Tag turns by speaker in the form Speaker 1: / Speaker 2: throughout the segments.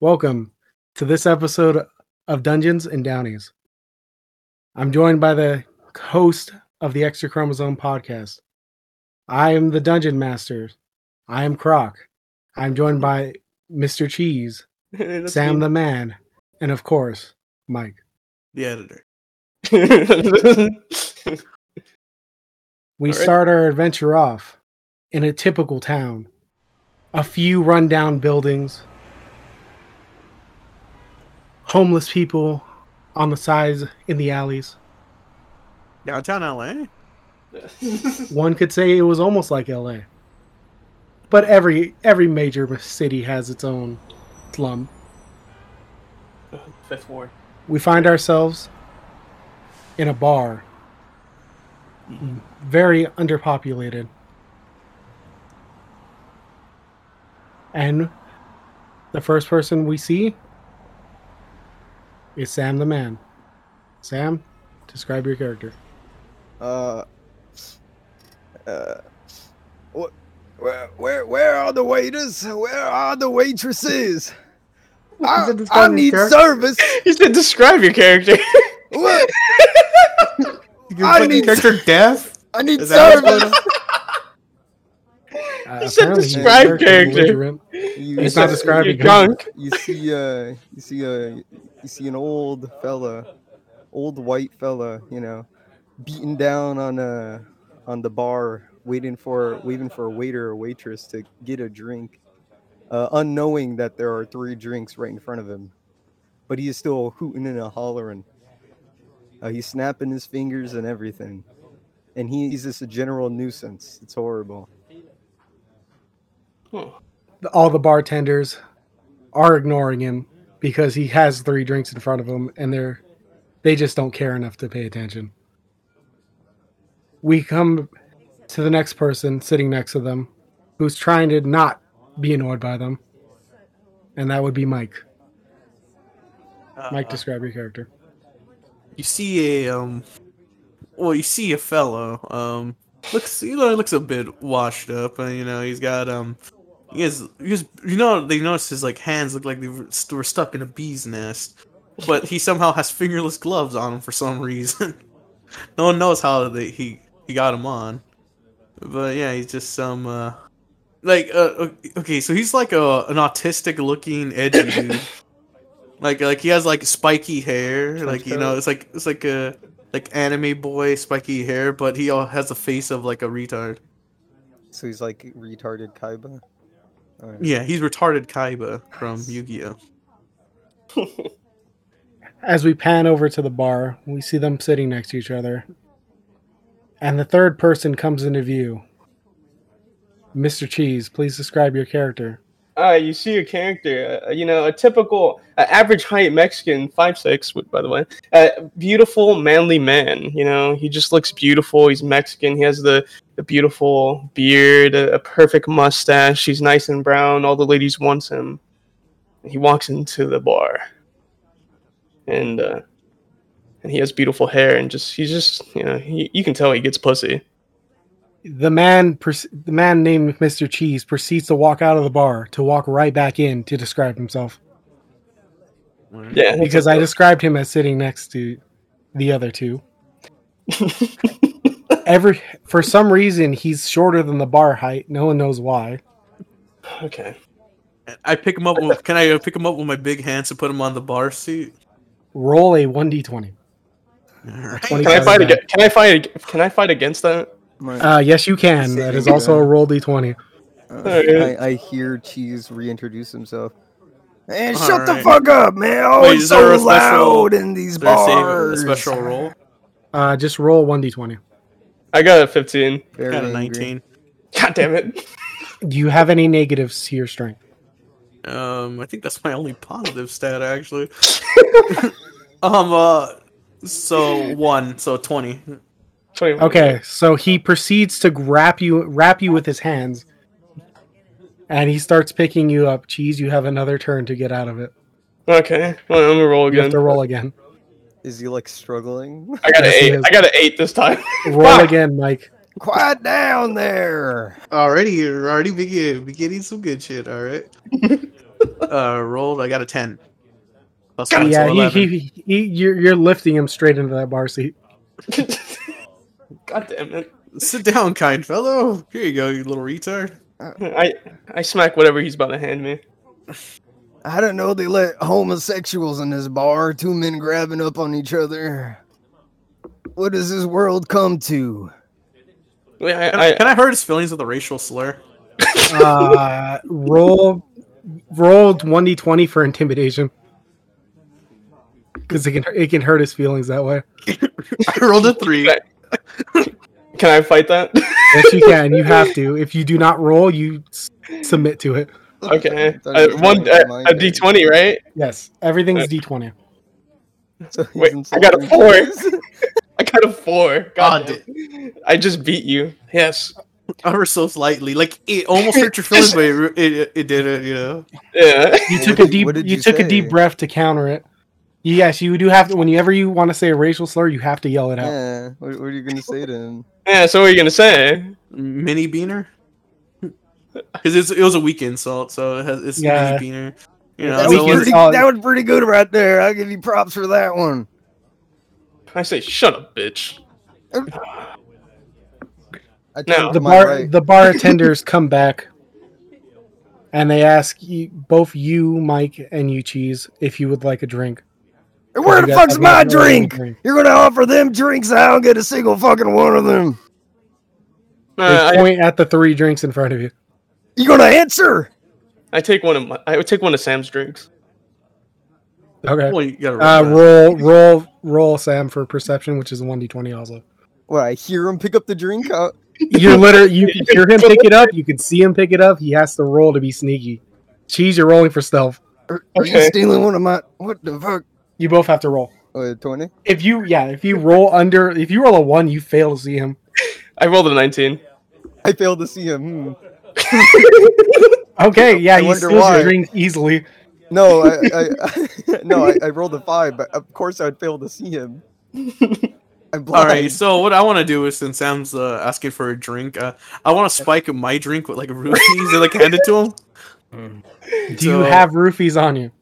Speaker 1: Welcome to this episode of Dungeons and Downies. I'm joined by the host of the Extra Chromosome podcast. I am the Dungeon Master. I am Croc. I'm joined by Mr. Cheese,
Speaker 2: That's
Speaker 1: Sam
Speaker 2: me,
Speaker 1: the Man, and of course, Mike.
Speaker 2: the editor.
Speaker 1: We
Speaker 2: All right.
Speaker 1: start our adventure off in a typical town. A few rundown buildings, homeless people on the sides in the alleys.
Speaker 3: Downtown LA?
Speaker 1: One could say it was almost like LA. But every every major city has its own slum.
Speaker 2: Fifth Ward.
Speaker 1: We find ourselves in a bar. Very underpopulated. And the first person we see is Sam the Man. Sam, describe your character.
Speaker 3: Uh. Uh. What? Where, where, where are the waiters? Where are the waitresses? I, I
Speaker 4: it describe your
Speaker 3: need
Speaker 4: character?
Speaker 3: service.
Speaker 2: You said describe your character.
Speaker 3: What?
Speaker 4: Your
Speaker 3: I
Speaker 4: fucking
Speaker 3: need-
Speaker 4: character deaf?
Speaker 3: I need
Speaker 4: Is that what's
Speaker 3: service.
Speaker 1: Uh,
Speaker 2: You said
Speaker 1: apparently his
Speaker 2: describe character.
Speaker 1: is belligerent.
Speaker 3: You,
Speaker 1: He's
Speaker 3: see-
Speaker 1: not describing
Speaker 2: You're drunk.
Speaker 3: You see, uh, you see, uh, you see an old fella, old white fella, you know, beaten down on uh on the bar, waiting for waiting for a waiter or waitress to get a drink, uh, unknowing that there are three drinks right in front of him, but he is still hooting and a hollering. Uh, he's snapping his fingers and everything, and he, he's just a general nuisance. It's horrible.
Speaker 1: all the bartenders are ignoring him because he has three drinks in front of him and they're they just don't care enough to pay attention. We come to the next person sitting next to them who's trying to not be annoyed by them. And that would be Mike. Mike, describe your character.
Speaker 2: you see a um well you see a fellow um looks you know he looks a bit washed up and you know he's got um he has he has, you know they notice his like hands look like they were st- were stuck in a bee's nest but he somehow has fingerless gloves on him for some reason no one knows how they, he he got him on but yeah he's just some uh like uh okay so he's like a an autistic looking edgy dude like like he has like spiky hair like you know it's like it's like a like anime boy spiky hair but he all has a face of like a retard
Speaker 3: So he's like retarded Kaiba. All right.
Speaker 2: yeah he's retarded kaiba from yu-gi-oh
Speaker 1: As we pan over to the bar, we see them sitting next to each other. And the third person comes into view. Mr. Cheese, please describe your character.
Speaker 5: Uh, you see your character, uh, you know, a typical, uh, average height Mexican, five six, by the way. Uh, beautiful, manly man. You know, he just looks beautiful. He's Mexican. He has the, the beautiful beard, a, a perfect mustache. He's nice and brown. All the ladies wants him. He walks into the bar, and uh, and he has beautiful hair, and just he's just, you know, he, you can tell he gets pussy.
Speaker 1: the man proce- the man named Mr. Cheese proceeds to walk out of the bar to walk right back in to describe himself
Speaker 5: Yeah,
Speaker 1: because I described him as sitting next to the other two. Every for some reason he's shorter than the bar height. No one knows why.
Speaker 5: okay.
Speaker 2: i pick him up with can i uh, pick him up with my big hands and put him on the bar seat
Speaker 1: Roll a one d twenty.
Speaker 2: all right
Speaker 1: Twenty-
Speaker 5: Can I fight?
Speaker 1: Yeah.
Speaker 5: Against, can I fight? ag- Can I fight against that?
Speaker 3: My-
Speaker 1: Uh, yes, you can. That is also a roll d twenty.
Speaker 3: Uh,
Speaker 5: Alright.
Speaker 3: I, I hear Cheese reintroduce himself. And
Speaker 2: All
Speaker 3: shut the
Speaker 2: right.
Speaker 3: fuck up, man! Oh,
Speaker 2: Wait,
Speaker 3: it's
Speaker 2: is there a
Speaker 3: so
Speaker 2: special-
Speaker 3: loud in these
Speaker 2: Is there a save- a
Speaker 3: bars.
Speaker 2: special roll
Speaker 1: Uh, just roll one d twenty.
Speaker 5: I got a fifteen.
Speaker 3: Very
Speaker 2: got a
Speaker 3: angry.
Speaker 2: 19
Speaker 5: God damn it.
Speaker 1: Do you have any negatives to your strength?
Speaker 2: um i think that's my only positive stat actually um uh so one so 20
Speaker 5: 21.
Speaker 1: Okay, so he proceeds to grab you, wrap you with his hands, and he starts picking you up. Cheese, you have another turn to get out of it.
Speaker 5: Okay. Well, I'm gonna roll
Speaker 1: You have
Speaker 5: again.
Speaker 1: to roll again.
Speaker 3: Is he like struggling?
Speaker 5: I got an
Speaker 1: Yes, he
Speaker 5: eight.
Speaker 1: is.
Speaker 5: I got an eight this time.
Speaker 1: Roll again, Mike.
Speaker 3: Quiet down there.
Speaker 2: Already, you're already begin beginning some good shit. All right. uh, rolled. I got a ten. Plus one, so
Speaker 1: yeah, he,
Speaker 2: 11.
Speaker 1: he, he, you're, you're lifting him straight into that bar seat.
Speaker 5: God damn it!
Speaker 2: Sit down, kind fellow. Here you go, you little retard.
Speaker 5: I I smack whatever he's about to hand me.
Speaker 3: I don't know. They let homosexuals in this bar. Two men grabbing up on each other. What does this world come to?
Speaker 5: Wait,
Speaker 2: Can
Speaker 5: I,
Speaker 2: I,
Speaker 5: I,
Speaker 2: can I hurt his feelings with a racial slur?
Speaker 1: Uh, roll roll one d twenty for intimidation because it can it can hurt his feelings that way.
Speaker 2: I rolled a three.
Speaker 5: can I fight that?
Speaker 1: Yes, you can. You have to. If you do not roll, you s- submit to it.
Speaker 5: okay,
Speaker 3: Thought
Speaker 5: uh,
Speaker 3: it was
Speaker 5: one
Speaker 3: gonna be
Speaker 5: uh,
Speaker 3: mine,
Speaker 5: a
Speaker 3: but-
Speaker 5: D twenty, right?
Speaker 1: Yes, everything's d twenty.
Speaker 3: So he's
Speaker 5: Wait, I
Speaker 3: insulting
Speaker 5: got a four.
Speaker 3: us.
Speaker 5: I got a four. God,
Speaker 2: God
Speaker 5: damn. I just beat you. Yes.
Speaker 2: Ever so slightly, like it almost hurt your feelings, but it, it, it did it. You know,
Speaker 5: Yeah.
Speaker 1: You
Speaker 3: What
Speaker 1: took
Speaker 3: did-
Speaker 1: a deep
Speaker 3: what
Speaker 1: you,
Speaker 3: did you
Speaker 1: took a
Speaker 3: say?
Speaker 1: deep breath to counter it. Yes, you do have to. Whenever you want to say a racial slur, you have to yell it out.
Speaker 3: Yeah. What, what are you gonna say to him?
Speaker 5: Yeah. So what are you gonna say?
Speaker 2: mini beaner. Because it was a weak insult, so it has, it's
Speaker 1: Yeah.
Speaker 2: mini beaner. You know,
Speaker 3: That
Speaker 1: we
Speaker 2: so
Speaker 3: was,
Speaker 1: can-
Speaker 2: it's-
Speaker 3: pretty,
Speaker 1: uh,
Speaker 3: that was pretty good right there. I'll give you props for that one.
Speaker 5: I say, shut up, bitch.
Speaker 3: I
Speaker 5: No.
Speaker 3: turned to
Speaker 1: the
Speaker 3: my
Speaker 1: bar
Speaker 3: right.
Speaker 1: the bartenders come back and they ask you, both you mike and you cheese if you would like a drink
Speaker 3: And where
Speaker 1: You
Speaker 3: the
Speaker 1: guys
Speaker 3: fuck's
Speaker 1: have
Speaker 3: my
Speaker 1: not ordered a
Speaker 3: drink? You're gonna offer them drinks. I don't get a single fucking one of them.
Speaker 1: They
Speaker 5: Uh, I,
Speaker 1: point at the three drinks in front of you
Speaker 3: You gonna answer?
Speaker 5: I take one of my. I would take one of Sam's drinks.
Speaker 1: okay
Speaker 2: well, you gotta roll
Speaker 1: uh,
Speaker 2: that.
Speaker 1: roll roll roll sam for perception which is a 1d20 also
Speaker 3: What? I hear him pick up the drink. Uh,
Speaker 1: you're literally you can hear him pick it up you can see him pick it up he has to roll to be sneaky cheese you're rolling for stealth
Speaker 3: Are, are you
Speaker 5: Okay.
Speaker 3: stealing one of my? What the fuck?
Speaker 1: you both have to roll
Speaker 3: Uh, Twenty.
Speaker 1: if you yeah if you roll under if you roll a one you fail to see him
Speaker 5: I rolled a nineteen.
Speaker 3: I failed to see him. Hmm.
Speaker 1: okay yeah
Speaker 3: I
Speaker 1: he
Speaker 3: wonder
Speaker 1: steals your
Speaker 3: why.
Speaker 1: drink easily
Speaker 3: No, I, I, I no, I, I rolled a five, but of course I'd fail to see him. I'm
Speaker 2: All
Speaker 3: blind.
Speaker 2: right, so what I want to do is, since Sam's uh, asking for a drink, uh, I want to spike my drink with like roofies and like hand it to him.
Speaker 1: Do you
Speaker 2: So-
Speaker 1: have roofies on you?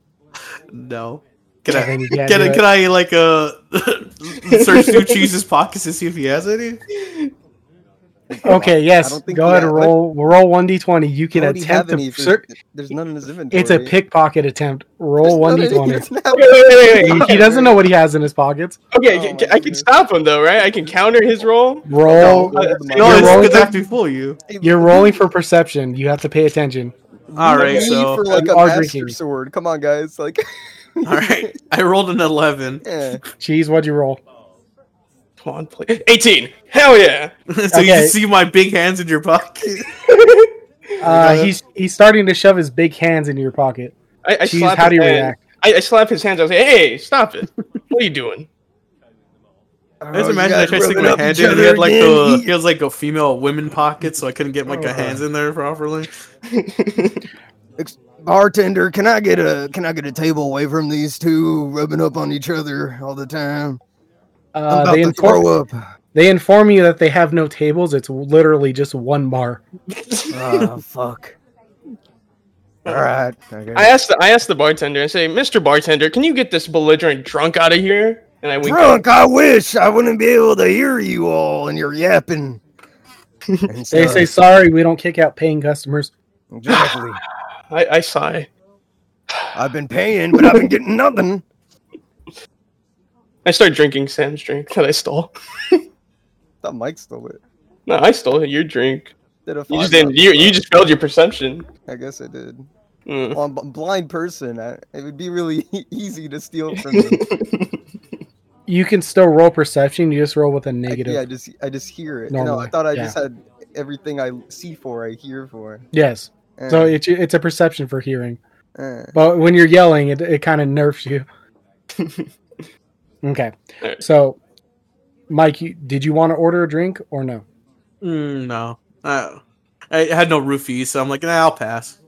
Speaker 2: No. Can I
Speaker 1: then you can't
Speaker 2: can
Speaker 1: do
Speaker 2: I,
Speaker 1: it.
Speaker 2: can I like uh search through Cheese's pockets to see if he has any?
Speaker 1: Okay,
Speaker 3: I
Speaker 1: yes.
Speaker 3: don't think
Speaker 1: Go
Speaker 3: we
Speaker 1: ahead
Speaker 3: have
Speaker 1: and roll roll one d twenty. You
Speaker 3: Why
Speaker 1: can
Speaker 3: would he have
Speaker 1: attempt
Speaker 3: any
Speaker 1: to.
Speaker 3: if
Speaker 1: Sir,
Speaker 3: there's- There's none in his inventory.
Speaker 1: it's a pickpocket attempt.
Speaker 3: There's
Speaker 1: Roll one
Speaker 3: none
Speaker 1: d
Speaker 3: in-
Speaker 1: twenty.
Speaker 3: there's not-
Speaker 5: Wait, wait, wait, wait.
Speaker 1: He doesn't know what he has in his pockets.
Speaker 5: Okay,
Speaker 3: Oh
Speaker 5: c-
Speaker 3: my
Speaker 5: c- I can
Speaker 3: goodness.
Speaker 5: stop him though, right? I can counter his roll.
Speaker 1: Roll.
Speaker 3: No,
Speaker 5: Uh,
Speaker 3: never
Speaker 2: No,
Speaker 1: You're
Speaker 2: it's
Speaker 1: rolling
Speaker 2: because I
Speaker 1: for-
Speaker 2: have to fool you.
Speaker 3: mind.
Speaker 1: You're rolling for perception. You have to pay attention.
Speaker 2: All
Speaker 3: We
Speaker 2: right,
Speaker 3: need
Speaker 2: so
Speaker 3: for like a
Speaker 1: Are
Speaker 3: master
Speaker 1: drinking.
Speaker 3: sword. Come on, guys. Like, eh.
Speaker 2: all right, I rolled an eleven.
Speaker 3: yeah.
Speaker 1: Cheese, what'd you roll?
Speaker 5: Come on, please. Eighteen. Hell yeah.
Speaker 2: so you
Speaker 1: Okay.
Speaker 2: can see my big hands in your pocket.
Speaker 1: Uh,
Speaker 2: Uh,
Speaker 1: he's he's starting to shove his big hands into your pocket.
Speaker 5: I, I
Speaker 1: Cheese,
Speaker 5: slap
Speaker 1: how do you
Speaker 5: his hand.
Speaker 1: react?
Speaker 5: I, I slap his hands. I say, "Hey, stop it! What are you doing?"
Speaker 3: Oh,
Speaker 2: I just imagine I tried to stick my hand in, and he had like the he has like a female women pocket, so I couldn't get like
Speaker 1: Oh,
Speaker 2: a hands in there properly.
Speaker 3: bartender. Can I get a can I get a table away from these two rubbing up on each other all the time? I'm
Speaker 1: Uh,
Speaker 3: about
Speaker 1: they
Speaker 3: to
Speaker 1: inform
Speaker 3: throw up.
Speaker 1: they inform you that they have no tables. It's literally just one bar.
Speaker 3: oh fuck. All right. Okay.
Speaker 5: I asked. The, I asked the bartender. I say, "Mr. Bartender, can you get this belligerent drunk out of here?" And I wink.
Speaker 3: drunk. I wish I wouldn't be able to hear you all and you're yapping. And
Speaker 1: They
Speaker 3: so-
Speaker 1: say sorry, we don't kick out paying customers.
Speaker 3: exactly.
Speaker 5: I, I sigh.
Speaker 3: I've been paying, but I've been getting nothing.
Speaker 5: I start drinking Sam's drink that I stole.
Speaker 3: That Mike stole it.
Speaker 5: No, I stole your drink.
Speaker 3: Did a
Speaker 5: You
Speaker 3: five
Speaker 5: just didn't. You, you just failed your perception.
Speaker 3: I guess I did.
Speaker 5: Mm.
Speaker 3: Well, I'm a blind person. I, it would be really easy to steal from me.
Speaker 1: You can still roll perception. You just roll with a
Speaker 3: I,
Speaker 1: negative.
Speaker 3: yeah, I just I just hear it. No,
Speaker 1: Normally,
Speaker 3: I thought I
Speaker 1: yeah.
Speaker 3: just had everything I see for, I hear for.
Speaker 1: Yes.
Speaker 3: Eh,
Speaker 1: So it's it's a perception for hearing,
Speaker 3: eh.
Speaker 1: but when you're yelling, it, it kind of nerfs you. okay,
Speaker 5: Alright.
Speaker 1: so Mike, you, did you want to order a drink or no?
Speaker 2: Mm, no, I, I had no roofies, so I'm like, nah, I'll pass.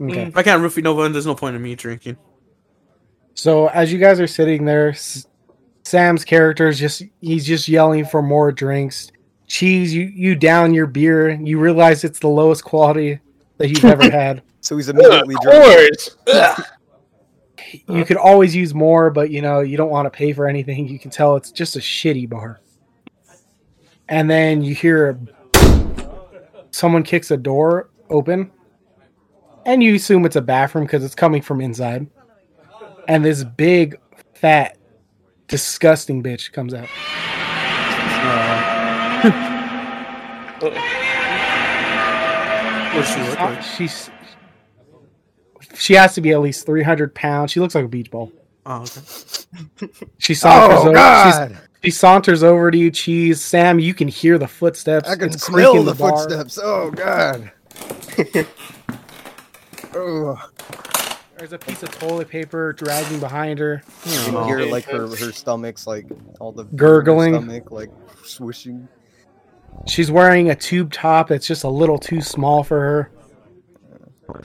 Speaker 1: Okay,
Speaker 2: If I can't roofie no one, there's no point in me drinking.
Speaker 1: so as you guys are sitting there, S- Sam's character is just he's just yelling for more drinks. Cheese, you you down your beer. You realize it's the lowest quality that you've ever had.
Speaker 3: So
Speaker 4: Oh,
Speaker 3: he's
Speaker 5: Of
Speaker 3: immediately drunk.
Speaker 5: course. Ugh.
Speaker 1: You could always use more, but you know, you don't want to pay for anything. You can tell it's just a shitty bar. And then you hear someone kicks a door open, and you assume it's a bathroom because it's coming from inside. And this big, fat, disgusting bitch comes out.
Speaker 2: Uh, what's she look like?
Speaker 1: She's she has to be at least 300 pounds. She looks like a beach ball.
Speaker 2: Oh, okay.
Speaker 1: She saunters
Speaker 4: Oh
Speaker 1: over. she's-
Speaker 4: God!
Speaker 1: She saunters over to you, cheese. Sam, you can hear the footsteps.
Speaker 4: I can
Speaker 1: It's
Speaker 4: smell
Speaker 1: creaking
Speaker 4: the,
Speaker 1: bar.
Speaker 4: footsteps. Oh God! oh,
Speaker 1: There's a piece of toilet paper dragging behind her.
Speaker 3: You can hear like her, her stomach's like all the
Speaker 1: Gurgling.
Speaker 3: her stomach like swishing.
Speaker 1: She's wearing a tube top that's just a little too small for her.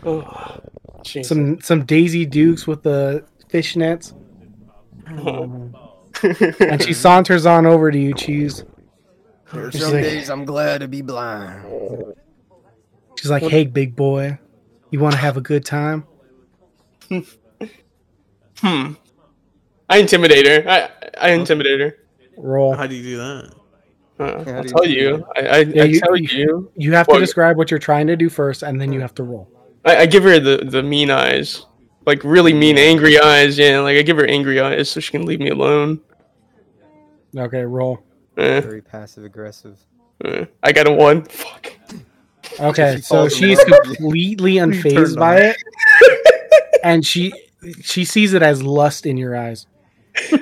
Speaker 2: Oh.
Speaker 5: Jesus.
Speaker 1: Some some Daisy Dukes with the fishnets, and she saunters on over to you, cheese.
Speaker 4: There are
Speaker 1: She's
Speaker 4: some
Speaker 1: like-
Speaker 4: days I'm glad to be blind.
Speaker 1: She's like, "Hey, big boy, you want to have a good time?"
Speaker 5: Hmm. I intimidate her. I I intimidate her.
Speaker 1: Roll.
Speaker 2: How do you do that?
Speaker 5: Uh,
Speaker 3: do
Speaker 5: I'll
Speaker 3: you
Speaker 5: tell
Speaker 3: intimidate?
Speaker 5: you. I, I,
Speaker 1: Yeah,
Speaker 5: I
Speaker 1: you-
Speaker 5: tell
Speaker 1: you-
Speaker 5: you.
Speaker 1: You have to
Speaker 5: Well,
Speaker 1: describe what you're trying to do first, and then you have to roll.
Speaker 5: I, I give her the, the mean eyes, like really mean, angry eyes. Yeah, like I give her angry eyes so she can leave me alone.
Speaker 1: Okay, roll.
Speaker 5: Eh,
Speaker 3: Very passive aggressive.
Speaker 5: eh. I got a one. Fuck.
Speaker 1: Okay,
Speaker 3: She
Speaker 1: so
Speaker 3: falls in
Speaker 1: she's
Speaker 3: love with you.
Speaker 1: completely
Speaker 2: turned
Speaker 1: unfazed by it, and she she sees it as lust in your eyes.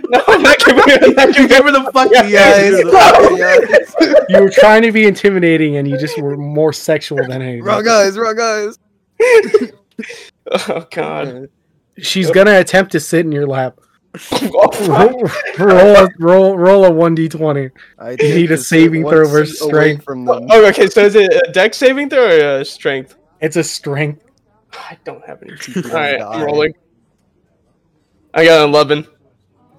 Speaker 5: No, I'm not giving her. I'm not giving her the fuck
Speaker 2: Yeah,
Speaker 5: eyes.
Speaker 1: You were trying to be intimidating, and you just were more sexual than anything.
Speaker 3: Wrong guys, wrong guys.
Speaker 5: oh god.
Speaker 1: She's gonna attempt to sit in your lap.
Speaker 5: Oh, fuck.
Speaker 1: Roll, roll, roll, roll a one d twenty.
Speaker 3: I
Speaker 1: You need
Speaker 3: take
Speaker 1: a
Speaker 3: the
Speaker 1: saving
Speaker 3: one
Speaker 1: throw versus
Speaker 3: seat away
Speaker 1: strength.
Speaker 3: From them.
Speaker 5: Oh, okay. So is it a deck saving throw or a strength?
Speaker 1: It's a strength.
Speaker 5: I don't have any.
Speaker 3: Keep
Speaker 5: All
Speaker 3: them
Speaker 5: right,
Speaker 3: dying.
Speaker 5: I'm rolling. I got an eleven.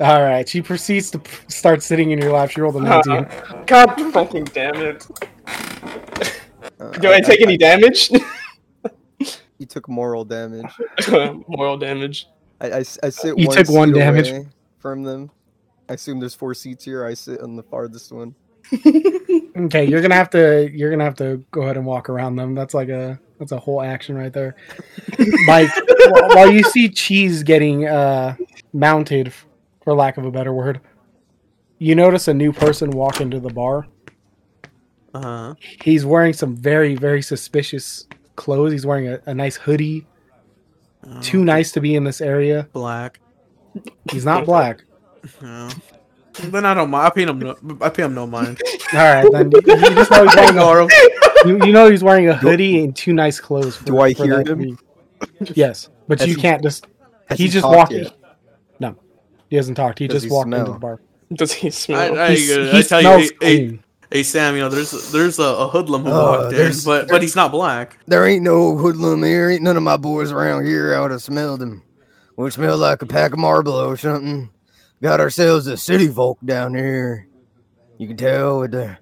Speaker 1: All right, she proceeds to p- start sitting in your lap. She rolled a
Speaker 5: Uh,
Speaker 1: nineteen.
Speaker 5: God fucking damn it.
Speaker 3: Uh,
Speaker 5: Do I take any damage?
Speaker 3: You took moral damage.
Speaker 5: Moral damage.
Speaker 3: I, I s- I sit.
Speaker 1: You
Speaker 3: one
Speaker 1: took one
Speaker 3: seat
Speaker 1: damage.
Speaker 3: away from them. I assume there's four seats here. I sit on the farthest one.
Speaker 1: Okay, you're gonna have to you're gonna have to go ahead and walk around them. That's like a that's a whole action right there. Like while, while you see cheese getting uh, mounted, for lack of a better word, you notice a new person walk into the bar.
Speaker 2: Uh huh.
Speaker 1: He's wearing some very very suspicious clothes. He's wearing a, a nice hoodie, too nice to be in this area.
Speaker 2: black.
Speaker 1: He's not black.
Speaker 2: No. Then I don't mind. I pay him. No, I pay him no mind.
Speaker 1: All right, then you, you just know he's wearing a,
Speaker 2: Ignore him.
Speaker 1: you, you know he's wearing a hoodie and two nice clothes. For,
Speaker 3: Do I
Speaker 1: for
Speaker 3: hear
Speaker 1: that
Speaker 3: him?
Speaker 1: hoodie. Yes, but
Speaker 3: Has
Speaker 1: you
Speaker 3: he-
Speaker 1: can't just
Speaker 3: Has
Speaker 1: he
Speaker 3: he
Speaker 1: just walked.
Speaker 3: talked yet?
Speaker 1: No, he hasn't talked. He
Speaker 3: Does
Speaker 1: just
Speaker 3: he
Speaker 1: walked into
Speaker 3: smell?
Speaker 1: the bar.
Speaker 5: Does he smell?
Speaker 2: uh, I-
Speaker 1: He's-
Speaker 2: good.
Speaker 1: he
Speaker 2: tell you,
Speaker 1: smells
Speaker 2: he- he-
Speaker 1: clean.
Speaker 2: Hey Sam, you know there's there's a, a hoodlum who
Speaker 4: Oh,
Speaker 2: walked in,
Speaker 4: there's-
Speaker 2: but but he's not black.
Speaker 4: there ain't no hoodlum here. Ain't none of my boys around here. I would have smelled them. Would smell like a pack of Marlboro or something. Got ourselves a city folk down here. You can tell with the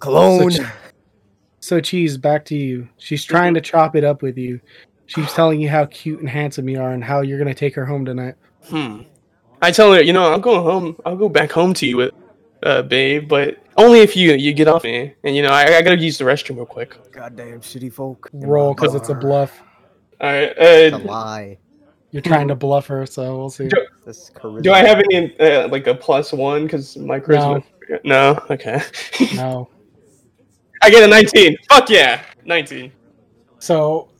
Speaker 4: cologne.
Speaker 1: So ch- So cheese, back to you. She's trying to chop it up with you. She's telling you how cute and handsome you are and how you're gonna take her home tonight.
Speaker 5: Hmm. I tell her, you know, I'll go home. I'll go back home to you, with, uh, babe. But only if you you get off me. And you know, I, I gotta use the restroom real quick.
Speaker 4: Goddamn city folk. in my
Speaker 1: Roll because it's a
Speaker 4: bar.
Speaker 1: bluff.
Speaker 5: All right.
Speaker 3: It's a
Speaker 5: Uh,
Speaker 3: lie.
Speaker 1: You're trying to bluff her, so we'll see.
Speaker 3: That's charisma.
Speaker 5: do I have any uh, like a plus one because my charisma? No. Okay.
Speaker 1: No.
Speaker 5: I get a nineteen. Fuck yeah, nineteen.
Speaker 1: So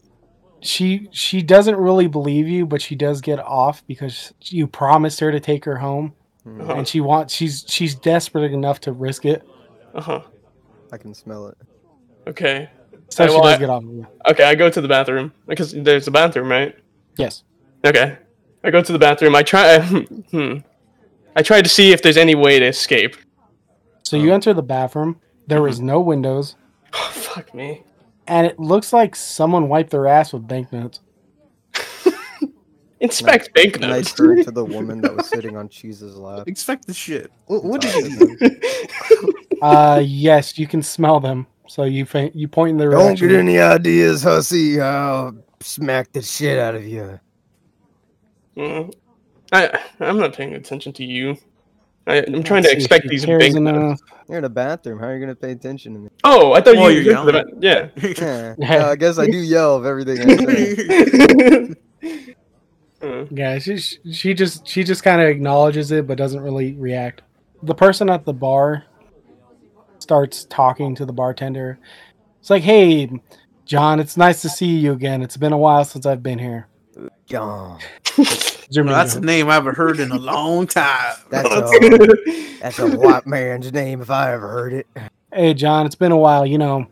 Speaker 1: she she doesn't really believe you, but she does get off because you promised her to take her home,
Speaker 3: Hmm,
Speaker 5: Uh-huh.
Speaker 1: and she wants she's she's desperate enough to risk it.
Speaker 5: Uh huh.
Speaker 3: I can smell it.
Speaker 5: Okay.
Speaker 1: So
Speaker 5: Hey,
Speaker 1: she
Speaker 5: well,
Speaker 1: does
Speaker 5: I-
Speaker 1: get off. of you.
Speaker 5: Okay. I go to the bathroom because there's a bathroom, right?
Speaker 1: Yes.
Speaker 5: Okay. I go to the bathroom. I try. hmm. I try to see if there's any way to escape.
Speaker 1: So you enter the bathroom. There is no windows,
Speaker 5: Oh, fuck me.
Speaker 1: and it looks like someone wiped their ass with banknotes.
Speaker 5: Inspect
Speaker 3: And I
Speaker 5: banknotes.
Speaker 3: turn to the woman that was sitting on Cheese's lap.
Speaker 2: Expect the shit. What, what
Speaker 3: It's
Speaker 2: did he
Speaker 3: autism.
Speaker 1: Uh, yes, you can smell them. So you fa- you point in the
Speaker 4: Don't
Speaker 1: direction.
Speaker 4: get any ideas, hussy. I'll smack the shit out of you.
Speaker 5: Mm. I I'm not paying attention to you. I, I'm trying
Speaker 1: Let's
Speaker 5: to
Speaker 1: see if
Speaker 5: expect
Speaker 1: he
Speaker 5: these
Speaker 1: cares
Speaker 5: big.
Speaker 1: enough.
Speaker 4: You're in a bathroom. How are you gonna pay attention to me?
Speaker 5: Oh, I thought
Speaker 2: Well,
Speaker 5: you.
Speaker 2: you're
Speaker 5: were
Speaker 2: young.
Speaker 5: Yeah.
Speaker 4: Yeah. No, I guess I do yell of everything. I say.
Speaker 5: Uh,
Speaker 1: Yeah, she she just she just kind of acknowledges it but doesn't really react. The person at the bar starts talking to the bartender. It's like, "Hey, John, it's nice to see you again. It's been a while since I've been here."
Speaker 4: John,
Speaker 1: Jimmy
Speaker 2: Well, that's a
Speaker 1: John.
Speaker 2: name I haven't heard in a long time.
Speaker 4: that's a that's a white man's name if I ever heard it.
Speaker 1: "Hey, John, it's been a while. You know,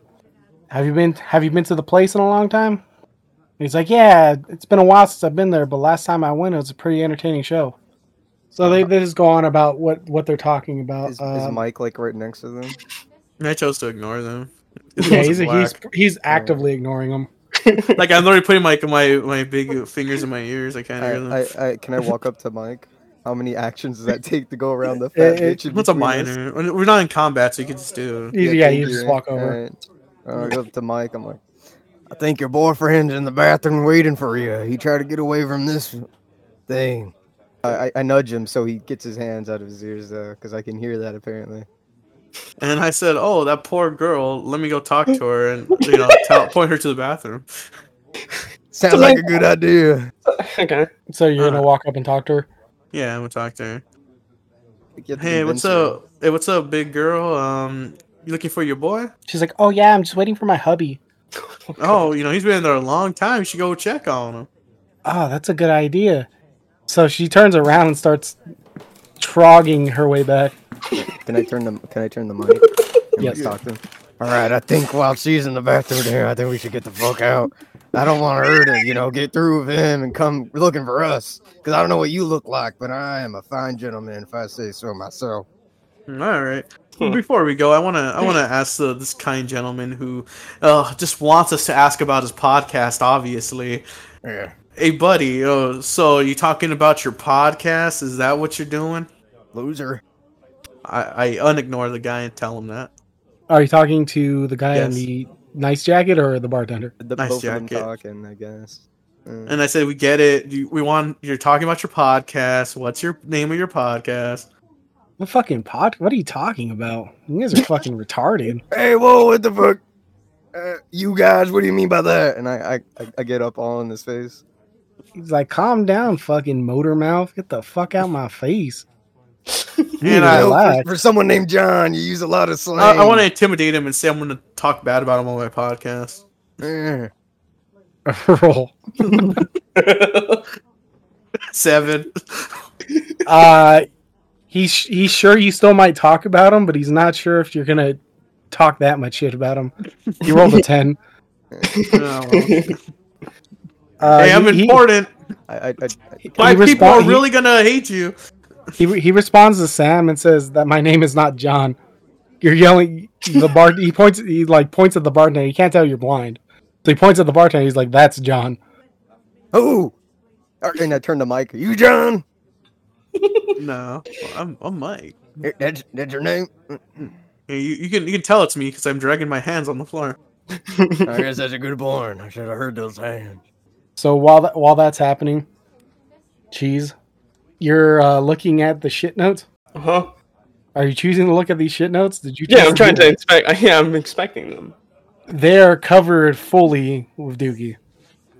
Speaker 1: have you been have you been to the place in a long time?" And he's like, "Yeah, it's been a while since I've been there, but last time I went, it was a pretty entertaining show." So they, they just go on about what what they're talking about.
Speaker 4: Is- is
Speaker 5: Uh,
Speaker 3: Is
Speaker 1: Um,
Speaker 3: Mike like right next to them?
Speaker 2: I chose to ignore them.
Speaker 1: yeah, he's, he's
Speaker 2: Black.
Speaker 1: he's actively ignoring them.
Speaker 2: like I'm literally putting my my, my big fingers in my ears. I can't hear them.
Speaker 3: I, I, I can I walk up to Mike? How many actions does that take to go around the
Speaker 1: It-
Speaker 3: fat
Speaker 1: it-
Speaker 3: bitch? in
Speaker 2: What's a
Speaker 3: between us?
Speaker 2: minor? We're we're not in combat, so you can just do.
Speaker 1: Yeah, yeah,
Speaker 3: thank
Speaker 1: you just walk over.
Speaker 3: Alright. Uh, I go up to Mike. I'm like,
Speaker 4: I think your boyfriend's in the bathroom waiting for you. He tried to get away from this thing.
Speaker 3: I, I- I nudge him so he gets his hands out of his ears though, because I can hear that apparently.
Speaker 2: And I said, "Oh, that poor girl. Let me go talk to her and you know tell, point her to the bathroom."
Speaker 4: Sounds like a good idea.
Speaker 1: Oh.
Speaker 5: okay.
Speaker 1: So you're gonna
Speaker 2: Uh.
Speaker 1: walk up and talk to her.
Speaker 2: Yeah, I'm gonna talk to her.
Speaker 3: You have to
Speaker 2: Hey, what's
Speaker 3: convince him.
Speaker 2: up? Hey, what's up, big girl? Um, you looking for your boy?
Speaker 1: She's like, "Oh yeah, I'm just waiting for my hubby."
Speaker 2: Oh, you know he's been there a long time. You should go check on him.
Speaker 1: Oh, that's a good idea. So she turns around and starts trogging her way back.
Speaker 3: Can I turn the Can I turn the mic? Can
Speaker 1: Yes.
Speaker 3: I talk to him?
Speaker 4: All right, I think while she's in the bathroom there, I think we should get the fuck out. I don't want her to, you know, get through with him and come looking for us. Because I don't know what you look like, but I am a fine gentleman if I say so myself.
Speaker 2: All right. Before we go, I wanna I wanna ask the, this kind gentleman who uh, just wants us to ask about his podcast. Obviously,
Speaker 4: Yeah.
Speaker 2: hey buddy. Uh, so you talking about your podcast? Is that what you're doing?
Speaker 4: Loser.
Speaker 2: I, I unignore the guy and tell him that.
Speaker 1: Are you talking to the guy in
Speaker 2: Yes.
Speaker 1: the nice jacket or the bartender?
Speaker 3: The
Speaker 2: Nice
Speaker 3: both of them
Speaker 2: jacket.
Speaker 3: talking, I guess. Mm.
Speaker 2: And I said, "We get it. You, we want you're talking about your podcast. What's your name of your podcast?"
Speaker 1: The fucking pot? What are you talking about? You guys are fucking retarded.
Speaker 4: Hey, whoa, what the fuck? Uh, you guys, what do you mean by that?
Speaker 3: And I, I, I get up all in his face.
Speaker 1: He's like, "Calm down, fucking motor mouth. Get the fuck out my face."
Speaker 2: And
Speaker 1: I
Speaker 4: You know,
Speaker 1: lied.
Speaker 4: for, for someone named John, you use a lot of slang.
Speaker 2: I, I want to intimidate him and say I'm going to talk bad about him on my podcast.
Speaker 4: to.
Speaker 1: Roll.
Speaker 2: Seven.
Speaker 1: Uh, he's he's sure you still might talk about him, but he's not sure if you're gonna talk that much shit about him. He rolled a ten.
Speaker 2: Oh.
Speaker 1: Uh,
Speaker 2: hey, I'm
Speaker 1: he- he-
Speaker 2: important.
Speaker 3: I, I, I,
Speaker 1: he
Speaker 2: My people
Speaker 1: respon-
Speaker 2: are
Speaker 1: he-
Speaker 2: really going to hate you.
Speaker 1: He, he responds to Sam and says that my name is not John. You're yelling. The bar. He points. He like points at the bartender. He can't tell you're blind. So he points at the bartender. He's like, "That's John."
Speaker 4: Oh,
Speaker 3: I- and I turn the mic.
Speaker 4: you John?
Speaker 2: No, I'm, I'm Mike.
Speaker 4: Eh, That's, that's your name?
Speaker 2: You, you can you can tell it's me because I'm dragging my hands on the floor.
Speaker 4: I guess that's a good born. I should have heard those hands.
Speaker 1: So while that, while that's happening, cheese, you're uh, looking at the shit notes.
Speaker 5: Huh?
Speaker 1: Are you choosing to look at these shit notes? Did you?
Speaker 5: Uh-huh. Yeah,
Speaker 1: choose
Speaker 5: I'm trying to expect. Yeah, I'm expecting them.
Speaker 1: They are covered fully with Doogie.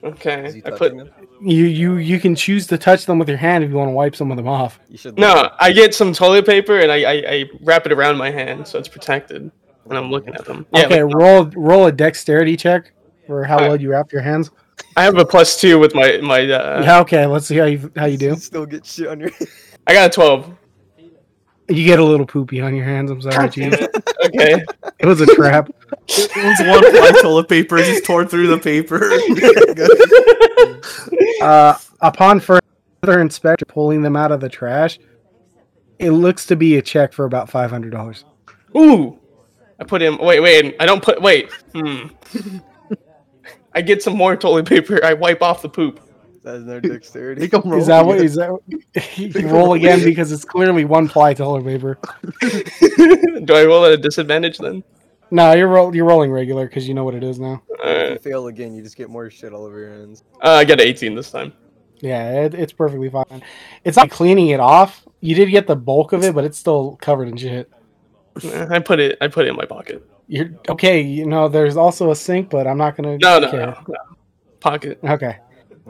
Speaker 3: Is he
Speaker 5: Okay. I put
Speaker 3: touching them?
Speaker 1: You you you can choose to touch them with your hand if you want to wipe some of them off.
Speaker 3: You should.
Speaker 5: no. I get some toilet paper and I, I I wrap it around my hand so it's protected, and I'm looking at them. Yeah.
Speaker 1: okay,
Speaker 5: like,
Speaker 1: roll roll a dexterity check for how
Speaker 5: Alright.
Speaker 1: well you wrap your hands.
Speaker 5: I have a plus two with my my. Uh,
Speaker 1: Yeah, okay, let's see how you how you do.
Speaker 3: Still get shit on your.
Speaker 5: I got a twelve.
Speaker 1: You get a little poopy on your hands. I'm sorry,
Speaker 5: Damn
Speaker 1: Chief.
Speaker 5: it. Okay.
Speaker 1: It was a trap.
Speaker 2: It's one fly toilet paper just tore through the paper.
Speaker 1: Uh, upon further inspection, pulling them out of the trash, it looks to be a check for about five hundred dollars.
Speaker 5: Ooh. I put in. Wait, wait. I don't put. Wait. Hmm. I get some more toilet paper. I wipe off the poop.
Speaker 3: That's no dexterity.
Speaker 2: Make 'em roll.
Speaker 1: Is that what? Is that you roll again because it's clearly one ply toilet paper?
Speaker 5: Do I roll at a disadvantage then?
Speaker 1: No, you're roll, you're rolling regular because you know what it is now.
Speaker 5: Alright.
Speaker 3: If you fail again, you just get more shit all over your hands.
Speaker 5: Uh, I got an 18 this time.
Speaker 1: Yeah, it, it's perfectly fine. It's not cleaning it off. You did get the bulk of it, but it's still covered in shit.
Speaker 5: I put it. I put it in my pocket.
Speaker 1: You're okay. You know, there's also a sink, but I'm not gonna.
Speaker 5: No, no,
Speaker 1: care.
Speaker 5: no, no. Pocket.
Speaker 1: Okay.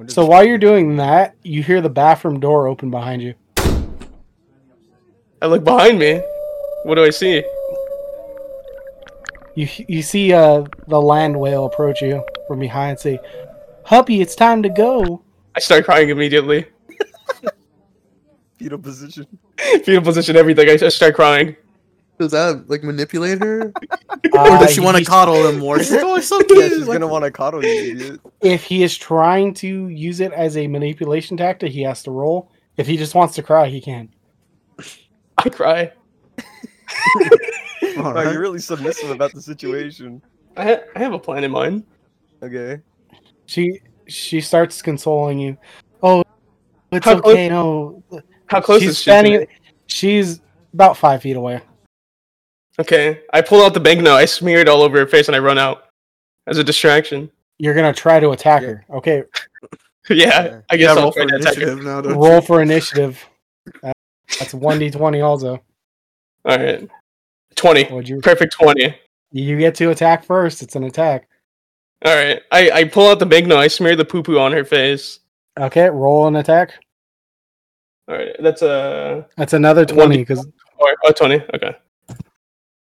Speaker 1: So while you're doing that, you hear the bathroom door open behind you.
Speaker 5: I look behind me. What do I see?
Speaker 1: You you see uh, the land whale approach you from behind. Say, "Huppy, it's time to go."
Speaker 5: I start crying immediately.
Speaker 3: fetal position.
Speaker 5: Fetal position, everything. I, I start crying.
Speaker 2: Does that like manipulate her,
Speaker 1: Uh,
Speaker 2: or does she want to
Speaker 1: he-
Speaker 2: coddle him more? She's like, oh, it's so
Speaker 3: Yeah,
Speaker 2: cute.
Speaker 3: she's
Speaker 2: like,
Speaker 3: gonna want to coddle you, idiot.
Speaker 1: If he is trying to use it as a manipulation tactic, he has to roll. If he just wants to cry, he can.
Speaker 5: I cry.
Speaker 2: all
Speaker 3: Wow,
Speaker 2: right.
Speaker 3: you're really submissive about the situation.
Speaker 5: I, ha- I have a plan in mind.
Speaker 3: Okay.
Speaker 1: She she starts consoling you. Oh, it's
Speaker 5: How close-
Speaker 1: okay. No,
Speaker 5: How close
Speaker 1: she's
Speaker 5: is she? to
Speaker 1: standing.
Speaker 5: me?
Speaker 1: She's about five feet away.
Speaker 5: Okay. I pull out the banknote. I smear it all over her face, and I run out as a distraction.
Speaker 1: You're gonna try to attack
Speaker 3: Yeah.
Speaker 1: her. Okay,
Speaker 5: yeah,
Speaker 3: Yeah.
Speaker 5: I guess
Speaker 2: yeah,
Speaker 5: I'll
Speaker 2: roll for
Speaker 5: try to attack her.
Speaker 2: initiative now. Don't
Speaker 1: roll for initiative. That- That's one d twenty. Also,
Speaker 5: All right. Twenty.
Speaker 1: would you
Speaker 5: Perfect twenty.
Speaker 1: you get to attack first? It's an attack.
Speaker 5: All right. I, I pull out the banknote. I smear the poo poo on her face.
Speaker 1: Okay, roll an attack.
Speaker 5: All right. That's a
Speaker 1: That's another twenty because
Speaker 5: or, oh, 20. Okay.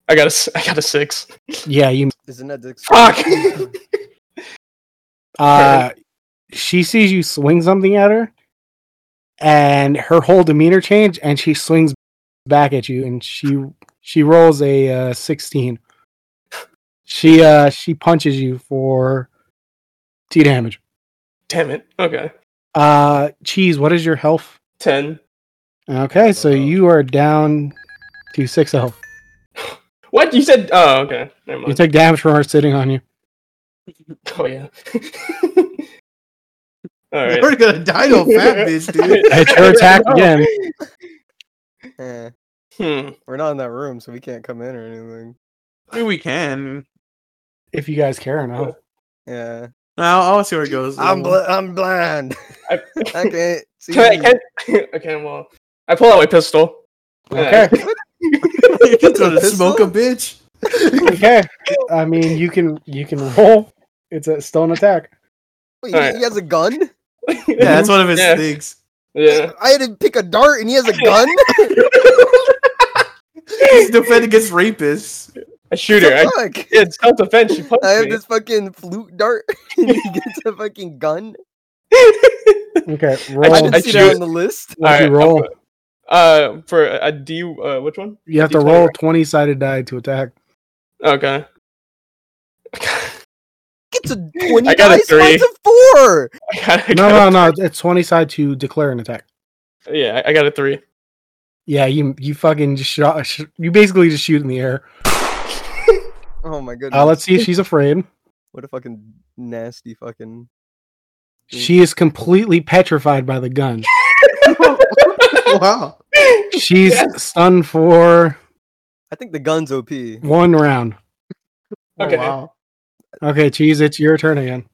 Speaker 5: I got a s- I got a six.
Speaker 1: yeah, you.
Speaker 3: Isn't that Dick's?
Speaker 5: Fuck.
Speaker 1: Uh, she sees you swing something at her, and her whole demeanor change, and she swings back at you, and she she rolls a uh, sixteen. She uh she punches you for two damage.
Speaker 5: Damn it. Okay.
Speaker 1: Uh, cheese. What is your health?
Speaker 5: Ten.
Speaker 1: Okay, so you are down to six health.
Speaker 5: What you said? Oh, okay. Never
Speaker 1: You
Speaker 5: mind.
Speaker 1: took damage from her sitting on you.
Speaker 5: oh yeah. All
Speaker 2: you?
Speaker 5: right.
Speaker 2: We're gonna die to a fat bitch, dude.
Speaker 1: It's her attack again.
Speaker 3: Eh,
Speaker 5: Hmm.
Speaker 3: we're not in that room, so we can't come in or anything.
Speaker 2: I mean, we can.
Speaker 1: If you guys care enough.
Speaker 3: Yeah.
Speaker 2: No, I'll see where it goes.
Speaker 4: I'm
Speaker 2: Um,
Speaker 4: bl- I'm blind.
Speaker 5: I,
Speaker 3: I can't see.
Speaker 5: I can't. Okay. Well, I pull out my pistol.
Speaker 1: Okay.
Speaker 2: you can throw the
Speaker 3: Pistol?
Speaker 2: smoke a bitch.
Speaker 1: Okay. I mean, you can you can roll. It's a still an attack.
Speaker 3: Wait,
Speaker 5: Alright.
Speaker 3: he has a gun?
Speaker 2: Yeah, that's one of his
Speaker 5: Yeah.
Speaker 2: things.
Speaker 5: Yeah.
Speaker 4: I had to pick a dart, and he has a gun.
Speaker 2: He's defending against rapists.
Speaker 5: I shoot her. I,
Speaker 3: Fuck.
Speaker 5: it's self defense. She punched
Speaker 3: I have
Speaker 5: me.
Speaker 3: this fucking flute dart. and he gets a fucking gun.
Speaker 1: Okay,
Speaker 3: I
Speaker 1: roll.
Speaker 3: didn't
Speaker 5: I
Speaker 3: see that
Speaker 5: choose-
Speaker 3: on the list.
Speaker 1: What'd
Speaker 5: Alright,
Speaker 1: you roll?
Speaker 5: Uh, for a D. Uh, which one?
Speaker 1: You have to
Speaker 5: D20,
Speaker 1: roll
Speaker 5: right?
Speaker 1: twenty sided die to attack.
Speaker 5: Okay.
Speaker 4: Gets a twenty.
Speaker 5: I got a
Speaker 4: dice, mine's
Speaker 5: three.
Speaker 4: a four.
Speaker 5: I got, I
Speaker 1: No,
Speaker 5: got
Speaker 1: no, no. It's twenty side to declare an attack.
Speaker 5: a- yeah, I- I got a three.
Speaker 1: Yeah, you you fucking just shot. sh- You basically just shoot in the air.
Speaker 3: Oh my goodness.
Speaker 1: Uh, let's see if she's afraid.
Speaker 3: What a fucking nasty fucking.
Speaker 1: She is completely petrified by the gun.
Speaker 3: Oh,
Speaker 2: Wow.
Speaker 1: She's stunned for
Speaker 3: I think the gun's OP.
Speaker 1: one round.
Speaker 5: Okay.
Speaker 2: Oh, wow.
Speaker 1: Okay, cheese. It's your turn again.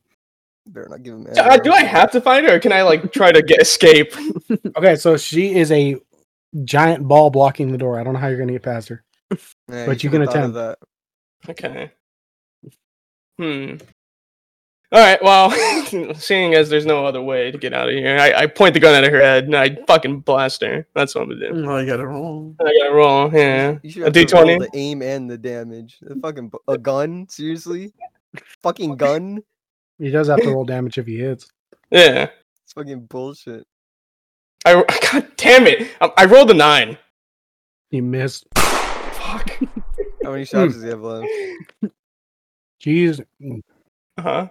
Speaker 3: Better not give him.
Speaker 5: Do, uh, do I have to find her, or can I like try to get escape?
Speaker 1: Okay, so she is a giant ball blocking the door. I don't know how you're gonna get past her. but you can
Speaker 3: attend that.
Speaker 5: Okay. Hmm. All right. Well, seeing as there's no other way to get out of here, I, I point the gun at her head and I fucking blast her. That's what I'm gonna do.
Speaker 2: Oh, you got it wrong.
Speaker 5: I gotta roll. Yeah.
Speaker 3: You should
Speaker 5: A
Speaker 3: have to roll
Speaker 5: D20?
Speaker 3: the aim and the damage. The fucking bu- a gun, seriously? fucking gun?
Speaker 1: He does have to roll damage if he hits.
Speaker 5: Yeah.
Speaker 3: It's fucking bullshit.
Speaker 5: I. God damn it! I, I rolled a nine.
Speaker 1: He missed.
Speaker 5: Fuck.
Speaker 3: How many shots does he have left?
Speaker 1: Jeez,
Speaker 5: Uh huh.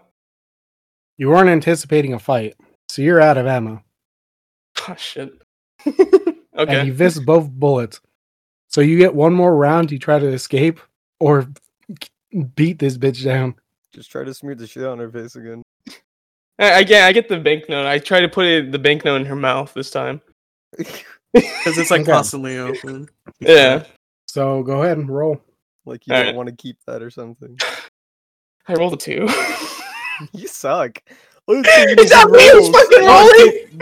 Speaker 1: you weren't anticipating a fight, so you're out of ammo,
Speaker 5: Oh shit.
Speaker 1: and
Speaker 5: okay.
Speaker 1: you missed both bullets. So you get one more round to try to escape or beat this bitch down.
Speaker 3: Just try to smear the shit on her face again.
Speaker 5: I, I, yeah, I get the banknote. I try to put it, the banknote in her mouth this time.
Speaker 2: Because it's like
Speaker 1: Okay.
Speaker 2: constantly open.
Speaker 5: Yeah.
Speaker 1: So go ahead and roll.
Speaker 3: Like you
Speaker 5: Alright.
Speaker 3: don't want to keep that or something.
Speaker 5: I rolled a two.
Speaker 3: you suck.
Speaker 5: Is that me who's fucking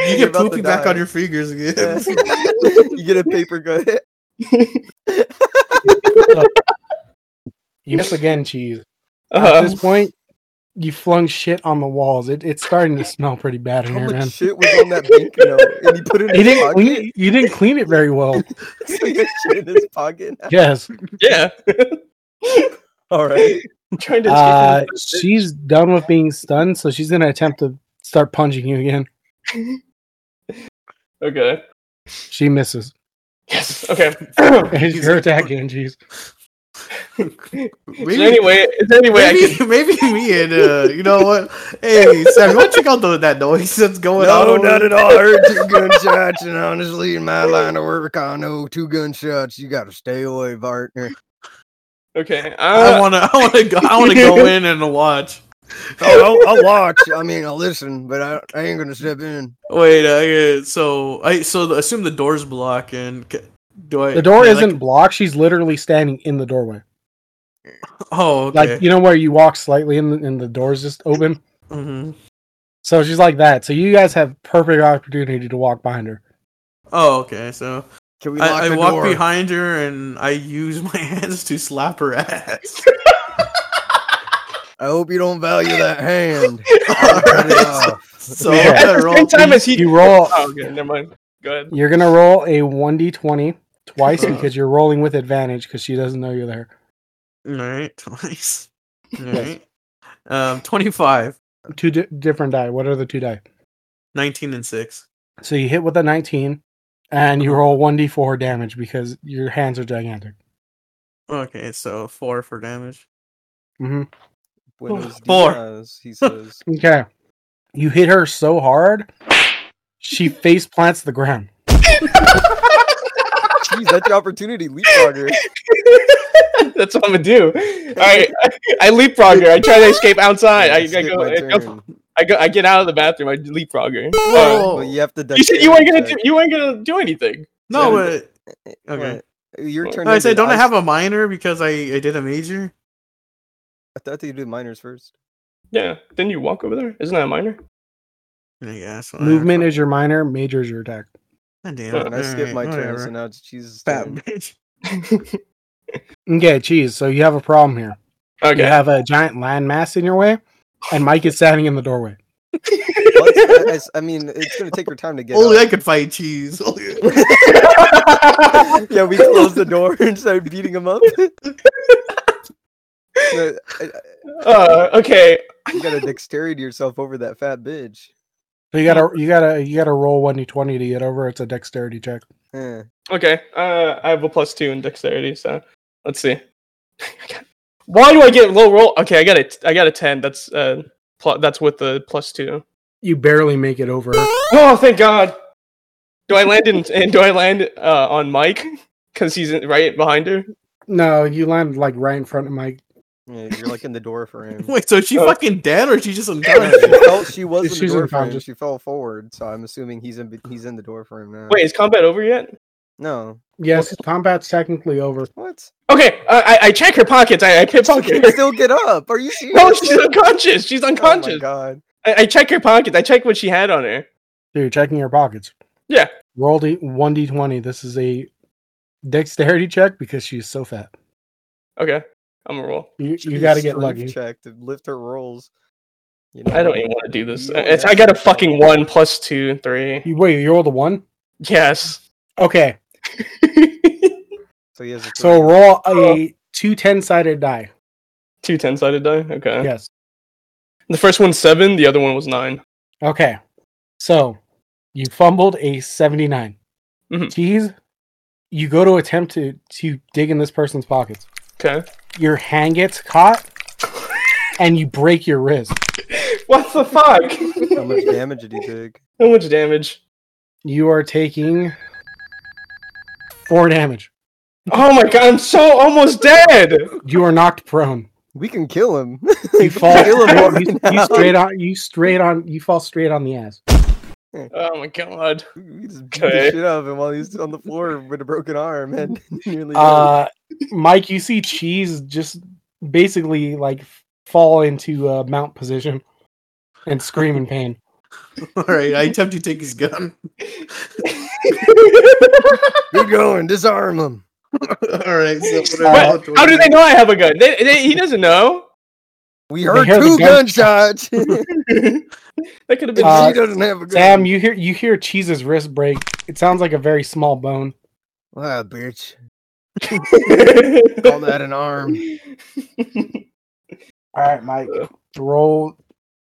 Speaker 5: rolling?
Speaker 2: You get poopy back on your fingers again.
Speaker 3: you get a paper cut.
Speaker 1: Yes, again, cheese. At
Speaker 5: Uh,
Speaker 1: this point, you flung shit on the walls. It, it's starting to smell pretty bad in
Speaker 3: How
Speaker 1: here, man.
Speaker 3: much shit was on that bank note? And he put it in
Speaker 1: You
Speaker 3: his
Speaker 1: didn't
Speaker 3: pocket.
Speaker 1: clean it. You didn't clean it very well.
Speaker 3: So he got shit in his pocket.
Speaker 1: Yes.
Speaker 5: yeah.
Speaker 3: All right.
Speaker 5: I'm trying to.
Speaker 1: Uh, she's done with being stunned, so she's gonna attempt to start punching you again.
Speaker 5: okay.
Speaker 1: She misses.
Speaker 5: Yes. Okay.
Speaker 1: It's
Speaker 2: She's
Speaker 1: her
Speaker 2: like,
Speaker 1: attack again, cheese.
Speaker 5: Is there any way? Is there any way I
Speaker 2: maybe,
Speaker 5: can?
Speaker 2: maybe me and uh, you know what? Hey, Sam, why check out the, that noise that's going
Speaker 4: No,
Speaker 2: on?
Speaker 4: not at all. I heard two gunshots, and honestly, in my line of work, I know two gunshots. You got to stay away, partner.
Speaker 5: Okay. Uh,
Speaker 2: I wanna, I wanna go, I wanna go in and watch.
Speaker 4: Oh, I'll, I'll watch. I mean, I'll listen, but I, I ain't gonna step in.
Speaker 2: Wait, I, uh, so I so the, assume the door's blocked and c- do I?
Speaker 1: The door
Speaker 2: yeah,
Speaker 1: isn't
Speaker 2: Like,
Speaker 1: blocked. She's literally standing in the doorway.
Speaker 2: oh, okay.
Speaker 1: Like you know where you walk slightly and the, and the door's just open.
Speaker 2: hmm
Speaker 1: So she's like that. So you guys have perfect opportunity to walk behind her.
Speaker 2: Oh, okay. So
Speaker 4: Can we lock
Speaker 2: I, I
Speaker 4: the
Speaker 2: walk
Speaker 4: door?
Speaker 2: behind her and I use my hands to slap her ass.
Speaker 4: I hope you don't value that hand. Cut it
Speaker 2: Alright,
Speaker 4: off.
Speaker 2: so
Speaker 1: Yeah.
Speaker 2: I'm
Speaker 5: at
Speaker 2: gonna
Speaker 5: the same
Speaker 2: roll.
Speaker 5: time as he.
Speaker 1: You roll.
Speaker 5: Oh, okay. Never mind. Go ahead.
Speaker 1: You're gonna roll a one d twenty twice
Speaker 2: Uh-huh.
Speaker 1: because you're rolling with advantage because she doesn't know you're there.
Speaker 2: Alright, twice. Alright. Um, 25,
Speaker 1: Two di- different die. What are the two die?
Speaker 2: 19, and 6.
Speaker 1: So you hit with a nineteen, and you roll one d four damage because your hands are gigantic.
Speaker 2: Okay, so 4 for damage.
Speaker 1: hmm
Speaker 3: Buenos
Speaker 2: Four.
Speaker 3: dias, he says.
Speaker 1: Okay, you hit her so hard, she face plants the ground.
Speaker 3: Jeez, that's your opportunity, leapfrogger.
Speaker 5: That's what I'm gonna do. All right, I, I leapfrog her. I try to escape outside. I, I,
Speaker 3: Let's skip
Speaker 5: go,
Speaker 3: my
Speaker 5: I, go,
Speaker 3: turn.
Speaker 5: I go. I get out of the bathroom. I leapfrog her. Uh,
Speaker 2: Whoa!
Speaker 3: Well, you have to.
Speaker 5: you said you weren't
Speaker 3: dexterity
Speaker 5: gonna
Speaker 3: check.
Speaker 5: do. You weren't gonna do anything.
Speaker 2: no,
Speaker 5: Yeah.
Speaker 2: but
Speaker 3: Eh,
Speaker 2: okay.
Speaker 3: What? Your
Speaker 5: Well,
Speaker 3: turn.
Speaker 2: I say,
Speaker 3: ended.
Speaker 2: don't I have a minor because I, I did a major?
Speaker 3: I thought you did minors first.
Speaker 5: Yeah. Didn't you walk over there? Isn't that a minor?
Speaker 2: I guess. whatever.
Speaker 1: Movement is your minor, major is your attack.
Speaker 2: God damn it.
Speaker 5: Well,
Speaker 3: And I skipped my
Speaker 2: alright,
Speaker 3: turn, so
Speaker 2: whatever.
Speaker 3: now it's Jesus.
Speaker 2: Fat
Speaker 3: turn.
Speaker 2: bitch.
Speaker 1: Okay, cheese. So you have a problem here.
Speaker 5: Okay.
Speaker 1: You have a giant landmass in your way, and Mike is standing in the doorway.
Speaker 3: Well, it's- I, I s- I mean, it's gonna take her time to get.
Speaker 2: Only I
Speaker 3: up.
Speaker 2: could fight cheese. Only-
Speaker 3: yeah, we close the door and start beating him up. No, I- I-
Speaker 5: uh, okay.
Speaker 3: you gotta dexterity yourself over that fat bitch.
Speaker 1: So you gotta you gotta you gotta roll one d twenty to get over. It's a dexterity check.
Speaker 3: Eh.
Speaker 5: Okay. Uh, I have a plus two in dexterity, so let's see. Why do I get low roll? Okay, I got a, I got a ten. That's uh, pl- that's with the plus two.
Speaker 1: You barely make it over. her.
Speaker 5: Oh, thank God. Do I land in? and do I land uh, on Mike because he's in- right behind her?
Speaker 1: No, you land like right in front of Mike.
Speaker 3: Yeah, you're like in the door frame.
Speaker 2: Wait, so is she
Speaker 5: Oh.
Speaker 2: fucking dead or is she just
Speaker 3: No,
Speaker 2: unconscious?
Speaker 3: she, fell, she was in the
Speaker 1: She's
Speaker 3: door frame.
Speaker 1: unconscious.
Speaker 3: She fell forward, so I'm assuming he's in. He's in the door frame now.
Speaker 5: Wait, is combat over yet?
Speaker 3: no,
Speaker 1: Yes, combat's technically over.
Speaker 3: what?
Speaker 5: Okay, uh, I I check her pockets. I, I
Speaker 3: She
Speaker 5: pickpocket
Speaker 3: can
Speaker 5: her.
Speaker 3: still get up. Are you serious?
Speaker 5: No, she's unconscious. She's
Speaker 3: Oh my
Speaker 5: unconscious.
Speaker 3: god.
Speaker 5: I, I check her pockets. I check what she had on her.
Speaker 1: So you're checking your pockets.
Speaker 5: Yeah.
Speaker 1: Roll d one d twenty. This is a dexterity check because she's so fat.
Speaker 5: Okay, I'm gonna roll.
Speaker 1: You, you
Speaker 3: Need
Speaker 1: gotta get
Speaker 3: strength
Speaker 1: lucky.
Speaker 3: Check to lift her rolls. You
Speaker 5: I don't even want to do this. Uh, It's, I got a fucking one plus two and three.
Speaker 1: You, wait, you rolled a one.
Speaker 5: Yes.
Speaker 1: Okay,
Speaker 3: So he has a
Speaker 1: so
Speaker 3: three.
Speaker 1: roll a two ten sided die.
Speaker 5: Two ten sided die. Okay.
Speaker 1: Yes.
Speaker 5: The first one's seven. The other one was nine.
Speaker 1: Okay, so you fumbled a seventy nine.
Speaker 3: Mm-hmm.
Speaker 5: Mhm.
Speaker 1: Cheese. You go to attempt to to dig in this person's pockets.
Speaker 5: Okay.
Speaker 1: Your hand gets caught, and you break your wrist.
Speaker 5: What the fuck?
Speaker 3: How much damage did he take?
Speaker 5: How much damage?
Speaker 1: You are taking four damage.
Speaker 5: Oh my god, I'm so almost dead.
Speaker 1: You are knocked prone.
Speaker 3: We can kill him.
Speaker 1: You fall.
Speaker 3: Kill him
Speaker 1: you,
Speaker 3: right
Speaker 1: you
Speaker 3: now.
Speaker 1: straight on. You straight on. You fall straight on the ass.
Speaker 5: Oh my god.
Speaker 3: We- We just beat
Speaker 5: Okay.
Speaker 3: the shit out of him while he's on the floor with a broken arm and nearly.
Speaker 1: Uh, Mike, you see cheese just basically like fall into uh, mount position and scream in pain.
Speaker 2: All right, I attempt to take his gun.
Speaker 4: Keep going. Disarm him.
Speaker 2: All right, so
Speaker 5: What? How do they know I have a gun? They, they, he doesn't know.
Speaker 4: We heard
Speaker 1: hear the
Speaker 4: two
Speaker 1: gunshots.
Speaker 4: gunshots. and
Speaker 5: That could have been.
Speaker 1: Uh,
Speaker 4: she doesn't have a gun.
Speaker 1: Sam, you hear you hear cheese's wrist break. It sounds like a very small bone.
Speaker 4: Wow, bitch. Call
Speaker 5: All
Speaker 4: that an arm.
Speaker 1: All right, Mike, roll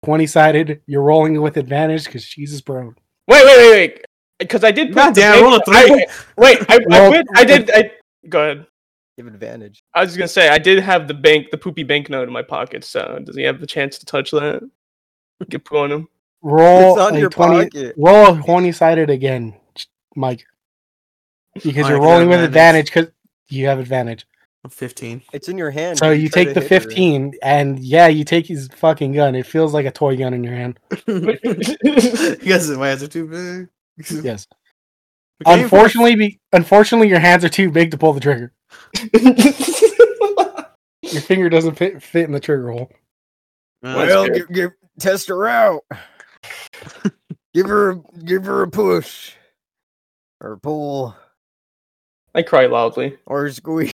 Speaker 1: twenty sided. You're rolling with advantage because cheese is prone.
Speaker 5: Wait, wait, wait, wait. Because I did put
Speaker 2: God
Speaker 5: the
Speaker 2: damn,
Speaker 5: big-
Speaker 2: roll a three.
Speaker 5: I- wait, I, I,
Speaker 1: Roll-
Speaker 5: went- I did. I go ahead.
Speaker 3: give advantage.
Speaker 5: I was just gonna say I did have the bank, the poopy banknote in my pocket. So does he have the chance to touch that? We could put on him.
Speaker 1: Roll
Speaker 3: it's on
Speaker 1: a
Speaker 3: your
Speaker 1: 20
Speaker 3: pocket.
Speaker 1: Roll twenty sided again, Ch- Mike, because
Speaker 2: All
Speaker 1: you're
Speaker 2: right, I
Speaker 1: rolling
Speaker 2: got
Speaker 1: with advantage
Speaker 2: advantage.
Speaker 1: because you have advantage.
Speaker 2: Fifteen.
Speaker 3: It's in your hand.
Speaker 1: So you
Speaker 3: try
Speaker 1: take the
Speaker 3: to hit her.
Speaker 1: 15, and yeah, you take his fucking gun. It feels like a toy gun in your hand.
Speaker 2: you guys, my hands are too big. Okay,
Speaker 1: Yes. Unfortunately, be, unfortunately, your hands are too big to pull the trigger. Your finger doesn't fit, fit in the trigger hole.
Speaker 2: Uh,
Speaker 4: Well, give, give, test her out. give her, give her a push, or a pull,
Speaker 5: I cry loudly.
Speaker 4: or a squeeze.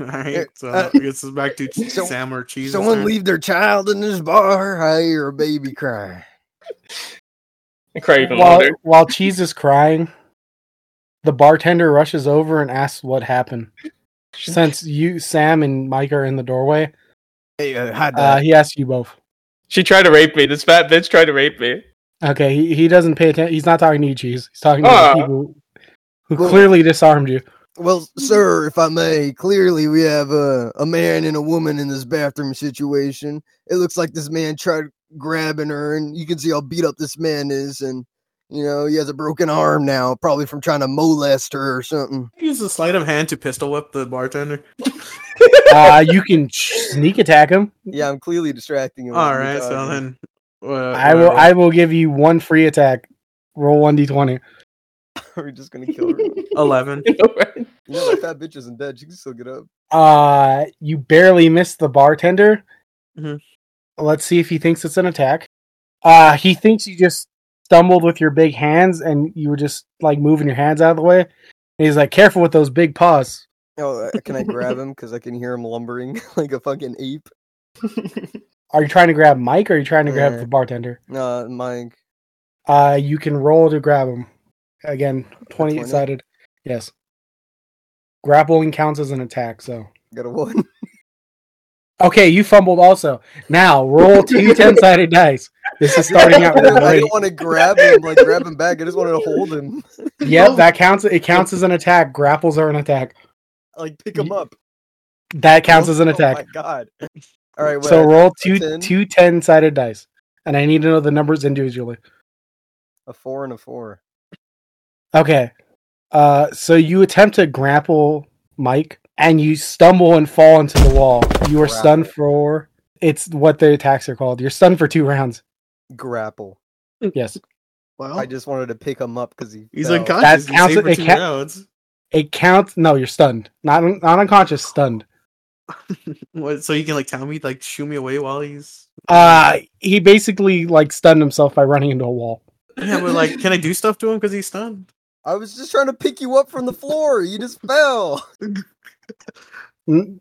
Speaker 2: all right, so
Speaker 4: uh,
Speaker 2: I guess it's back to
Speaker 4: so-
Speaker 2: Sam or Cheese.
Speaker 4: Someone leave their child in this bar. I hear a baby cry.
Speaker 5: I cry even
Speaker 1: While,
Speaker 5: louder.
Speaker 1: while Cheese is crying, the bartender rushes over and asks what happened. Since you, Sam, and Mike are in the doorway,
Speaker 4: Hey, uh, hide
Speaker 1: uh,
Speaker 4: that.
Speaker 1: he asks you both.
Speaker 5: She tried to rape me. This fat bitch tried to rape me.
Speaker 1: Okay, he, he doesn't pay attention. He's not talking to you, Cheese. He's talking to
Speaker 5: Ah.
Speaker 1: the people who
Speaker 4: Well-
Speaker 1: clearly disarmed you.
Speaker 4: well, sir, if I may, clearly we have a a man and a woman in this bathroom situation. It looks like this man tried grabbing her, and you can see how beat up this man is, and you know he has a broken arm now, probably from trying to molest her or something.
Speaker 2: use a sleight of hand to pistol whip the bartender.
Speaker 1: Uh, you can sneak attack him.
Speaker 3: Yeah, I'm clearly distracting him.
Speaker 2: All
Speaker 3: when you're
Speaker 2: right, so
Speaker 3: talking.
Speaker 2: then uh,
Speaker 1: I will. I will give you one free attack. Roll one d twenty.
Speaker 3: we're just gonna kill her. you
Speaker 2: eleven.
Speaker 3: know, that fat bitch isn't dead. She can still get up.
Speaker 1: Uh, you barely missed the bartender.
Speaker 2: Mhm.
Speaker 1: Let's see if he thinks it's an attack. Uh, he thinks you just stumbled with your big hands and you were just like moving your hands out of the way. And he's like, "Careful with those big paws."
Speaker 3: Oh, uh, can I grab him? Because I can hear him lumbering like a fucking ape.
Speaker 1: Are you trying to grab Mike or are you trying to grab
Speaker 3: Uh.
Speaker 1: the bartender?
Speaker 3: No, Mike.
Speaker 1: Uh, you can roll to grab him. Again, twenty
Speaker 3: 20?
Speaker 1: sided. Yes. Grappling counts as an attack, so.
Speaker 3: Got a one.
Speaker 1: Okay, you fumbled also. Now roll two 10 sided dice. This is starting out real
Speaker 3: I
Speaker 1: late.
Speaker 3: don't want to grab him, like grab him back. I just wanted to hold him,
Speaker 1: Yep, that counts. It counts as an attack. Grapples are an attack.
Speaker 3: like pick him
Speaker 1: You-
Speaker 3: up.
Speaker 1: That counts as an
Speaker 3: Oh my
Speaker 1: attack.
Speaker 3: god. All right. Well,
Speaker 1: So roll two
Speaker 3: 10.
Speaker 1: two 10 sided dice. And I need to know the numbers individually.
Speaker 3: a four and a four.
Speaker 1: Okay. Uh, so you attempt to grapple Mike and you stumble and fall into the wall. You are stunned for it's what the attacks are called. You're stunned for two rounds.
Speaker 3: Grapple.
Speaker 1: Yes.
Speaker 2: Well,
Speaker 1: Oh.
Speaker 3: I just wanted to pick him up because he.
Speaker 2: he's
Speaker 3: fell.
Speaker 2: unconscious.
Speaker 1: That
Speaker 2: He's
Speaker 1: counts-
Speaker 2: safe for
Speaker 1: it
Speaker 2: two
Speaker 1: can't-
Speaker 2: rounds.
Speaker 1: It counts no, you're stunned. Not not unconscious, stunned.
Speaker 2: What, so you can like tell me, like shoo me away while he's.
Speaker 1: Uh, he basically like stunned himself by running into a wall.
Speaker 2: Yeah, but like, can I do stuff to him because he's stunned?
Speaker 3: I was just trying to pick you up from the floor. You just fell.
Speaker 1: N-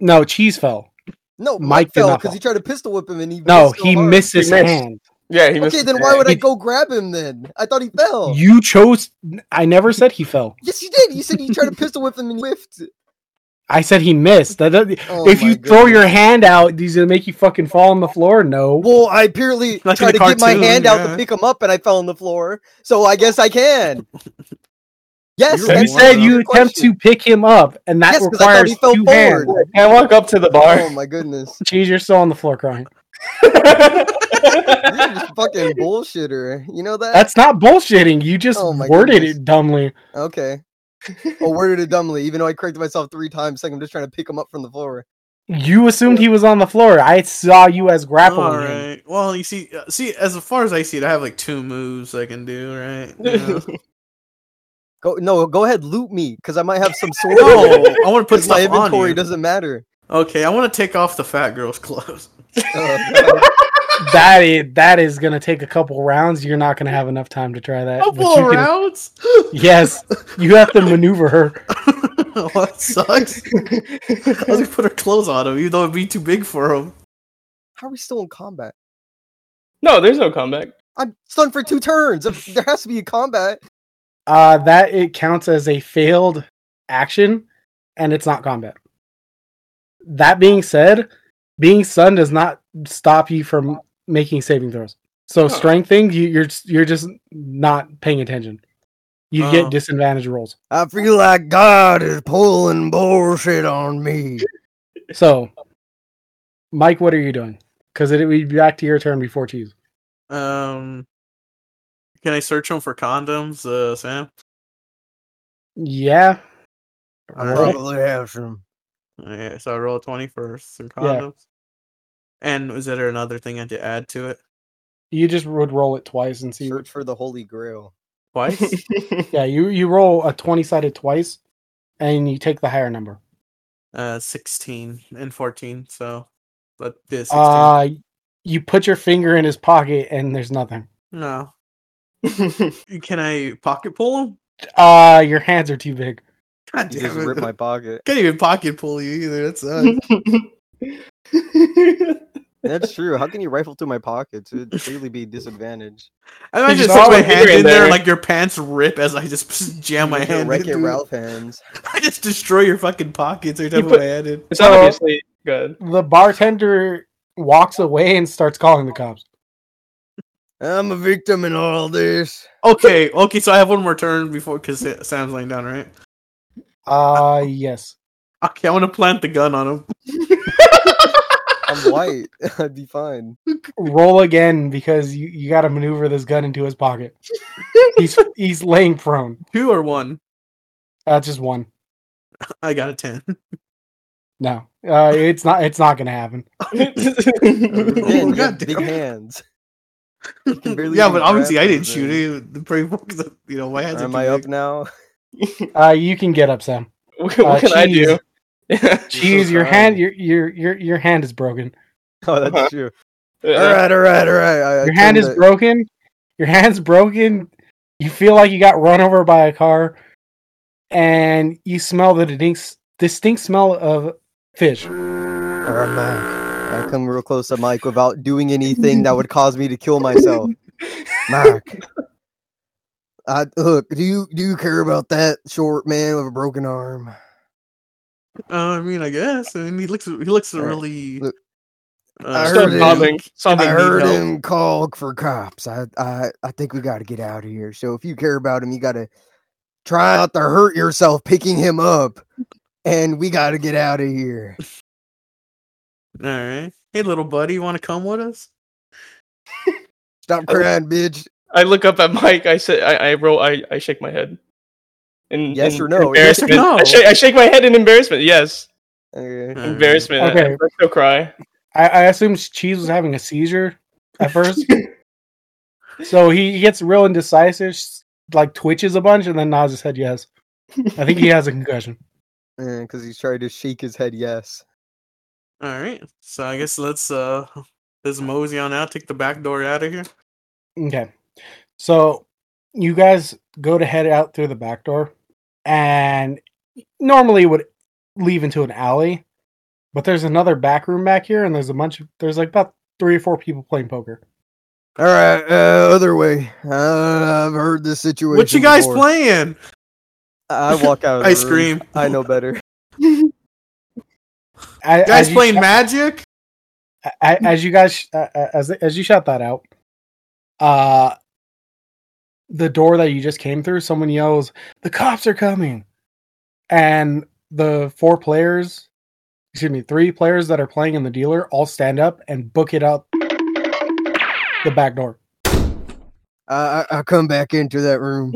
Speaker 1: No, cheese fell.
Speaker 3: No,
Speaker 1: Mike
Speaker 3: Mike,
Speaker 1: did
Speaker 3: fell
Speaker 1: not
Speaker 3: because
Speaker 1: fall.
Speaker 3: he tried to pistol whip him and he.
Speaker 1: No,
Speaker 3: missed so
Speaker 1: he
Speaker 3: hard.
Speaker 1: missed his
Speaker 5: He missed.
Speaker 1: hand.
Speaker 5: yeah, he missed.
Speaker 3: Okay, then why would I
Speaker 1: He-
Speaker 3: go grab him then? I thought he fell.
Speaker 1: You chose. I never said he fell.
Speaker 3: Yes, you did. You said you tried to pistol whip him and you whiffed.
Speaker 1: I said he missed. That, doesn't-
Speaker 3: Oh
Speaker 1: if you
Speaker 3: my
Speaker 1: throw
Speaker 3: goodness.
Speaker 1: your hand out, he's gonna make you fucking fall on the floor. No.
Speaker 3: Well, I purely
Speaker 2: Like in
Speaker 3: tried
Speaker 2: the
Speaker 3: to get my
Speaker 2: cartoon,
Speaker 3: hand out
Speaker 2: yeah.
Speaker 3: to pick him up and I fell on the floor. So I guess I can. Yes,
Speaker 1: You
Speaker 2: You Well,
Speaker 1: said
Speaker 2: that's
Speaker 1: you attempt to pick him up, and that
Speaker 3: Yes, 'cause I thought
Speaker 1: requires
Speaker 3: he fell
Speaker 1: two
Speaker 3: forward.
Speaker 1: hands.
Speaker 5: I walk up to the
Speaker 3: Oh
Speaker 5: bar.
Speaker 3: my goodness.
Speaker 1: Cheese, you're still on the floor crying.
Speaker 3: You're just fucking bullshitter. You know that?
Speaker 1: That's not bullshitting. You just
Speaker 3: Oh my
Speaker 1: worded
Speaker 3: goodness.
Speaker 1: it dumbly.
Speaker 3: okay. Oh, worded it dumbly, even though I corrected myself three times saying I'm just trying to pick him up from the floor.
Speaker 1: You assumed he was on the floor. I saw you as grappling
Speaker 2: All
Speaker 1: him.
Speaker 2: right. Well, you see, uh, see, as far as I see it, I have like two moves I can do, right? You know?
Speaker 3: Go no, go ahead, loot me, because I might have some sword.
Speaker 2: no, Oh, I want to put
Speaker 3: Because
Speaker 2: stuff
Speaker 3: my
Speaker 2: on
Speaker 3: inventory
Speaker 2: you.
Speaker 3: doesn't matter.
Speaker 2: Okay, I want to take off the fat girl's clothes.
Speaker 3: Uh,
Speaker 1: That is that is gonna take a couple rounds. You're not gonna have enough time to try that. but
Speaker 2: Couple
Speaker 1: you can-
Speaker 2: rounds.
Speaker 1: yes, you have to maneuver her.
Speaker 2: oh, that sucks. I was gonna put her clothes on him, even though it'd be too big for him.
Speaker 3: how are we still in combat?
Speaker 5: No, there's no comeback.
Speaker 3: I'm stunned for two turns. If- There has to be a combat.
Speaker 1: Uh, that it counts as a failed action, and it's not combat. That being said, being stunned does not stop you from making saving throws. So strength thing, you, you're you're just not paying attention. You
Speaker 2: Oh.
Speaker 1: get disadvantage rolls.
Speaker 4: I feel like God is pulling bullshit on me.
Speaker 1: So, Mike, what are you doing? Because it would be back to your turn before cheese.
Speaker 2: Um, can I search him for condoms, uh, Sam?
Speaker 1: Yeah,
Speaker 2: All
Speaker 4: I
Speaker 2: right.
Speaker 4: probably have some.
Speaker 2: Okay, so I roll a twenty for some condoms. And was there another thing I had to add to it?
Speaker 1: you just would roll it twice and see.
Speaker 3: Search for the Holy Grail.
Speaker 2: Twice.
Speaker 1: Yeah, you you roll a twenty sided twice, and you take the higher number.
Speaker 2: uh, sixteen and fourteen. So, but this. sixteen.
Speaker 1: Uh you put your finger in his pocket and there's nothing.
Speaker 2: no. Can I pocket pull him?
Speaker 1: Uh your hands are too big.
Speaker 2: God
Speaker 3: You
Speaker 2: damn
Speaker 3: just
Speaker 2: it.
Speaker 3: ripped my pocket.
Speaker 2: Can't even pocket pull you either. That's
Speaker 3: That's true. How can you rifle through my pockets? It'd clearly be disadvantage.
Speaker 2: I might
Speaker 5: You
Speaker 2: just
Speaker 5: saw
Speaker 2: stick my
Speaker 5: my finger
Speaker 2: hand
Speaker 5: in
Speaker 2: in there,
Speaker 5: there.
Speaker 2: like your pants rip as I just jam my
Speaker 3: You get
Speaker 2: hand.
Speaker 3: Wreck It
Speaker 2: into it.
Speaker 3: Ralph hands.
Speaker 2: I just destroy your fucking pockets every
Speaker 5: You
Speaker 2: time
Speaker 5: put-
Speaker 2: I add it.
Speaker 5: it's
Speaker 1: So-
Speaker 5: obviously good.
Speaker 1: The bartender walks away and starts calling the cops.
Speaker 4: I'm a victim in all this.
Speaker 2: Okay, okay. So I have one more turn before because Sam's laying down, right?
Speaker 1: Uh yes.
Speaker 2: Okay, I want to plant the gun on him.
Speaker 3: I'm white. I'd be fine.
Speaker 1: Roll again because you, you gotta maneuver this gun into his pocket. He's he's laying prone.
Speaker 2: Two or one?
Speaker 1: That's just one.
Speaker 2: I got a ten.
Speaker 1: No. Uh it's not it's not gonna happen.
Speaker 3: Again, you
Speaker 2: Oh, God
Speaker 3: have big
Speaker 2: damn.
Speaker 3: hands. can barely
Speaker 2: yeah,
Speaker 3: even
Speaker 2: but obviously I
Speaker 3: grab
Speaker 2: didn't shoot
Speaker 3: anything.
Speaker 2: it. The pretty because you know my hands.
Speaker 3: Am
Speaker 2: too
Speaker 3: I up
Speaker 2: big.
Speaker 3: now?
Speaker 1: Uh you can get up, Sam.
Speaker 5: what
Speaker 1: Uh,
Speaker 5: can
Speaker 4: Oh,
Speaker 5: I do?
Speaker 1: Jeez, your
Speaker 3: crying.
Speaker 1: hand your your your your hand is broken.
Speaker 3: Oh,
Speaker 5: Uh-huh.
Speaker 3: that's true.
Speaker 4: All right, all right, all right. I, I
Speaker 1: your hand
Speaker 4: turned
Speaker 1: is
Speaker 4: the-
Speaker 1: broken. Your hand's broken. You feel like you got run over by a car, and you smell the distinct, distinct smell of fish.
Speaker 4: Oh, man.
Speaker 3: I come real close to Mike without doing anything that would cause me to kill myself.
Speaker 4: Mike. I look. Do you do you care about that short man with a broken arm?
Speaker 2: Uh, I mean, I guess. I mean, he looks. He looks
Speaker 4: Alright,
Speaker 2: really.
Speaker 4: look.
Speaker 2: Uh,
Speaker 4: I
Speaker 5: Start
Speaker 4: heard it.
Speaker 5: sobbing.
Speaker 4: I
Speaker 5: Sobbing.
Speaker 2: need
Speaker 4: heard
Speaker 2: help.
Speaker 4: him call for cops. I I I think we got to get out of here. So if you care about him, you got to try not to hurt yourself picking him up, and we got to get out of here.
Speaker 2: All right. Hey, little buddy, you want to come with us?
Speaker 4: Stop crying, bitch.
Speaker 5: I look up at Mike. I say, I, I roll. I, I shake my head. In,
Speaker 3: Yes
Speaker 5: in
Speaker 3: or no? Yes or
Speaker 5: Embarrassment.
Speaker 2: no?
Speaker 5: I, shake, I shake my head in embarrassment. Yes.
Speaker 3: Okay.
Speaker 2: Alright.
Speaker 5: Embarrassment.
Speaker 1: Okay.
Speaker 5: Okay. I still cry.
Speaker 1: I, I assume Cheese was having a seizure at first, so he gets real indecisive, s- like twitches a bunch, and then nods his head yes. I think he has a concussion.
Speaker 3: Because Eh, he's trying to shake his head yes.
Speaker 2: All right. So I guess let's uh, let's mosey on out. Take the back door out of here.
Speaker 1: Okay. So you guys go to head out through the back door and normally it would leave into an alley, but there's another back room back here and there's a bunch of there's like about three or four people playing poker.
Speaker 4: All right, uh, other way. Uh, I've heard this situation.
Speaker 2: What you guys
Speaker 4: before.
Speaker 2: playing?
Speaker 3: I I walk out of the
Speaker 2: I
Speaker 3: room.
Speaker 2: scream.
Speaker 3: I know better.
Speaker 1: A-
Speaker 2: You guys
Speaker 1: as you
Speaker 2: playing
Speaker 1: shout-
Speaker 2: magic?
Speaker 1: a- a- as you guys sh- a- a- as as you shout that out, uh the door that you just came through, someone yells, "The cops are coming!" And the four players, excuse me, three players that are playing in the dealer all stand up and book it out the back door.
Speaker 4: I, I I come back into that room.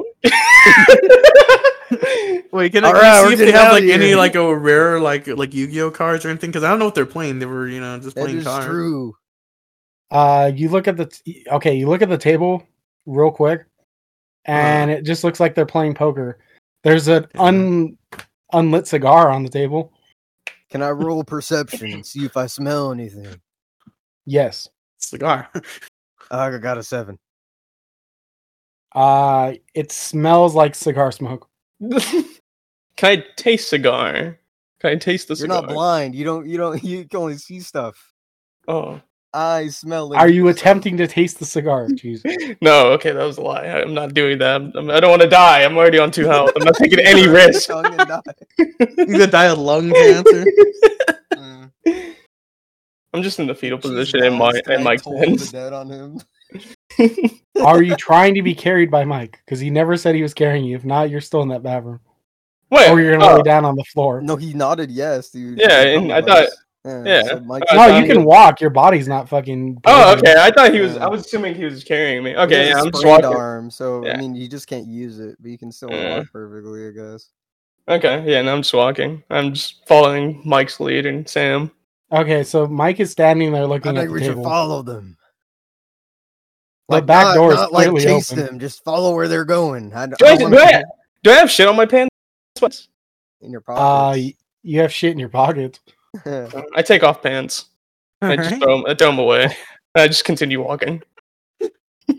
Speaker 2: Wait, can I,
Speaker 4: All
Speaker 2: can I
Speaker 4: right, we're
Speaker 2: see if they
Speaker 4: getting
Speaker 2: have
Speaker 4: out
Speaker 2: like
Speaker 4: of here.
Speaker 2: any like a rare like like Yu-Gi-Oh cards or anything? Because I don't know what they're playing. They were you know just
Speaker 4: That
Speaker 2: playing
Speaker 4: is
Speaker 2: cards.
Speaker 4: true.
Speaker 1: Uh, you look at the t- okay. You look at the table real quick, and it just looks like they're playing poker. There's an
Speaker 2: Yeah.
Speaker 1: un unlit cigar on the table.
Speaker 4: Can I roll perception and see if I smell anything?
Speaker 1: Yes.
Speaker 2: Cigar.
Speaker 4: I got a seven.
Speaker 1: Uh, it smells like cigar smoke.
Speaker 5: Can I taste cigar? Can I taste the
Speaker 4: You're
Speaker 5: cigar?
Speaker 4: not blind. You don't. You don't. You can only see stuff.
Speaker 5: Oh
Speaker 4: I smell it.
Speaker 1: Are you attempting to taste the cigar? Jeez.
Speaker 5: no! Okay, that was a lie. I'm not doing that. I'm, I don't want to die. I'm already on two health. I'm not taking any risk.
Speaker 4: Tongue and die.
Speaker 2: You could die of lung cancer.
Speaker 4: Mm.
Speaker 5: I'm just in the fetal
Speaker 4: Jesus,
Speaker 5: position in my
Speaker 4: Einstein
Speaker 5: in my
Speaker 4: told the
Speaker 5: hands.
Speaker 4: dead on him.
Speaker 1: Are you trying to be carried by Mike? Because he never said he was carrying you. If not, you're still in that bathroom,
Speaker 5: Wait,
Speaker 1: or you're gonna
Speaker 5: oh,
Speaker 1: lay down on the floor. No,
Speaker 4: No, he nodded yes, dude.
Speaker 5: Yeah,
Speaker 4: He
Speaker 5: and I
Speaker 4: told us.
Speaker 5: yeah, Oh,
Speaker 4: so Mike
Speaker 5: I
Speaker 4: said
Speaker 5: thought
Speaker 1: you
Speaker 5: he
Speaker 1: can walk. Your body's not fucking.
Speaker 5: oh, okay. I thought he was.
Speaker 4: Yeah.
Speaker 5: I was assuming he was carrying me.
Speaker 4: he
Speaker 5: Okay,
Speaker 4: has
Speaker 5: yeah,
Speaker 4: a
Speaker 5: I'm just
Speaker 4: sprained
Speaker 5: walking.
Speaker 4: Arm, so I
Speaker 5: Yeah.
Speaker 4: mean, you just can't use it, but you can still
Speaker 5: Yeah.
Speaker 4: walk perfectly, I guess.
Speaker 5: Okay, yeah, and I'm just walking. I'm just following Mike's lead and Sam.
Speaker 1: Okay, so Mike is standing there
Speaker 4: I
Speaker 1: looking at
Speaker 4: think
Speaker 1: the
Speaker 4: we should
Speaker 1: table.
Speaker 4: follow them.
Speaker 1: The back
Speaker 4: not,
Speaker 1: door is
Speaker 4: not like
Speaker 1: clearly
Speaker 4: chase
Speaker 1: open.
Speaker 4: them. Just follow where they're going. I, d-
Speaker 5: Do I,
Speaker 4: don't
Speaker 5: do
Speaker 4: wanna
Speaker 5: I, do I have shit on my pants? What?
Speaker 4: be in your
Speaker 1: Uh,
Speaker 4: pockets.
Speaker 1: y- you have shit in your pocket.
Speaker 5: I take off pants. I just throw 'em- I throw them away. I just continue walking.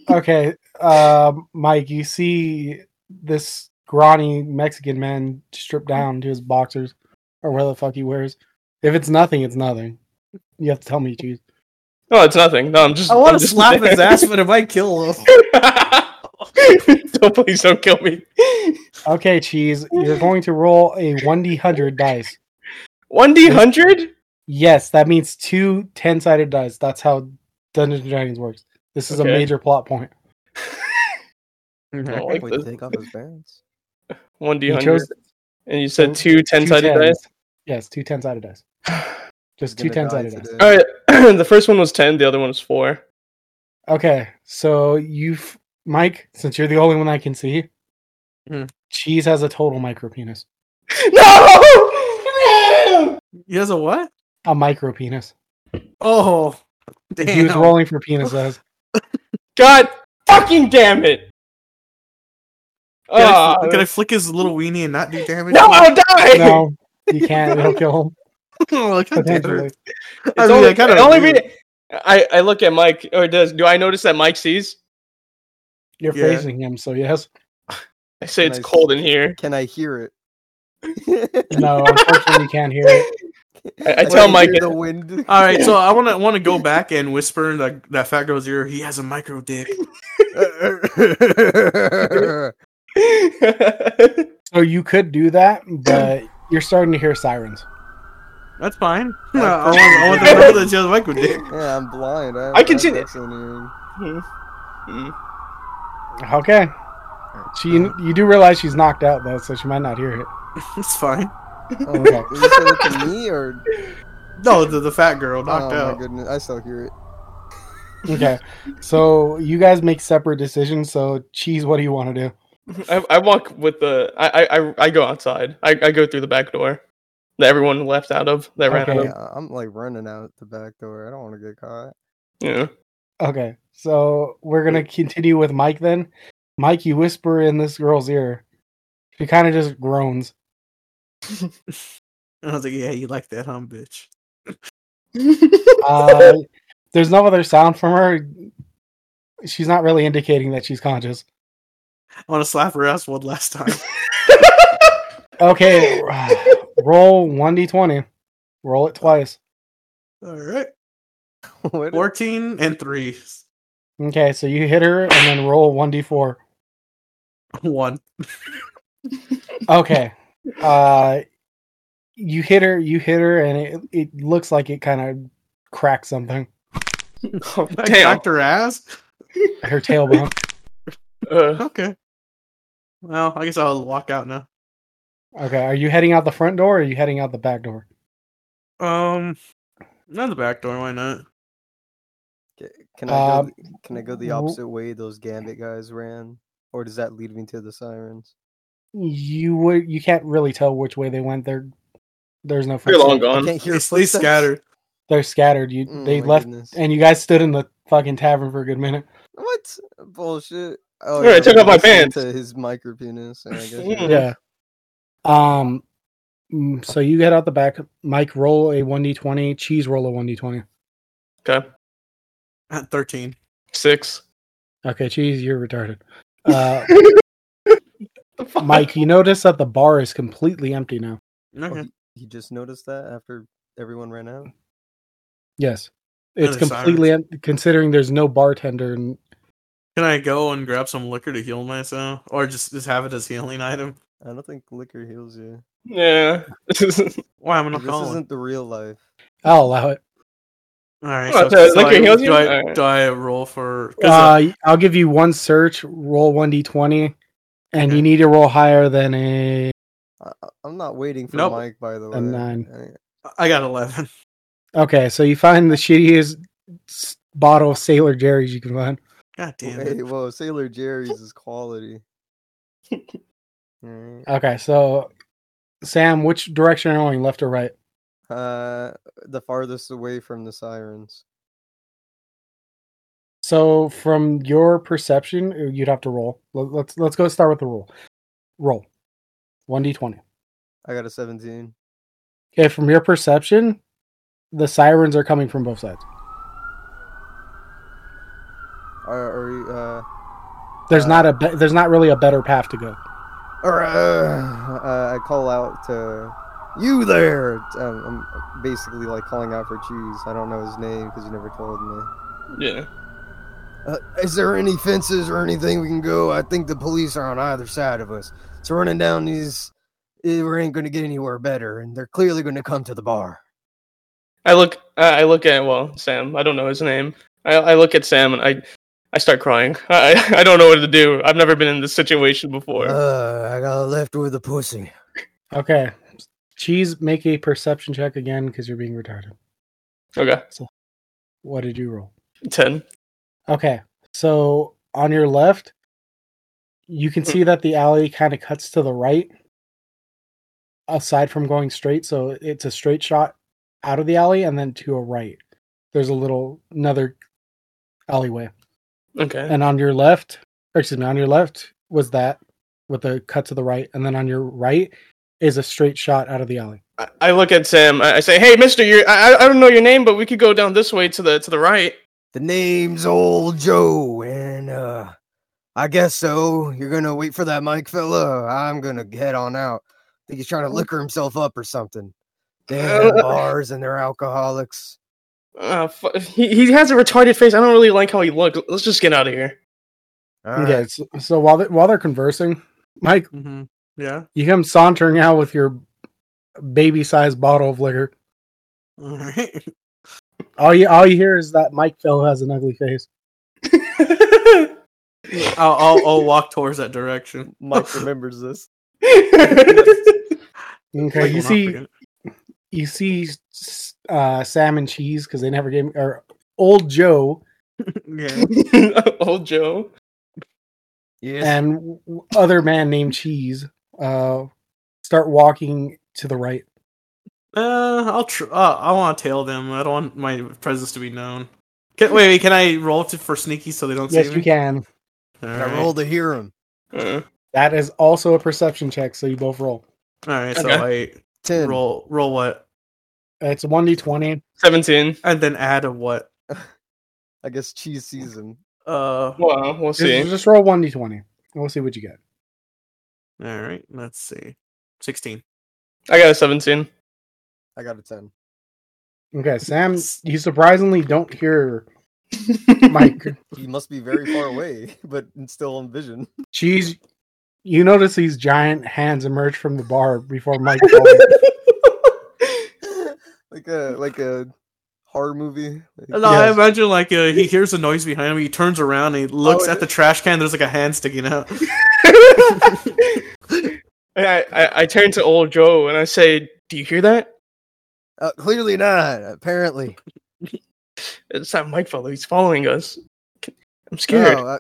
Speaker 1: Okay, uh, Mike, you see this scrawny Mexican man stripped down to his boxers or whatever the fuck he wears. If it's nothing, it's nothing. You have to tell me, choose.
Speaker 5: No, it's nothing. No, I'm just.
Speaker 2: I want
Speaker 5: I'm
Speaker 2: to
Speaker 5: just
Speaker 2: slap his ass, but it might kill him.
Speaker 5: don't please don't kill me.
Speaker 1: Okay, cheese. You're going to roll a one d hundred dice.
Speaker 5: One D hundred.
Speaker 1: Yes, that means two 10 sided dice. That's how Dungeons and Dragons works. This is
Speaker 5: Okay.
Speaker 1: a major plot point.
Speaker 5: I like
Speaker 4: Wait,
Speaker 5: this.
Speaker 4: take off his pants.
Speaker 5: One D
Speaker 1: You
Speaker 5: hundred.
Speaker 1: chose
Speaker 5: And you said
Speaker 1: so,
Speaker 5: two 10 sided
Speaker 1: 10s.
Speaker 5: dice.
Speaker 1: Yes, two 10 sided dice. Just two
Speaker 4: He's
Speaker 1: 10
Speaker 4: gonna
Speaker 1: sided
Speaker 4: die
Speaker 1: dice.
Speaker 4: today.
Speaker 5: All right. the first one was ten. The other one was four.
Speaker 1: Okay, so you've Mike, since you're the only one I can see,
Speaker 2: Mhm.
Speaker 1: cheese has a total micro penis.
Speaker 5: No.
Speaker 2: He has a what?
Speaker 1: A micro penis.
Speaker 2: Oh,
Speaker 1: He was
Speaker 2: damn.
Speaker 1: rolling for penis size.
Speaker 5: God fucking damn it.
Speaker 2: Can, I,
Speaker 5: Ah,
Speaker 2: fl- can I flick his little weenie and not do damage?
Speaker 5: no, I'll die.
Speaker 1: No, you can't. It'll kill him.
Speaker 2: Oh, God damn it.
Speaker 1: Potentially.
Speaker 5: It's
Speaker 2: I mean,
Speaker 5: only,
Speaker 2: I kinda
Speaker 5: it only
Speaker 2: do.
Speaker 5: be- I, I look at Mike, or does do I notice that Mike sees?
Speaker 1: You're
Speaker 2: Yeah.
Speaker 1: facing him, so yes.
Speaker 5: I say it's
Speaker 4: Nice.
Speaker 5: cold in here.
Speaker 4: Can I hear it?
Speaker 1: No, unfortunately, you can't hear it.
Speaker 5: I
Speaker 4: Can
Speaker 5: tell Mike
Speaker 4: hear
Speaker 5: it-
Speaker 4: the wind.
Speaker 2: All right, so I want to want to go back and whisper in that that fat girl's ear. He has a micro dick.
Speaker 1: So you could do that, but you're starting to hear sirens.
Speaker 2: That's fine.
Speaker 4: Yeah,
Speaker 2: I want, I want to know that she has a micro dick.
Speaker 4: yeah, I'm blind. I,
Speaker 5: I can see
Speaker 4: this. All
Speaker 1: Okay. She, you do realize she's knocked out though, so she might not hear it.
Speaker 2: It's fine.
Speaker 1: Okay.
Speaker 4: Did you say that to me or?
Speaker 2: No, the, the fat girl knocked
Speaker 4: oh
Speaker 2: out.
Speaker 4: my goodness, I still hear it.
Speaker 1: Okay. So you guys make separate decisions. So cheese, what do you want to do?
Speaker 5: I, I walk with the I, I- I I go outside. I, I go through the back door that everyone left out of that ran out
Speaker 1: Okay.
Speaker 5: of.
Speaker 4: Yeah, I'm like running out the back door. I don't want to get caught.
Speaker 5: Yeah.
Speaker 1: Okay. So we're gonna continue with Mike then. Mike, you whisper in this girl's ear. She kind of just groans.
Speaker 2: And I was like, yeah, you like that, huh, bitch?
Speaker 1: Uh, there's no other sound from her. She's not really indicating that she's conscious.
Speaker 2: I want to slap her ass one last time.
Speaker 1: Okay. roll one d twenty. Roll it twice.
Speaker 2: All right,
Speaker 4: What?
Speaker 2: fourteen and three,
Speaker 1: Okay. So you hit her and then roll one d four.
Speaker 2: one.
Speaker 1: okay uh you hit her you hit her and it, it looks like it kind of cracked something
Speaker 5: Oh,
Speaker 2: I
Speaker 5: damn.
Speaker 2: knocked her ass.
Speaker 1: her tailbone
Speaker 5: Uh,
Speaker 2: Okay. Well, I guess I'll walk out now.
Speaker 1: okay are you heading out the front door or are you heading out the back door
Speaker 2: Um, not the back door. Why not?
Speaker 4: Ca- Can I,
Speaker 1: Um,
Speaker 4: go, th- can I go the
Speaker 1: w-
Speaker 4: opposite way those Gambit guys ran? Or does that lead me to the sirens?
Speaker 1: you would you can't really tell which way they went. They're there's no
Speaker 5: They're
Speaker 1: footsteps.
Speaker 5: long
Speaker 4: I
Speaker 5: gone.
Speaker 4: can't hear
Speaker 2: They they
Speaker 4: footsteps.
Speaker 2: scattered.
Speaker 1: They're scattered. You
Speaker 4: Oh
Speaker 1: they
Speaker 4: my
Speaker 1: left
Speaker 4: goodness.
Speaker 1: and you guys stood in the fucking tavern for a good minute.
Speaker 4: What bullshit? Oh,
Speaker 5: Yeah, I took
Speaker 4: we
Speaker 5: off my
Speaker 4: listened
Speaker 5: pants.
Speaker 4: To his micro penis. and I guess
Speaker 5: Mm.
Speaker 1: Yeah. Um. mm, So you get out the back. Mike, roll a one d twenty. Cheese, roll a one d twenty.
Speaker 5: Okay.
Speaker 2: At thirteen.
Speaker 5: Six.
Speaker 1: Okay, cheese, you're retarded. Uh,
Speaker 5: The fuck?
Speaker 1: Mike, you notice that the bar is completely empty now.
Speaker 2: Okay.
Speaker 4: he, he just noticed that after everyone ran out.
Speaker 1: Yes,
Speaker 2: And
Speaker 1: it's
Speaker 2: there's
Speaker 1: completely em- considering there's no bartender and
Speaker 2: Can I go and grab some liquor to heal myself, or just just have it as healing item?
Speaker 4: I don't think liquor heals you.
Speaker 5: Yeah. I'm
Speaker 2: Why am I not
Speaker 4: This
Speaker 2: calling?
Speaker 4: isn't the real life.
Speaker 1: I'll allow it.
Speaker 2: All right.
Speaker 5: Oh,
Speaker 2: So,
Speaker 5: so
Speaker 2: so I-
Speaker 5: liquor heals
Speaker 2: do
Speaker 5: you?
Speaker 2: I
Speaker 5: All right.
Speaker 2: do I roll for? 'cause, uh,
Speaker 1: Uh, I'll give you one search. Roll one d twenty, and
Speaker 2: Okay.
Speaker 1: you need to roll higher than a
Speaker 4: I, I- I'm not waiting for
Speaker 2: Nope.
Speaker 4: Mike, by the way.
Speaker 1: A nine.
Speaker 4: I-
Speaker 2: I got eleven.
Speaker 1: Okay, so you find the shittiest s- bottle of Sailor Jerry's you can find.
Speaker 2: God damn
Speaker 4: Wait,
Speaker 2: it!
Speaker 4: whoa, Sailor Jerry's is quality. Alright.
Speaker 1: Okay, so Sam, which direction are you going, left or right?
Speaker 4: Uh, the farthest away from the sirens.
Speaker 1: So from your perception, uh, you'd have to roll. Let- Let's let's go start with the roll. Roll. 1d20.
Speaker 4: I got a 17.
Speaker 1: Okay, from your perception, the sirens are coming from both sides.
Speaker 4: Are, are we, uh,
Speaker 1: There's
Speaker 4: Uh,
Speaker 1: not a be- there's not really a better path to go.
Speaker 4: Or, uh, uh, I call out to you there. Um, I'm basically like calling out for cheese. I don't know his name because he never told me.
Speaker 5: Yeah.
Speaker 4: Uh, is there any fences or anything we can go? I think the police are on either side of us. So running down these, eh, we ain't going to get anywhere better, and they're clearly going to come to the bar.
Speaker 5: I look. I I look at well, Sam. I don't know his name. I, I look at Sam and I, I start crying. I I don't know what to do. I've never been in this situation before.
Speaker 4: Uh, I got left with a pussy.
Speaker 1: Okay. Cheese, make a perception check again because you're being retarded.
Speaker 5: okay,
Speaker 1: What did you roll?
Speaker 5: ten.
Speaker 1: Okay. So on your left, you can see that the alley kind of cuts to the right, aside from going straight. So it's a straight shot out of the alley and then to a right. There's a little another alleyway.
Speaker 5: Okay.
Speaker 1: And on your left, or excuse me, on your left was that with a cut to the right. And then on your right is a straight shot out of the alley.
Speaker 5: I, I look at Sam. I, I say, "Hey, Mister, you. I I- I don't know your name, but we could go down this way to the to the right."
Speaker 4: The name's Old Joe, and uh, I guess so. You're gonna wait for that Mike fella. I'm gonna head on out. I think he's trying to liquor himself up or something. Damn bars and their alcoholics.
Speaker 5: Uh, fu- he he has a retarded face. I don't really like how he looks. Let's just get out of here.
Speaker 4: All
Speaker 1: Okay.
Speaker 4: right.
Speaker 1: So, so while they, while they're conversing, Mike,
Speaker 2: hmm Yeah.
Speaker 1: you come sauntering out with your baby-sized bottle of liquor.
Speaker 2: All right.
Speaker 1: All you all you hear is that Mike fellow has an ugly face.
Speaker 2: I'll, I'll I'll walk towards that direction.
Speaker 4: Mike remembers this.
Speaker 1: Okay,
Speaker 2: Like,
Speaker 1: you
Speaker 2: we'll not
Speaker 1: see
Speaker 2: forget.
Speaker 1: you see s- uh, Sam and Cheese because they never gave me or Old Joe
Speaker 2: Yeah.
Speaker 5: Old Joe.
Speaker 4: Yes.
Speaker 1: and w- w- other man named Cheese uh, start walking to the right.
Speaker 2: Uh, I'll tr- uh, I want to tail them. I don't want my presence to be known. Can- wait, wait, can I roll to, for sneaky so they don't
Speaker 1: Yes,
Speaker 2: see
Speaker 1: you
Speaker 2: me?
Speaker 1: can.
Speaker 2: All
Speaker 4: I
Speaker 2: right.
Speaker 4: rolled to hear him.
Speaker 5: Uh,
Speaker 1: That is also a perception check, so you both roll.
Speaker 2: All right, so I
Speaker 4: Ten.
Speaker 2: roll roll what,
Speaker 1: It's a one d twenty.
Speaker 5: Seventeen.
Speaker 2: and then add a what?
Speaker 4: I guess cheese sees him.
Speaker 2: Uh, all
Speaker 5: Well, we'll see.
Speaker 1: Just, just roll one d twenty, and we'll see what you get.
Speaker 2: right. Let's see, sixteen.
Speaker 5: I got a seventeen.
Speaker 4: I got a ten.
Speaker 1: Okay, Sam, you surprisingly don't hear Mike.
Speaker 4: He must be very far away, but still on vision.
Speaker 1: Cheese, you notice these giant hands emerge from the bar before Mike. falls.
Speaker 4: like a like a horror movie. Like-
Speaker 2: No, I
Speaker 1: Yes.
Speaker 2: imagine like uh, he hears a noise behind him. He turns around and he looks
Speaker 4: Oh,
Speaker 2: at the trash can. There's like a hand sticking out.
Speaker 5: I, I I turn to old Joe and I say, "Do you hear that?
Speaker 4: Uh, clearly not. Apparently.
Speaker 5: It's that Mike fellow. He's following us. I'm scared.
Speaker 4: Oh, I-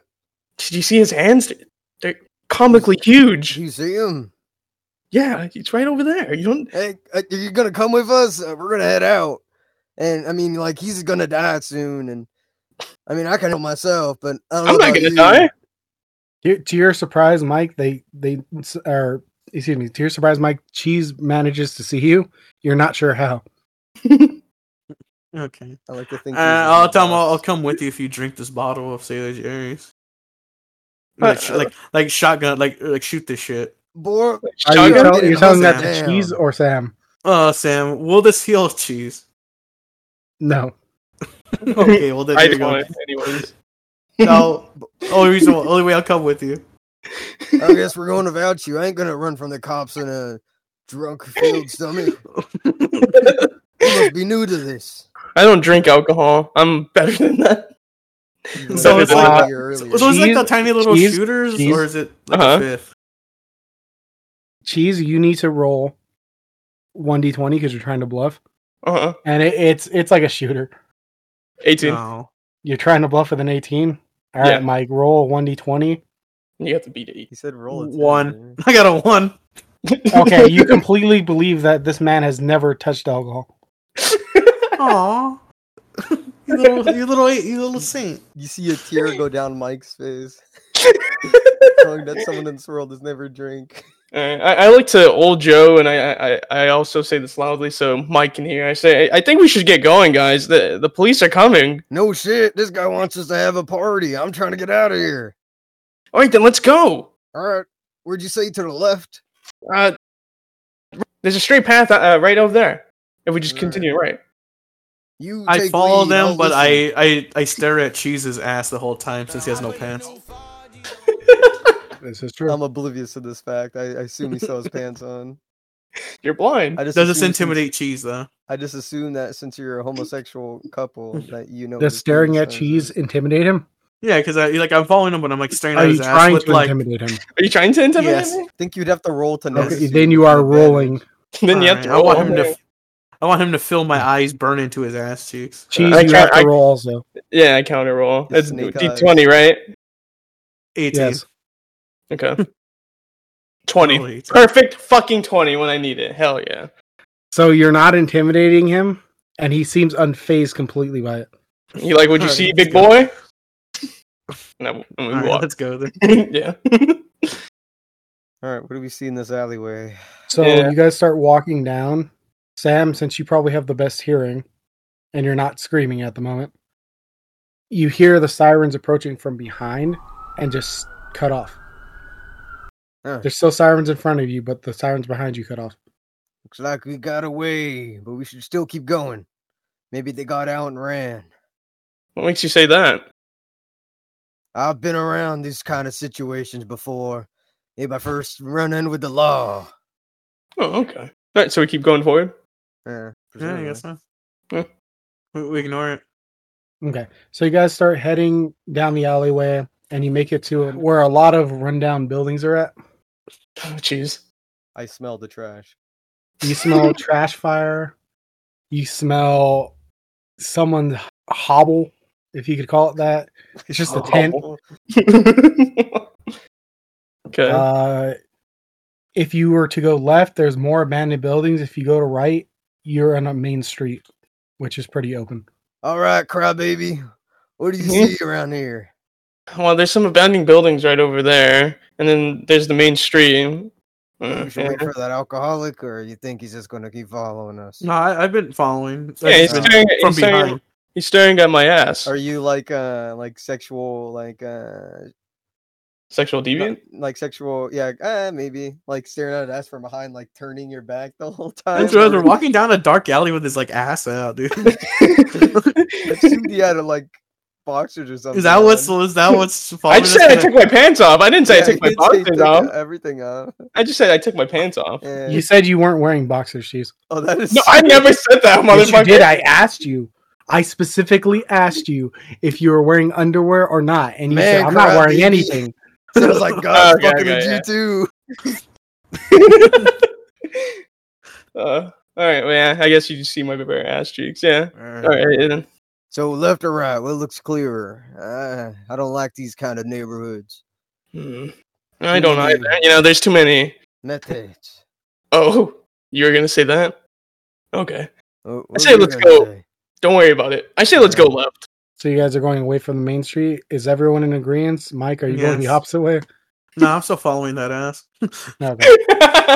Speaker 5: Did you see his hands? They're comically huge.
Speaker 4: You see him?
Speaker 5: Yeah, it's right over there. You don't.
Speaker 4: Hey, uh, you're gonna come with us? Uh, We're gonna head out. And I mean, like, he's gonna die soon. And I mean, I can help myself, but I don't know
Speaker 5: I'm not
Speaker 4: about
Speaker 5: gonna
Speaker 4: you.
Speaker 5: die.
Speaker 1: To, to your surprise, Mike, they they are. Excuse me. To your surprise, Mike, Cheese manages to see you. You're not sure how.
Speaker 2: Okay.
Speaker 3: I like to
Speaker 2: Uh,
Speaker 3: think.
Speaker 2: I'll tell him I'll, I'll come with you if you drink this bottle of Sailor Jerry's. Like, sh- like, like shotgun, like, like shoot this shit.
Speaker 4: Boy,
Speaker 1: Are Oh, you
Speaker 5: Shotgun?
Speaker 1: tell, you're telling that to
Speaker 4: Sam.
Speaker 1: Cheese or Sam?
Speaker 2: Oh, Sam, will this heal cheese?
Speaker 1: No.
Speaker 2: okay, well then
Speaker 5: I
Speaker 2: there you
Speaker 5: don't
Speaker 2: go.
Speaker 5: want it, anyways.
Speaker 2: No, only reason, only way I'll come with you.
Speaker 4: I guess we're going without you. I ain't gonna run from the cops in a drunk filled stomach. You must be new to this.
Speaker 5: I don't drink alcohol. I'm better than that.
Speaker 4: You
Speaker 2: So
Speaker 4: were
Speaker 2: it's
Speaker 4: telling
Speaker 2: like-
Speaker 4: me earlier.
Speaker 2: Uh, So those like the
Speaker 1: Cheese-
Speaker 2: tiny little
Speaker 1: cheese-
Speaker 2: shooters,
Speaker 1: cheese.
Speaker 2: or is it like
Speaker 5: Uh-huh.
Speaker 2: a fifth?
Speaker 1: Cheese, you need to roll one d twenty because you're trying to bluff,
Speaker 5: Uh huh.
Speaker 1: and it, it's it's like a shooter.
Speaker 5: 18.
Speaker 2: No.
Speaker 1: You're trying to bluff with an eighteen. All right,
Speaker 5: Yeah.
Speaker 1: Mike, roll one d twenty.
Speaker 5: You have to beat eight.
Speaker 3: He said roll a 10,
Speaker 2: One.
Speaker 3: man.
Speaker 2: I got a one.
Speaker 1: Okay, you completely believe that this man has never touched alcohol.
Speaker 2: Aw. you little, you little, you little saint.
Speaker 3: You see a tear go down Mike's face, knowing that someone in this world has never drank.
Speaker 5: All right, Uh, I, I like to old Joe, and I, I I also say this loudly so Mike can hear. I say, I, I think we should get going, guys. The the police are coming.
Speaker 4: No shit. This guy wants us to have a party. I'm trying to get out of here.
Speaker 5: All right, then let's go.
Speaker 4: All right. Where'd you say to the left?
Speaker 5: Uh, there's a straight path uh, right over there. If we just
Speaker 4: Right.
Speaker 5: continue right.
Speaker 4: You.
Speaker 2: I
Speaker 4: take
Speaker 2: follow
Speaker 4: lead,
Speaker 2: them,
Speaker 4: I'll
Speaker 2: but
Speaker 4: listen.
Speaker 2: I, I, I stare at Cheese's ass the whole time since he has no pants.
Speaker 1: This is true.
Speaker 3: I'm oblivious to this fact. I, I assume he saw his pants on.
Speaker 5: You're blind.
Speaker 3: I just
Speaker 2: Does this
Speaker 3: assume since-
Speaker 2: intimidate Cheese though?
Speaker 3: I just assume that since you're a homosexual couple, that you know. what
Speaker 1: Does
Speaker 3: his
Speaker 1: staring
Speaker 3: penis
Speaker 1: at
Speaker 3: size
Speaker 1: cheese
Speaker 3: is.
Speaker 1: intimidate him?
Speaker 2: Yeah, because I like I'm following him, but I'm like staring
Speaker 1: Are
Speaker 2: at
Speaker 1: you
Speaker 2: his ass
Speaker 1: trying
Speaker 2: with
Speaker 1: to
Speaker 2: like.
Speaker 1: intimidate him?
Speaker 5: Are you trying to intimidate
Speaker 2: Yes.
Speaker 5: me?
Speaker 3: think you'd have to roll to notice.
Speaker 1: Okay,
Speaker 3: if
Speaker 1: then
Speaker 3: you
Speaker 1: you are
Speaker 3: had advantage.
Speaker 1: rolling.
Speaker 5: Then you have
Speaker 2: Alright,
Speaker 5: to.
Speaker 2: I
Speaker 5: roll.
Speaker 2: want him to. I want him to feel my eyes burn into his ass cheeks.
Speaker 1: Cheese,
Speaker 5: I
Speaker 1: you
Speaker 5: can't-
Speaker 1: have to
Speaker 5: I-
Speaker 1: roll also.
Speaker 5: Yeah, I counter roll.
Speaker 3: It's
Speaker 5: That's
Speaker 3: snake
Speaker 5: D twenty, right?
Speaker 2: Eighteen.
Speaker 1: Yes.
Speaker 5: Okay. twenty.
Speaker 2: Totally 18.
Speaker 5: Perfect fucking twenty when I need it. Hell yeah.
Speaker 1: So you're not intimidating him, and he seems unfazed completely by it.
Speaker 5: You like what you
Speaker 2: Alright,
Speaker 5: see,
Speaker 2: let's
Speaker 5: big
Speaker 2: go.
Speaker 5: boy? No, we
Speaker 2: Alright,
Speaker 5: walk.
Speaker 2: let's go then.
Speaker 5: yeah.
Speaker 3: All right, what do we see in this alleyway?
Speaker 1: So
Speaker 5: Yeah.
Speaker 1: you guys start walking down. Sam, since you probably have the best hearing, and you're not screaming at the moment, you hear the sirens approaching from behind, and just cut off.
Speaker 4: Huh.
Speaker 1: There's still sirens in front of you, but the sirens behind you cut off.
Speaker 4: Looks like we got away, but we should still keep going. Maybe they got out and ran.
Speaker 5: What makes you say that?
Speaker 4: I've been around these kind of situations before. Maybe my first run in with the law.
Speaker 5: Oh, okay. All right, so we keep going forward.
Speaker 3: Yeah,
Speaker 2: Yeah, I
Speaker 3: presumably.
Speaker 2: guess so.
Speaker 5: Yeah.
Speaker 2: We, we ignore it.
Speaker 1: Okay. So you guys start heading down the alleyway and you make it to where a lot of rundown buildings are at.
Speaker 5: Oh, jeez.
Speaker 3: I smell the trash.
Speaker 1: You smell trash fire. You smell someone's hobble, if you could call it that. It's just a tent.
Speaker 5: okay.
Speaker 1: Uh, if you were to go left, there's more abandoned buildings. If you go to right, you're on a main street, which is pretty open.
Speaker 4: All right, crybaby. What do you
Speaker 5: Mhm.
Speaker 2: Mm-hmm.
Speaker 4: see around here?
Speaker 5: well, there's some abandoned buildings right over there, and then there's the main street. Uh,
Speaker 4: We should
Speaker 5: yeah.
Speaker 4: wait for that alcoholic, or you think he's just going to keep following us?
Speaker 2: Mm-hmm. No, I, I've been following.
Speaker 5: Yeah, he's
Speaker 2: Like,
Speaker 4: it's-
Speaker 5: staring,
Speaker 2: uh, from
Speaker 5: he's, staring,
Speaker 2: behind.
Speaker 5: he's staring at my ass.
Speaker 3: Are you like uh like sexual like uh
Speaker 5: Sexual
Speaker 3: not-
Speaker 5: deviant?
Speaker 3: like sexual yeah
Speaker 4: ah,
Speaker 3: uh, maybe like staring at an ass from behind like turning your back the whole time?
Speaker 2: That's right. They're
Speaker 3: or-
Speaker 2: walking down a dark alley with his like ass out, dude.
Speaker 3: I assumed he had a, like boxers or something.
Speaker 2: Is that what's
Speaker 3: on.
Speaker 2: is that what's?
Speaker 5: I just said I took my pants off. I didn't say
Speaker 3: Yeah,
Speaker 5: I took
Speaker 3: he did
Speaker 5: my
Speaker 3: say he
Speaker 5: boxers
Speaker 3: took
Speaker 5: off.
Speaker 3: Everything off.
Speaker 5: I just said I took my pants off.
Speaker 3: Yeah.
Speaker 1: You said you weren't wearing boxer shoes.
Speaker 3: Oh, that is.
Speaker 5: No, I never said that,
Speaker 1: Yes, you
Speaker 5: motherfucker.
Speaker 1: did. I asked you. I specifically asked you if you were wearing underwear or not, and you said,
Speaker 4: Man,
Speaker 1: "I'm not
Speaker 4: crap,
Speaker 1: wearing
Speaker 4: baby."
Speaker 1: anything."
Speaker 4: Sounds like God's
Speaker 5: Okay,
Speaker 4: fucking
Speaker 5: okay,
Speaker 4: with
Speaker 5: yeah.
Speaker 4: you too.
Speaker 5: uh, all right, well, yeah, I guess you just see my bare ass cheeks. Yeah. All right. and then-
Speaker 4: So left or right? What looks clearer? Uh, I don't like these kind of neighborhoods.
Speaker 5: Hmm. I don't
Speaker 4: Mm.
Speaker 5: either. You know, there's too many.
Speaker 4: Methods.
Speaker 5: Oh, you were gonna say that? Okay.
Speaker 4: What-
Speaker 5: I
Speaker 4: what
Speaker 5: say
Speaker 4: you
Speaker 5: let's
Speaker 4: gonna
Speaker 5: go.
Speaker 4: say?
Speaker 5: Don't worry about it. I say let's go left.
Speaker 1: So you guys are going away from the main street. Is everyone in agreement? Mike, are you going the
Speaker 2: Yes.
Speaker 1: opposite way?
Speaker 2: No, I'm still following that ass.
Speaker 1: No, okay.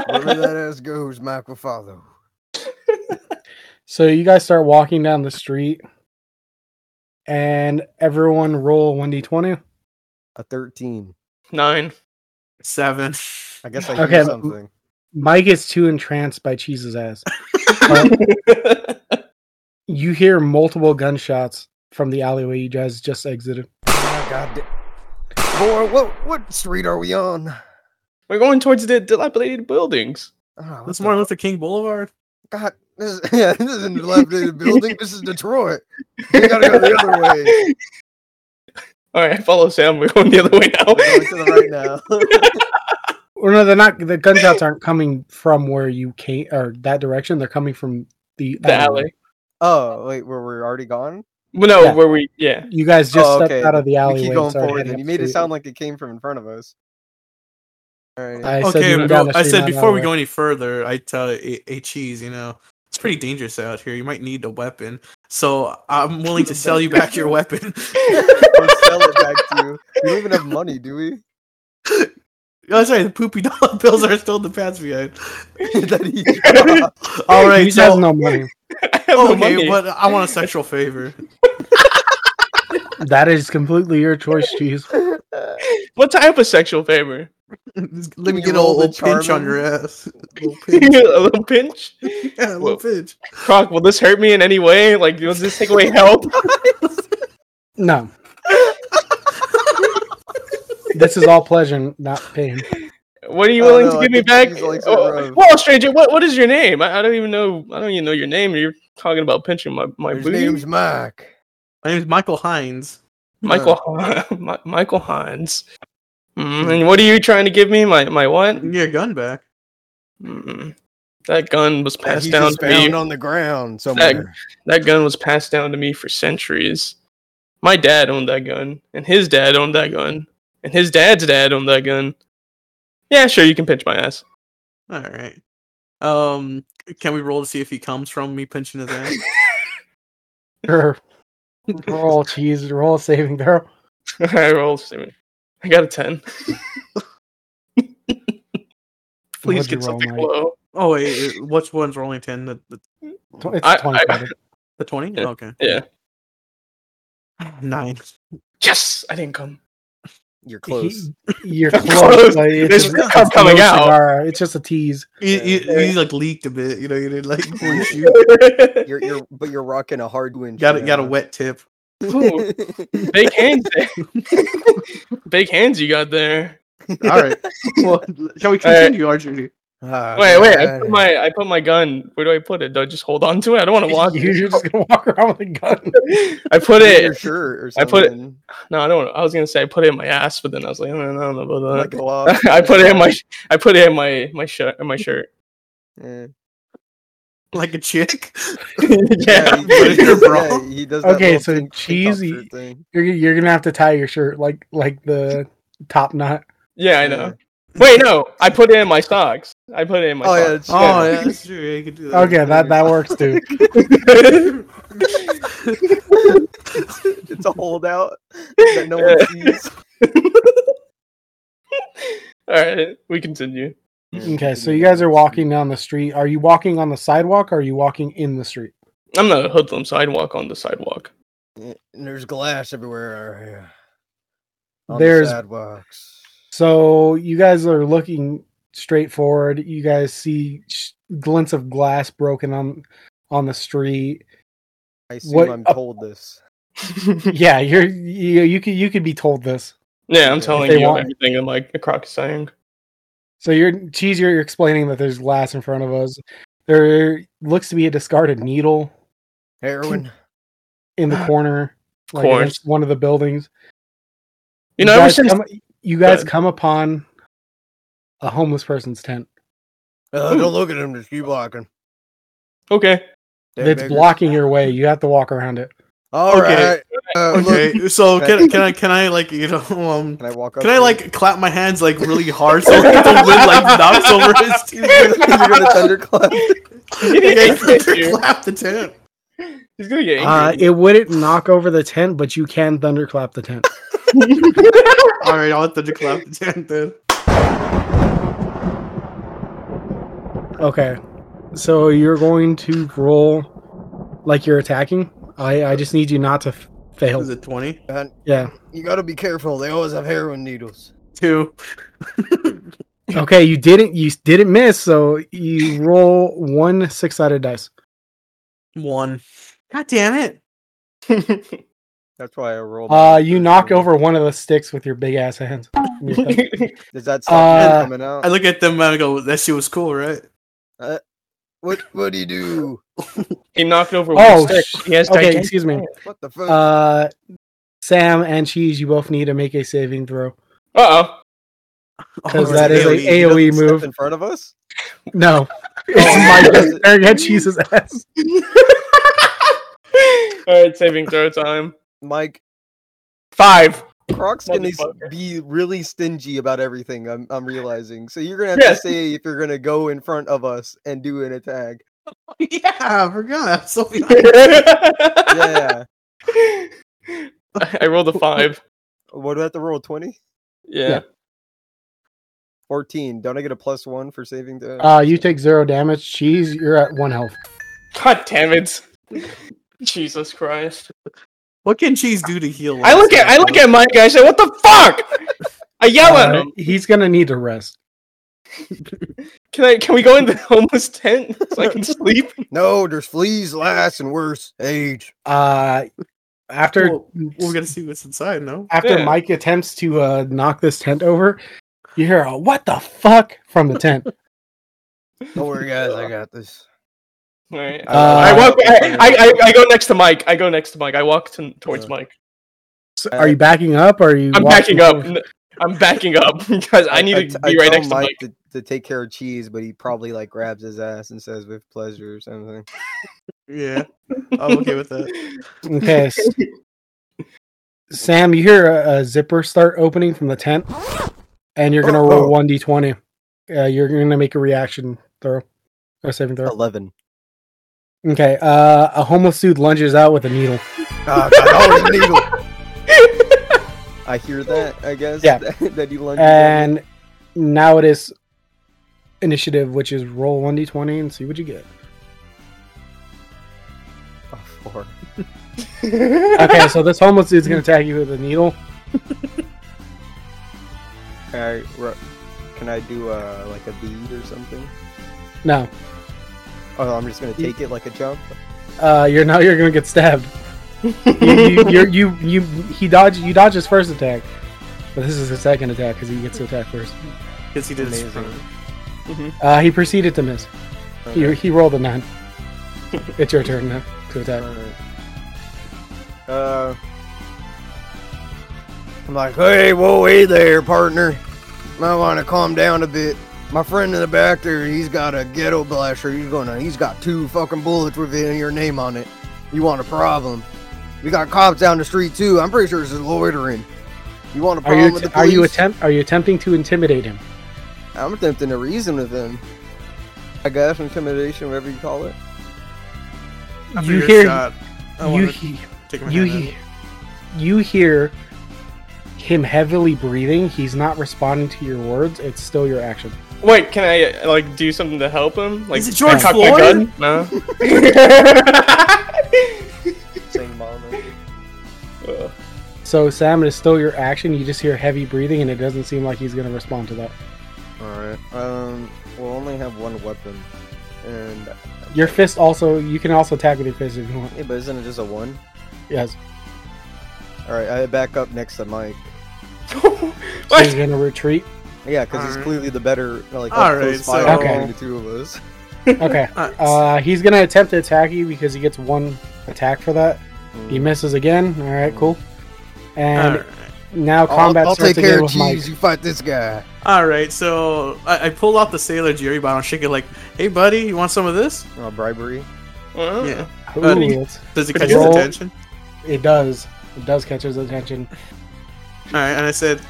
Speaker 4: Wherever that ass goes, Mike will follow.
Speaker 1: So you guys start walking down the street, and everyone roll one d twenty.
Speaker 3: A 13.
Speaker 5: Nine.
Speaker 2: Seven.
Speaker 3: I guess I
Speaker 1: Okay,
Speaker 3: hear
Speaker 1: but-
Speaker 3: something.
Speaker 1: Mike is too entranced by Cheese's ass. But you hear multiple gunshots from the alleyway you guys just exited.
Speaker 4: Oh, God. Boy, what what street are we on?
Speaker 5: We're going towards the dilapidated buildings.
Speaker 4: Oh, what
Speaker 2: That's
Speaker 4: the
Speaker 2: Martin Luther King Boulevard.
Speaker 4: God, this is, yeah, this isn't a dilapidated building. This is Detroit. We gotta go the other way.
Speaker 5: All right, follow Sam. We're going the other way now.
Speaker 3: We're going to the right now.
Speaker 1: Or no, they're not. The gunshots aren't coming from where you came or that direction. They're coming from the,
Speaker 5: the alley.
Speaker 3: oh, wait, where we're already gone?
Speaker 5: Well, no,
Speaker 1: Yeah.
Speaker 5: where we? Yeah.
Speaker 1: You guys just
Speaker 3: Oh,
Speaker 1: stepped
Speaker 3: okay.
Speaker 1: out of the
Speaker 3: We
Speaker 1: alleyway.
Speaker 3: keep
Speaker 1: and
Speaker 3: going
Speaker 1: started
Speaker 3: forward,
Speaker 1: heading
Speaker 3: and you
Speaker 1: up
Speaker 3: made it
Speaker 1: street.
Speaker 3: sound like it came from in front of us. All right.
Speaker 1: I said
Speaker 2: okay,
Speaker 1: you went
Speaker 2: but
Speaker 1: down
Speaker 2: no,
Speaker 1: the
Speaker 2: I
Speaker 1: street
Speaker 2: said
Speaker 1: not
Speaker 2: before we
Speaker 1: nowhere.
Speaker 2: go any further, I tell a, a cheese, you know, it's pretty dangerous out here. You might need a weapon, so I'm willing to sell you back your weapon.
Speaker 3: We'll sell it back to you. We don't even have money, do we?
Speaker 2: That's right. Oh, The poopy dollar bills are still in the pants behind.
Speaker 3: that he dropped.
Speaker 2: All
Speaker 1: He
Speaker 2: right,
Speaker 1: just has
Speaker 2: so
Speaker 1: no money.
Speaker 5: I have no
Speaker 2: okay,
Speaker 5: money.
Speaker 2: but I want a sexual favor.
Speaker 1: That is completely your choice, Cheese.
Speaker 5: What type of sexual favor?
Speaker 2: Just Let
Speaker 3: Can
Speaker 2: me
Speaker 3: you
Speaker 2: get a
Speaker 3: roll
Speaker 2: little
Speaker 3: the
Speaker 2: pinch on
Speaker 3: Charmin?
Speaker 2: your ass. A little
Speaker 5: a
Speaker 2: pinch.
Speaker 5: little pinch.
Speaker 2: Yeah, a little
Speaker 5: Well-
Speaker 2: pinch.
Speaker 5: Croc, will this hurt me in any way? Like, does this take away help?
Speaker 1: No. this is all pleasure, not pain.
Speaker 5: What are you
Speaker 3: I don't
Speaker 5: willing
Speaker 3: know,
Speaker 5: to
Speaker 3: I
Speaker 5: give me
Speaker 3: think
Speaker 5: back?
Speaker 3: he's like so
Speaker 5: Oh,
Speaker 3: rough.
Speaker 5: well, stranger, what, what is your name? I, I don't even know. I don't even know your name. You're talking about pinching my my
Speaker 4: His
Speaker 5: booty.
Speaker 4: name's Mike.
Speaker 2: My name's Michael Hines.
Speaker 5: Michael Hon- Mi- Michael Hines. Mm, and what are you trying to give me? My my what?
Speaker 2: Give me Your gun back.
Speaker 5: Mm, that gun was
Speaker 4: That
Speaker 5: passed
Speaker 4: he
Speaker 5: down
Speaker 4: just
Speaker 5: to me.
Speaker 4: found on the ground somewhere.
Speaker 5: that gun was passed down to me for centuries. My dad owned that gun, and his dad owned that gun, and his dad's dad owned that gun. Yeah, sure, you can pinch my ass.
Speaker 2: All right. Um, can we roll to see if he comes from me pinching his ass?
Speaker 1: Sure. Roll cheese, roll saving throw.
Speaker 5: I rolled. seven. I got a ten. Please
Speaker 1: What'd you
Speaker 5: get
Speaker 1: roll,
Speaker 5: something
Speaker 1: Mike?
Speaker 5: low.
Speaker 2: oh wait, it- which one's rolling ten? The the-
Speaker 1: Tw- It's
Speaker 5: I- I-
Speaker 1: 25.
Speaker 2: the twenty?
Speaker 5: Yeah.
Speaker 2: Okay.
Speaker 5: Yeah.
Speaker 2: Nine.
Speaker 5: Yes, I didn't come.
Speaker 3: You're close.
Speaker 1: You're
Speaker 5: Close.
Speaker 1: close. buddy.
Speaker 5: There's
Speaker 1: just-
Speaker 5: no
Speaker 1: it's a
Speaker 5: coming
Speaker 1: little
Speaker 5: out.
Speaker 1: cigar. It's just a tease.
Speaker 2: He, he,
Speaker 5: Yeah.
Speaker 2: he, like leaked a bit, you know. You did like before you shoot.
Speaker 5: Ooh,
Speaker 3: You're, you're, but you're rocking a hard winch.
Speaker 2: got
Speaker 3: you
Speaker 2: a, got a
Speaker 3: know.
Speaker 2: wet tip.
Speaker 5: big hands, big hands you got there.
Speaker 2: All right. Well, shall we continue, RGD?
Speaker 4: Ah,
Speaker 5: Wait, wait, I
Speaker 4: God.
Speaker 5: put my I put my gun. Where do I put it? Do I just hold on to it? I don't want to walk.
Speaker 1: You're just gonna walk around with a gun.
Speaker 5: I put
Speaker 3: Leave uh, Your
Speaker 5: it.
Speaker 3: shirt or
Speaker 5: I
Speaker 3: something.
Speaker 5: put it- No, I don't. I was gonna say I put it in my ass, but then I was like, I don't know about that.
Speaker 3: Like, go off.
Speaker 5: I put it in my I put it in my my shirt my shirt.
Speaker 3: Yeah.
Speaker 2: Like a chick?
Speaker 5: yeah.
Speaker 3: he,
Speaker 2: but
Speaker 3: he
Speaker 2: you're
Speaker 3: does-
Speaker 2: wrong.
Speaker 3: yeah, he does that
Speaker 1: Okay,
Speaker 3: little
Speaker 1: so
Speaker 3: thing- TikTok
Speaker 1: cheesy-
Speaker 3: shirt thing.
Speaker 1: You're, you're gonna have to tie your shirt like like the top knot.
Speaker 5: Yeah, I know. Wait, no, I put it in my socks. I put it in my
Speaker 3: Oh yeah,
Speaker 5: socks.
Speaker 3: that's
Speaker 2: Oh,
Speaker 3: true.
Speaker 2: yeah, that's true. Yeah, you could do that.
Speaker 1: Okay, that that works too.
Speaker 3: it's a holdout that no one sees.
Speaker 5: All right, we continue.
Speaker 1: Okay, so you guys are walking down the street. Are you walking on the sidewalk or are you walking in the street?
Speaker 5: I'm not a hoodlum, so I'd walk on the sidewalk.
Speaker 4: Eh, And there's glass everywhere. here. On
Speaker 1: There's-
Speaker 4: the sidewalks.
Speaker 1: So you guys are looking straight forward. You guys see sh- glints of glass broken on on the street.
Speaker 3: I assume
Speaker 1: What-
Speaker 3: I'm told this.
Speaker 1: Yeah, you're you you could you could be told this.
Speaker 5: yeah, I'm
Speaker 3: If
Speaker 5: telling
Speaker 1: they
Speaker 5: you
Speaker 1: want-
Speaker 5: everything that my croc is saying.
Speaker 1: So you're cheese. You're explaining that there's glass in front of us. There looks to be a discarded needle
Speaker 4: Heroin.
Speaker 1: in the corner, like
Speaker 5: course.
Speaker 1: against one of the buildings.
Speaker 5: You know, ever
Speaker 1: guys
Speaker 5: since
Speaker 1: come, you guys
Speaker 5: ahead.
Speaker 1: come upon a homeless person's tent.
Speaker 4: Uh, don't look at him. Just keep walking.
Speaker 5: okay,
Speaker 4: Damn
Speaker 1: That's
Speaker 4: niggers.
Speaker 1: blocking your way. You have to walk around it.
Speaker 4: All
Speaker 5: Okay.
Speaker 4: right. Uh, look,
Speaker 2: Okay, so can, can I can I like you know um
Speaker 3: Can I walk up?
Speaker 2: can I
Speaker 3: and-
Speaker 2: like clap my hands like really hard so that the wind like knocks over his teeth?
Speaker 3: You're gonna thunderclap.
Speaker 2: Okay,
Speaker 5: He's
Speaker 2: clap the tent.
Speaker 5: gonna get angry.
Speaker 1: Uh, it wouldn't knock over the tent, but you can thunderclap the tent.
Speaker 2: All right, I'll have to clap the tent then.
Speaker 1: Okay, so you're going to roll like you're attacking. I I just need you not to f- fail.
Speaker 2: Was it twenty
Speaker 1: Yeah.
Speaker 4: you gotta be careful. They always have heroin needles.
Speaker 2: two?
Speaker 1: Okay, you didn't you didn't miss, so you roll one six sided dice.
Speaker 2: One. God damn it!
Speaker 3: That's why I rolled.
Speaker 1: Uh, you knock over one of the sticks with your big ass hands.
Speaker 3: Does that stop you
Speaker 1: uh,
Speaker 3: from coming out?
Speaker 2: I look at them and I go, "That shit was cool, right?"
Speaker 4: What what do you do?
Speaker 5: he knocked over
Speaker 1: Oh,
Speaker 5: one stick. He has
Speaker 1: okay,
Speaker 5: gigantic-
Speaker 1: excuse me.
Speaker 4: What the fuck?
Speaker 1: Uh, Sam and Cheese, you both need to make a saving throw
Speaker 5: Uh-oh.
Speaker 1: because
Speaker 2: Oh,
Speaker 1: that is
Speaker 2: it's
Speaker 1: a
Speaker 2: AOE.
Speaker 1: AOE
Speaker 3: Step
Speaker 1: move.
Speaker 3: in front of us.
Speaker 1: No, it's
Speaker 4: Oh,
Speaker 1: my just staring at Cheese's ass.
Speaker 5: All right, saving throw time.
Speaker 3: Mike
Speaker 5: Five.
Speaker 3: Croc's gonna
Speaker 5: Motherfucker.
Speaker 3: be really stingy about everything. I'm I'm realizing. So you're gonna have
Speaker 5: Yeah.
Speaker 3: to say if you're gonna go in front of us and do an attack.
Speaker 2: Yeah, I forgot. I'm so behind.
Speaker 5: I
Speaker 3: Yeah.
Speaker 5: I rolled a five.
Speaker 3: what do I have to roll? 20?
Speaker 5: Yeah.
Speaker 3: 14. Don't I get a plus one for saving the?
Speaker 1: Uh, you take zero damage. Cheese, you're at one health.
Speaker 5: God damn it. Jesus Christ.
Speaker 2: What can cheese do to heal?
Speaker 5: I look at I look at Mike. I say, "What the fuck?" I yell at
Speaker 1: Uh,
Speaker 5: him.
Speaker 1: he's gonna need to rest.
Speaker 5: Can I? Can we go in the homeless tent so I can sleep?
Speaker 4: no, there's fleas, lice, and worse. Age.
Speaker 1: Uh, after
Speaker 2: Well, We're gonna see what's inside, no?
Speaker 1: after
Speaker 5: Yeah.
Speaker 1: Mike attempts to uh, knock this tent over, you hear a "What the fuck" from the tent.
Speaker 4: Don't worry, guys. I got this.
Speaker 5: All right.
Speaker 1: Uh,
Speaker 5: I walk. I, I, I, I go next to Mike. I go next to Mike. I walk to, towards
Speaker 3: Yeah.
Speaker 5: Mike.
Speaker 1: So are you backing up? Or are you?
Speaker 5: I'm
Speaker 1: walking
Speaker 5: backing up.
Speaker 1: forward?
Speaker 5: N- I'm backing up because I need to
Speaker 3: t- I
Speaker 5: be right
Speaker 3: tell
Speaker 5: next to
Speaker 3: Mike
Speaker 5: Mike.
Speaker 3: to, to take care of cheese, but he probably like grabs his ass and says with pleasure or something.
Speaker 2: Yeah. I'm okay with that.
Speaker 1: Okay. s- Sam, you hear a, a zipper start opening from the tent, and you're gonna
Speaker 4: Oh,
Speaker 1: roll
Speaker 4: oh.
Speaker 1: one d20. Uh, you're gonna make a reaction throw or saving throw.
Speaker 3: 11.
Speaker 1: Okay. Uh, a homeless dude lunges out with a needle.
Speaker 4: Ah, God, I already needle.
Speaker 3: I hear that, I guess.
Speaker 1: Yeah.
Speaker 3: that you lunge.
Speaker 5: Uh,
Speaker 1: And now it is initiative, which is roll 1d20 and see what you get.
Speaker 3: Oh, four.
Speaker 1: Okay, so this homeless dude's gonna attack you with a needle.
Speaker 3: Can I, ru- can I do uh, like a bead or something?
Speaker 1: No,
Speaker 3: Oh, I'm just gonna take it like a jump.
Speaker 1: uh, you're now you're gonna get stabbed. you, you, you're, you you he dodge you dodge his first attack, but this is his second attack because he gets to attack first.
Speaker 2: Because he did his
Speaker 3: Amazing.
Speaker 2: front.
Speaker 1: Uh, he proceeded to miss. He,
Speaker 3: Okay.
Speaker 1: he rolled a nine. it's your turn now to attack.
Speaker 3: Alright. Uh,
Speaker 4: I'm like, hey, whoa, hey there, partner. Might want to calm down a bit. My friend in the back there, he's got a ghetto blaster. He's gonna, he's got two fucking bullets with your name on it. You want a problem? We got cops down the street too. I'm pretty sure this is loitering. You want a
Speaker 1: Are
Speaker 4: problem
Speaker 1: you
Speaker 4: with the
Speaker 1: are you
Speaker 4: police?
Speaker 1: attempt are you attempting to intimidate him?
Speaker 3: I'm attempting to reason with him. I guess intimidation, whatever you call it.
Speaker 2: After
Speaker 1: You
Speaker 2: your
Speaker 1: hear-
Speaker 2: shot, I
Speaker 1: you
Speaker 2: wanna
Speaker 1: he-
Speaker 2: take my
Speaker 1: you
Speaker 2: hand
Speaker 1: he- you hear him heavily breathing. He's not responding to your words. It's still your action.
Speaker 5: Wait, can I uh, like do something to help him? Like,
Speaker 2: Is it George
Speaker 5: cock my
Speaker 2: Floyd?
Speaker 5: gun? No.
Speaker 3: Same moment.
Speaker 5: Uh,
Speaker 1: So Sam, it is still your action. You just hear heavy breathing, and it doesn't seem like he's going to respond to that.
Speaker 3: All right. Um, we'll only have one weapon, and
Speaker 1: Your fist also. You can also attack with your fist if you want.
Speaker 3: yeah, but isn't it just a one?
Speaker 1: Yes.
Speaker 3: All right, I back up next to Mike.
Speaker 1: So he's
Speaker 5: what?
Speaker 1: going to retreat.
Speaker 3: Yeah, because he's
Speaker 2: Alright.
Speaker 3: clearly the better, like
Speaker 2: All
Speaker 3: up
Speaker 2: right,
Speaker 3: close
Speaker 2: so-
Speaker 3: fire
Speaker 1: Okay.
Speaker 3: between the two of us.
Speaker 1: Okay.
Speaker 2: in. Uh,
Speaker 1: Uh, he's going to attempt to attack you because he gets one attack for that. He
Speaker 3: Mm.
Speaker 1: misses again. All right, cool. And
Speaker 2: all right.
Speaker 1: now
Speaker 4: I'll-
Speaker 1: combat
Speaker 4: I'll,
Speaker 1: starts
Speaker 4: take care
Speaker 1: again
Speaker 4: of
Speaker 1: with
Speaker 4: cheese.
Speaker 1: Mike.
Speaker 4: You fight this guy.
Speaker 2: All right, so I, I pull out the Sailor Jerry bottle, shake it like, hey, buddy, you want some of this?
Speaker 3: Uh, bribery.
Speaker 5: Uh,
Speaker 2: Yeah.
Speaker 1: Ooh,
Speaker 2: buddy.
Speaker 1: it's-
Speaker 2: Does it
Speaker 5: Pretty
Speaker 2: catch his
Speaker 1: roll.
Speaker 2: attention?
Speaker 1: it does. It does catch his attention.
Speaker 2: All right, and I said,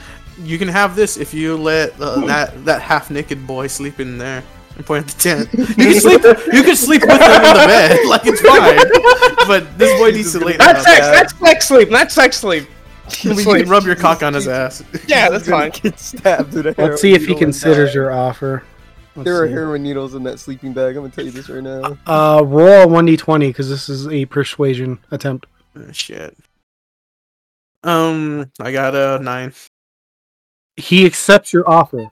Speaker 2: "You can have this if you let uh, that that half naked boy sleep in there." And point at the tent. You can sleep. You can sleep with him in the bed, like it's fine. But this boy needs to lay down.
Speaker 5: That's sex. That's sex sleep. That's sex sleep.
Speaker 2: I mean, you can rub your cock on his ass.
Speaker 5: Yeah, that's fine.
Speaker 3: Get stabbed with a heroin
Speaker 1: Let's see if he
Speaker 3: needle and
Speaker 1: considers
Speaker 3: die.
Speaker 1: your offer. Let's
Speaker 3: There are
Speaker 1: see.
Speaker 3: heroin needles in that sleeping bag. I'm gonna tell you this right now.
Speaker 1: Uh, roll one d twenty because this is a persuasion attempt.
Speaker 2: Oh, shit. Um, I got a nine.
Speaker 1: He accepts your offer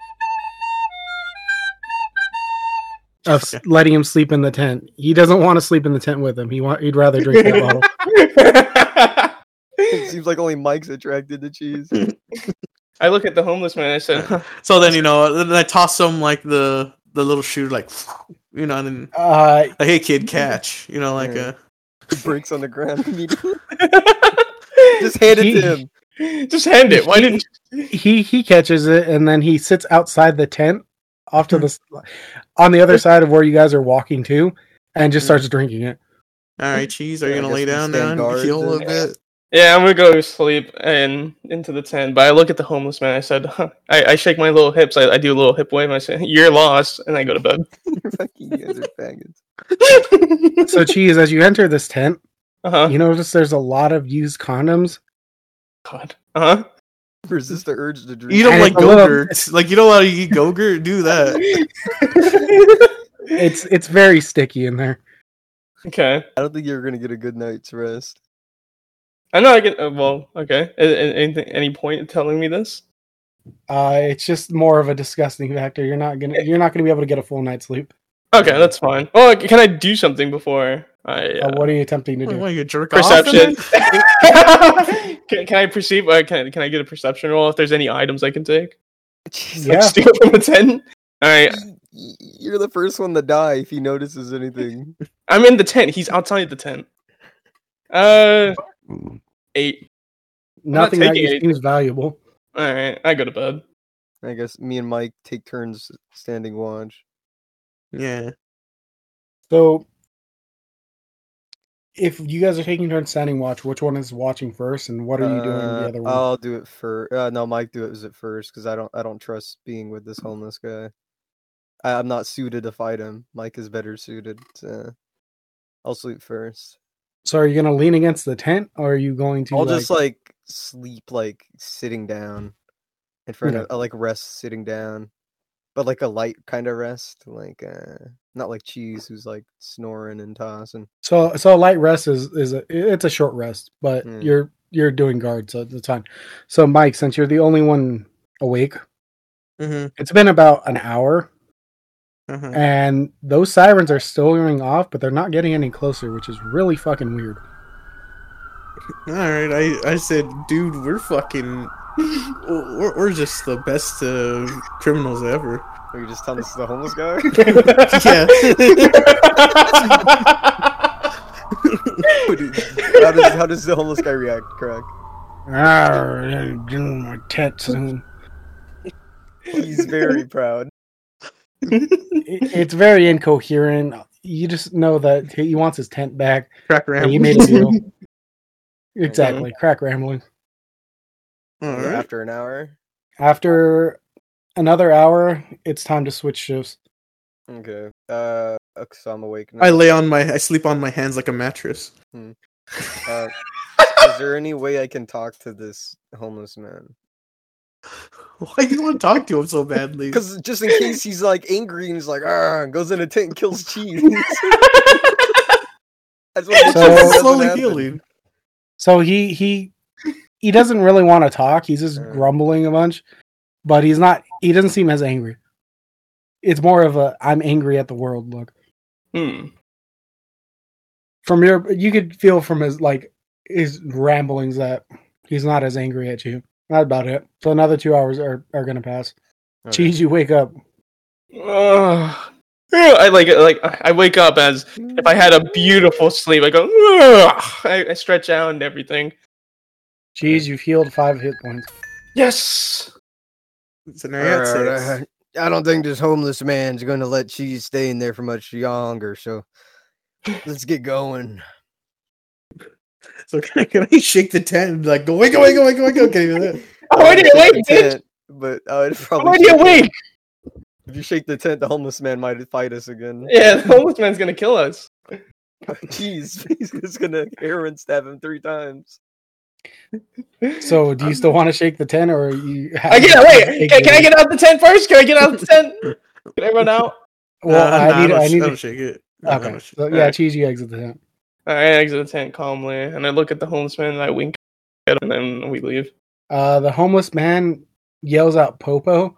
Speaker 1: of s-
Speaker 2: Okay.
Speaker 1: letting him sleep in the tent. He doesn't want to sleep in the tent with him. He want he'd rather drink that bottle.
Speaker 3: It seems like only Mike's attracted to cheese.
Speaker 5: I look at the homeless man. I said, huh,
Speaker 2: So then you know, then I toss him like the the little shoe, like you know, and then
Speaker 1: Uh,
Speaker 2: like, hey kid, catch, you know, like
Speaker 3: Yeah.
Speaker 2: uh,
Speaker 3: It breaks on the ground immediately. Just hand it to him.
Speaker 5: "Just hand it." Why didn't?
Speaker 1: he he catches it and then he sits outside the tent, off to the s- on the other side of where you guys are walking to, and just starts drinking it.
Speaker 2: all right, cheese, are you
Speaker 3: Yeah, I
Speaker 2: gonna
Speaker 3: guess
Speaker 2: lay
Speaker 3: we
Speaker 2: down now?
Speaker 3: stand
Speaker 2: and
Speaker 3: guard
Speaker 2: Heal a little
Speaker 3: then.
Speaker 2: bit.
Speaker 5: You? Yeah, I'm gonna go to sleep and into the tent. But I look at the homeless man. I said, huh. I, "I shake my little hips. I, I do a little hip wave." I say, "You're lost," and I go to bed.
Speaker 3: Fucking you guys are faggots.
Speaker 1: So cheese, as you enter this tent,
Speaker 5: Uh huh.
Speaker 1: you notice there's a lot of used condoms.
Speaker 5: God. Uh huh.
Speaker 3: Resist the urge to drink.
Speaker 2: You don't
Speaker 1: And
Speaker 2: like
Speaker 1: it's a little-
Speaker 2: Gogurt, like you don't want to eat Gogurt. Do that.
Speaker 1: It's it's very sticky in there.
Speaker 5: okay.
Speaker 3: I don't think you're gonna get a good night's rest.
Speaker 5: I know I get. Uh, well, okay. A- a- anything, any point in telling me this?
Speaker 1: Uh, it's just more of a disgusting factor. You're not gonna you're not gonna be able to get a full night's sleep.
Speaker 5: Okay, that's fine. Well, like, can I do something before I?
Speaker 1: Uh,
Speaker 5: Uh,
Speaker 1: what are you attempting to
Speaker 2: What,
Speaker 1: do?
Speaker 2: what, you jerk
Speaker 5: perception.
Speaker 2: Off
Speaker 5: can, can I perceive? Uh, can Can I get a perception roll if there's any items I can take?
Speaker 3: Jesus,
Speaker 1: Yeah,
Speaker 5: Like steal from a tent. All right,
Speaker 3: You're the first one to die if he notices anything.
Speaker 5: I'm in the tent. He's outside the tent. Uh, eight.
Speaker 1: nothing
Speaker 5: not
Speaker 1: that you
Speaker 5: taking
Speaker 1: seems valuable.
Speaker 5: All right, I go to bed.
Speaker 3: I guess me and Mike take turns standing watch.
Speaker 2: then? Yeah.
Speaker 1: So, if you guys are taking turns standing watch, which one is watching first, and what are you doing with the
Speaker 3: Uh,
Speaker 1: other one?
Speaker 3: I'll do it first. Uh, no, Mike do it was at first because I don't I don't trust being with this homeless guy. I, I'm not suited to fight him. Mike is better suited. So I'll sleep first.
Speaker 1: so, are you going to lean against the tent, or are you going to?
Speaker 3: I'll
Speaker 1: like-
Speaker 3: just like sleep like sitting down in front
Speaker 1: Okay.
Speaker 3: of uh, like rest sitting down, but like a light kind of rest, like uh not like cheese who's like snoring and tossing.
Speaker 1: so so a light rest is is a, it's a short rest, but
Speaker 3: Hmm.
Speaker 1: you're you're doing guard, so it's fine. So, Mike, since you're the only one awake,
Speaker 2: Mm-hmm.
Speaker 1: it's been about an hour,
Speaker 2: Uh-huh.
Speaker 1: and those sirens are still going off, but they're not getting any closer, which is really fucking weird.
Speaker 2: All right, I I said, dude, we're fucking, we're, we're just the best uh, criminals ever.
Speaker 3: Are you just telling this to the homeless guy?
Speaker 2: yeah.
Speaker 3: What do- how does how does the homeless guy react, Craig?
Speaker 1: Arr, doing my tent soon.
Speaker 3: He's very proud.
Speaker 1: it- it's very incoherent. You just know that he wants his tent back.
Speaker 2: Crack
Speaker 1: and
Speaker 2: ram.
Speaker 1: He made a deal. exactly. Crack rambling.
Speaker 2: All
Speaker 3: Yeah,
Speaker 2: right.
Speaker 3: After an hour.
Speaker 1: After another hour, it's time to switch shifts.
Speaker 3: Okay. Uh, because I'm awake now.
Speaker 2: I lay on my, I sleep on my hands like a mattress.
Speaker 3: Uh, is there any way I can talk to this homeless man?
Speaker 2: Why do you want to talk to him so badly?
Speaker 3: Because just in case he's like angry and he's like, ah, goes in a tent and kills cheese. I just wanna make
Speaker 1: So-
Speaker 2: It's
Speaker 3: sure that
Speaker 2: just
Speaker 3: doesn't
Speaker 2: slowly
Speaker 3: happen.
Speaker 2: healing.
Speaker 1: So he he he doesn't really want to talk. He's just
Speaker 3: Mm.
Speaker 1: grumbling a bunch, but he's not. He doesn't seem as angry. It's more of a I'm angry at the world look.
Speaker 5: Hmm.
Speaker 1: From your, you could feel from his like his ramblings that he's not as angry at you. That's about it. So another two hours are are gonna pass.
Speaker 3: Okay.
Speaker 1: Cheese, you wake up.
Speaker 5: Ugh. Yeah, I like like I wake up as if I had a beautiful sleep. I go. "Ugh." I, I stretch out and everything.
Speaker 1: Cheese, you've healed five hit points.
Speaker 5: Yes.
Speaker 2: So now
Speaker 4: All
Speaker 2: I got
Speaker 4: right,
Speaker 2: six.
Speaker 4: I, I don't think this homeless man's going to let cheese stay in there for much longer. So let's get going.
Speaker 2: So can I, can I shake the tent? Like go wake, wake, wake, wake, wake. Can you do that?
Speaker 5: I'm
Speaker 3: I would
Speaker 5: already
Speaker 3: shake
Speaker 5: awake,
Speaker 3: the
Speaker 5: bitch.
Speaker 3: tent, But I would
Speaker 5: I'm
Speaker 3: probably.
Speaker 5: already
Speaker 3: shake the-
Speaker 5: awake.
Speaker 3: If you shake the tent, the homeless man might fight us again.
Speaker 5: Yeah, the homeless man's gonna kill us.
Speaker 3: Jeez, he's just gonna Aaron stab him three times.
Speaker 1: So, do you still want to shake the tent, or you?
Speaker 5: I get wait. Can, can I get out the tent first? Can I get out the tent? Can I run out?
Speaker 1: Well,
Speaker 2: Nah,
Speaker 5: Uh,
Speaker 2: nah,
Speaker 1: I need.
Speaker 2: don't
Speaker 1: I
Speaker 2: sh-
Speaker 1: need.
Speaker 2: don't
Speaker 1: to-
Speaker 2: shake it. Nah, I
Speaker 1: Okay.
Speaker 2: don't shake-
Speaker 1: So,
Speaker 5: All
Speaker 1: yeah,
Speaker 5: right.
Speaker 1: cheese. You exit the tent.
Speaker 5: I exit the tent calmly, and I look at the homeless man, and I wink at him, and then we leave.
Speaker 1: Uh, the homeless man yells out "Popo"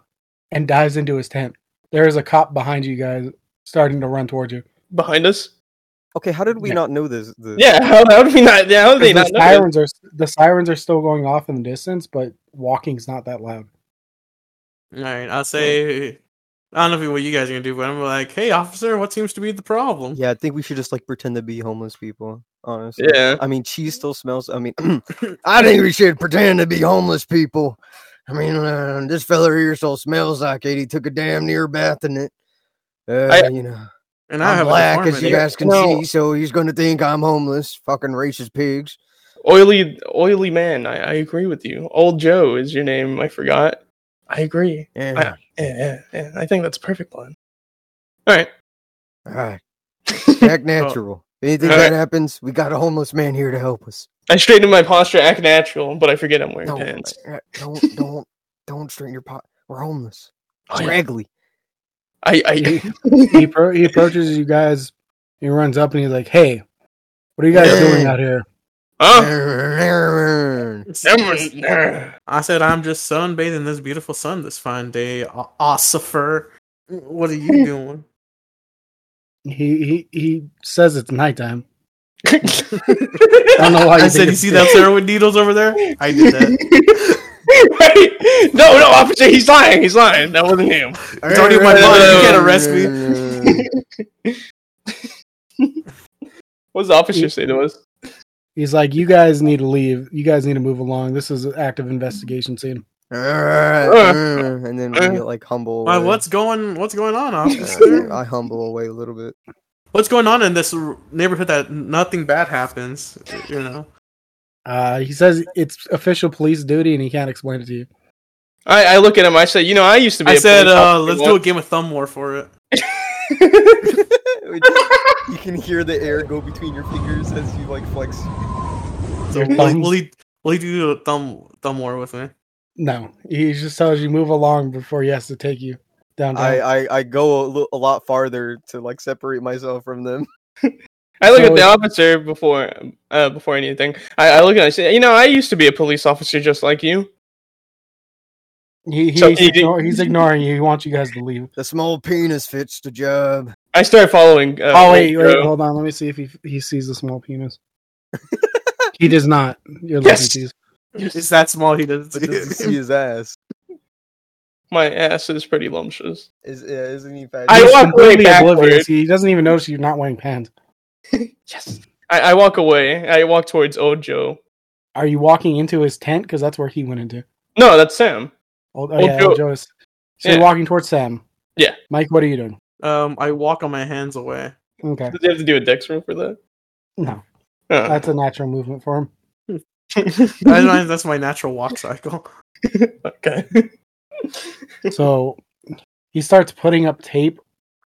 Speaker 1: and dives into his tent. There is a cop behind you guys, starting to run towards you.
Speaker 5: Behind us?
Speaker 3: Okay, how did we
Speaker 1: Yeah.
Speaker 3: not know this? this?
Speaker 5: Yeah. How, how did we not? Yeah. How did they
Speaker 1: The
Speaker 5: not? know this?
Speaker 1: sirens are the sirens are still going off in the distance, but walking's not that loud.
Speaker 2: All right, I'll say. I don't know what you guys are gonna do, but I'm like, hey, officer, what seems to be the problem?
Speaker 3: Yeah, I think we should just like pretend to be homeless people. Honestly.
Speaker 5: Yeah.
Speaker 3: I mean, cheese still smells. I mean,
Speaker 4: I think we should pretend to be homeless people. I mean, uh, this fella here so smells like it. He took a damn near bath in it. Uh,
Speaker 5: I-
Speaker 4: you know,
Speaker 2: And I
Speaker 4: I'm
Speaker 2: have
Speaker 4: black,
Speaker 2: a
Speaker 4: as you
Speaker 2: deformity.
Speaker 4: guys can
Speaker 5: No.
Speaker 4: see, so he's going to think I'm homeless. Fucking racist pigs.
Speaker 5: Oily, oily man. I, I agree with you. Old Joe is your name. I forgot. I agree.
Speaker 4: Yeah.
Speaker 5: Yeah, yeah, yeah. I think that's a perfect plan. All right.
Speaker 4: All right. Act natural. If Anything
Speaker 5: All
Speaker 4: that
Speaker 5: right.
Speaker 4: happens, we got a homeless man here to help us.
Speaker 5: I straighten my posture, act natural, but I forget I'm wearing
Speaker 4: No,
Speaker 5: pants.
Speaker 4: uh, don't, don't, don't straighten your pot. We're homeless.
Speaker 5: Oh,
Speaker 4: We're
Speaker 5: yeah.
Speaker 4: ugly.
Speaker 5: I,
Speaker 1: He,
Speaker 5: I
Speaker 1: he, appro- he approaches you guys. He runs up and he's like, "Hey, what are you guys doing out here?"
Speaker 5: huh?
Speaker 2: Someone's- I said, I'm just sunbathing this beautiful sun this fine day. O- Ossifer, what are you doing?
Speaker 1: He he he says it's nighttime. I don't know why. You
Speaker 2: I
Speaker 1: think
Speaker 2: said, you
Speaker 1: it's-
Speaker 2: see that steroid needles over there? I did that.
Speaker 5: Wait, no, no, officer, he's lying. He's lying. That wasn't him.
Speaker 2: It's already my body. You can't arrest me.
Speaker 4: me.
Speaker 5: What does the officer say to us?
Speaker 1: He's like, "You guys need to leave. You guys need to move along. This is an active investigation scene."
Speaker 4: and then
Speaker 5: Uh,
Speaker 4: we get like humble.
Speaker 2: Why,
Speaker 4: away.
Speaker 2: what's going? What's going on,
Speaker 4: Uh,
Speaker 2: officer?
Speaker 4: I humble away a little bit.
Speaker 2: What's going on in this r- neighborhood that nothing bad happens? You know.
Speaker 1: Uh, he says it's official police duty, and he can't explain it to you.
Speaker 5: I, I look at him. I say, you know, I used to be.
Speaker 2: I
Speaker 5: a
Speaker 2: said,
Speaker 5: police
Speaker 2: uh,
Speaker 5: officer
Speaker 2: let's do a
Speaker 5: once."
Speaker 2: game of thumb war for it.
Speaker 3: We just- you can hear the air go between your fingers as you like flex.
Speaker 2: So
Speaker 1: Your
Speaker 2: will, he-
Speaker 1: thumbs?
Speaker 2: will he? Will he do a thumb thumb war with me?
Speaker 1: No, he just tells you move along before he has to take you downtown.
Speaker 3: I I, I go a, lo- a lot farther to like separate myself from them.
Speaker 5: I look at the
Speaker 1: So-
Speaker 5: officer before uh, before anything. I, I look at him. I say, you know, I used to be a police officer just like you.
Speaker 1: he, he's,
Speaker 5: So he-
Speaker 1: ignor- he's ignoring you. He wants you guys to leave.
Speaker 4: The small penis fits the job.
Speaker 5: I start following. Uh,
Speaker 1: oh wait,
Speaker 5: old
Speaker 1: wait,
Speaker 5: Joe.
Speaker 1: hold on. Let me see if he he sees the small penis. he does not. You're
Speaker 5: Yes.
Speaker 1: looking cheese.
Speaker 2: It's that small. He doesn't
Speaker 3: But
Speaker 2: see
Speaker 3: does he
Speaker 2: it.
Speaker 3: see his ass?
Speaker 5: My ass is pretty lumptious.
Speaker 3: Is yeah, isn't he fat?
Speaker 5: I
Speaker 1: He's
Speaker 5: walk way
Speaker 1: completely
Speaker 5: backward.
Speaker 1: He doesn't even notice you're not wearing pants.
Speaker 5: Yes. I, I walk away. I walk towards old Joe.
Speaker 1: Are you walking into his tent? Because that's where he went into.
Speaker 5: No, that's Sam.
Speaker 1: Old, oh,
Speaker 5: Old
Speaker 1: yeah,
Speaker 5: Joe.
Speaker 1: Old Joe is. So you're
Speaker 5: Yeah.
Speaker 1: walking towards Sam.
Speaker 5: Yeah.
Speaker 1: Mike, what are you doing?
Speaker 2: Um, I walk on my hands away.
Speaker 1: Okay.
Speaker 5: Does he have to do a dex roll for that?
Speaker 1: No,
Speaker 5: Oh.
Speaker 1: that's a natural movement for him.
Speaker 2: I don't know, that's my natural walk cycle.
Speaker 5: okay.
Speaker 1: So he starts putting up tape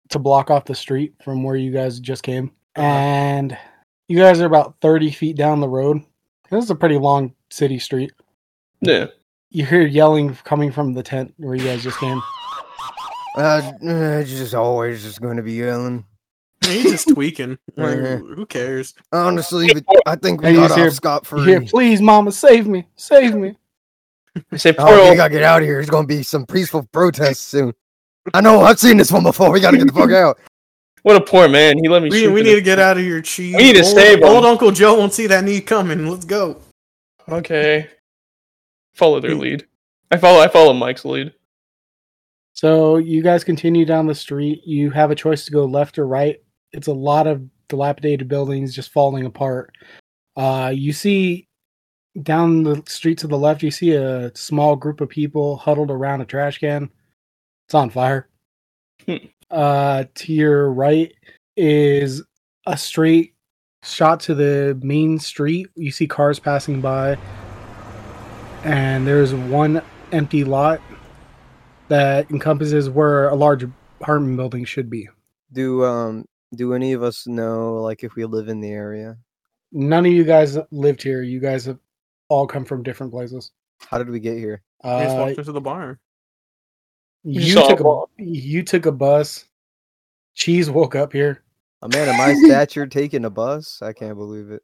Speaker 1: to block off the street from where you guys just came. And you guys are about 30 feet down the road. This is a pretty long city street.
Speaker 5: Yeah.
Speaker 1: You hear yelling coming from the tent where you guys just came.
Speaker 4: Uh, uh, just always just going to be yelling.
Speaker 2: He's just tweaking. Like,
Speaker 4: Yeah.
Speaker 2: who cares?
Speaker 4: Honestly, but I think we
Speaker 1: And you
Speaker 4: got
Speaker 1: just hear-
Speaker 4: off scot
Speaker 1: You hear,
Speaker 4: free.
Speaker 1: please, mama, save me, save me.
Speaker 5: I say, poor
Speaker 4: Oh, we
Speaker 5: old.
Speaker 4: gotta get out of here. There's gonna be some peaceful protests soon. I know. I've seen this one before. We gotta get the fuck out.
Speaker 5: What a poor man. He let me
Speaker 2: We,
Speaker 5: shoot.
Speaker 2: we
Speaker 5: in
Speaker 2: need
Speaker 5: the-
Speaker 2: to get out of here, cheese.
Speaker 5: We need to
Speaker 2: old,
Speaker 5: save him.
Speaker 2: Old Uncle Joe won't see that knee coming. Let's go.
Speaker 5: Okay. Follow their lead. I follow. I follow Mike's lead.
Speaker 1: So you guys continue down the street. You have a choice to go left or right. It's a lot of dilapidated buildings just falling apart. Uh, you see down the street to the left, you see a small group of people huddled around a trash can. It's on fire.
Speaker 5: Hmm.
Speaker 1: Uh, to your right is a street shot to the main street. You see cars passing by, and there's one empty lot that encompasses where a large apartment building should be.
Speaker 3: Do um do any of us know like if we live in the area?
Speaker 1: None of you guys lived here. You guys have all come from different places.
Speaker 3: How did we get here?
Speaker 2: I just
Speaker 1: Uh,
Speaker 2: walked into the bar.
Speaker 1: you
Speaker 5: just saw
Speaker 1: took
Speaker 5: a
Speaker 1: a,
Speaker 5: wall.
Speaker 1: you took a bus. Cheese woke up here.
Speaker 3: A man of my stature taking a bus? I can't believe it.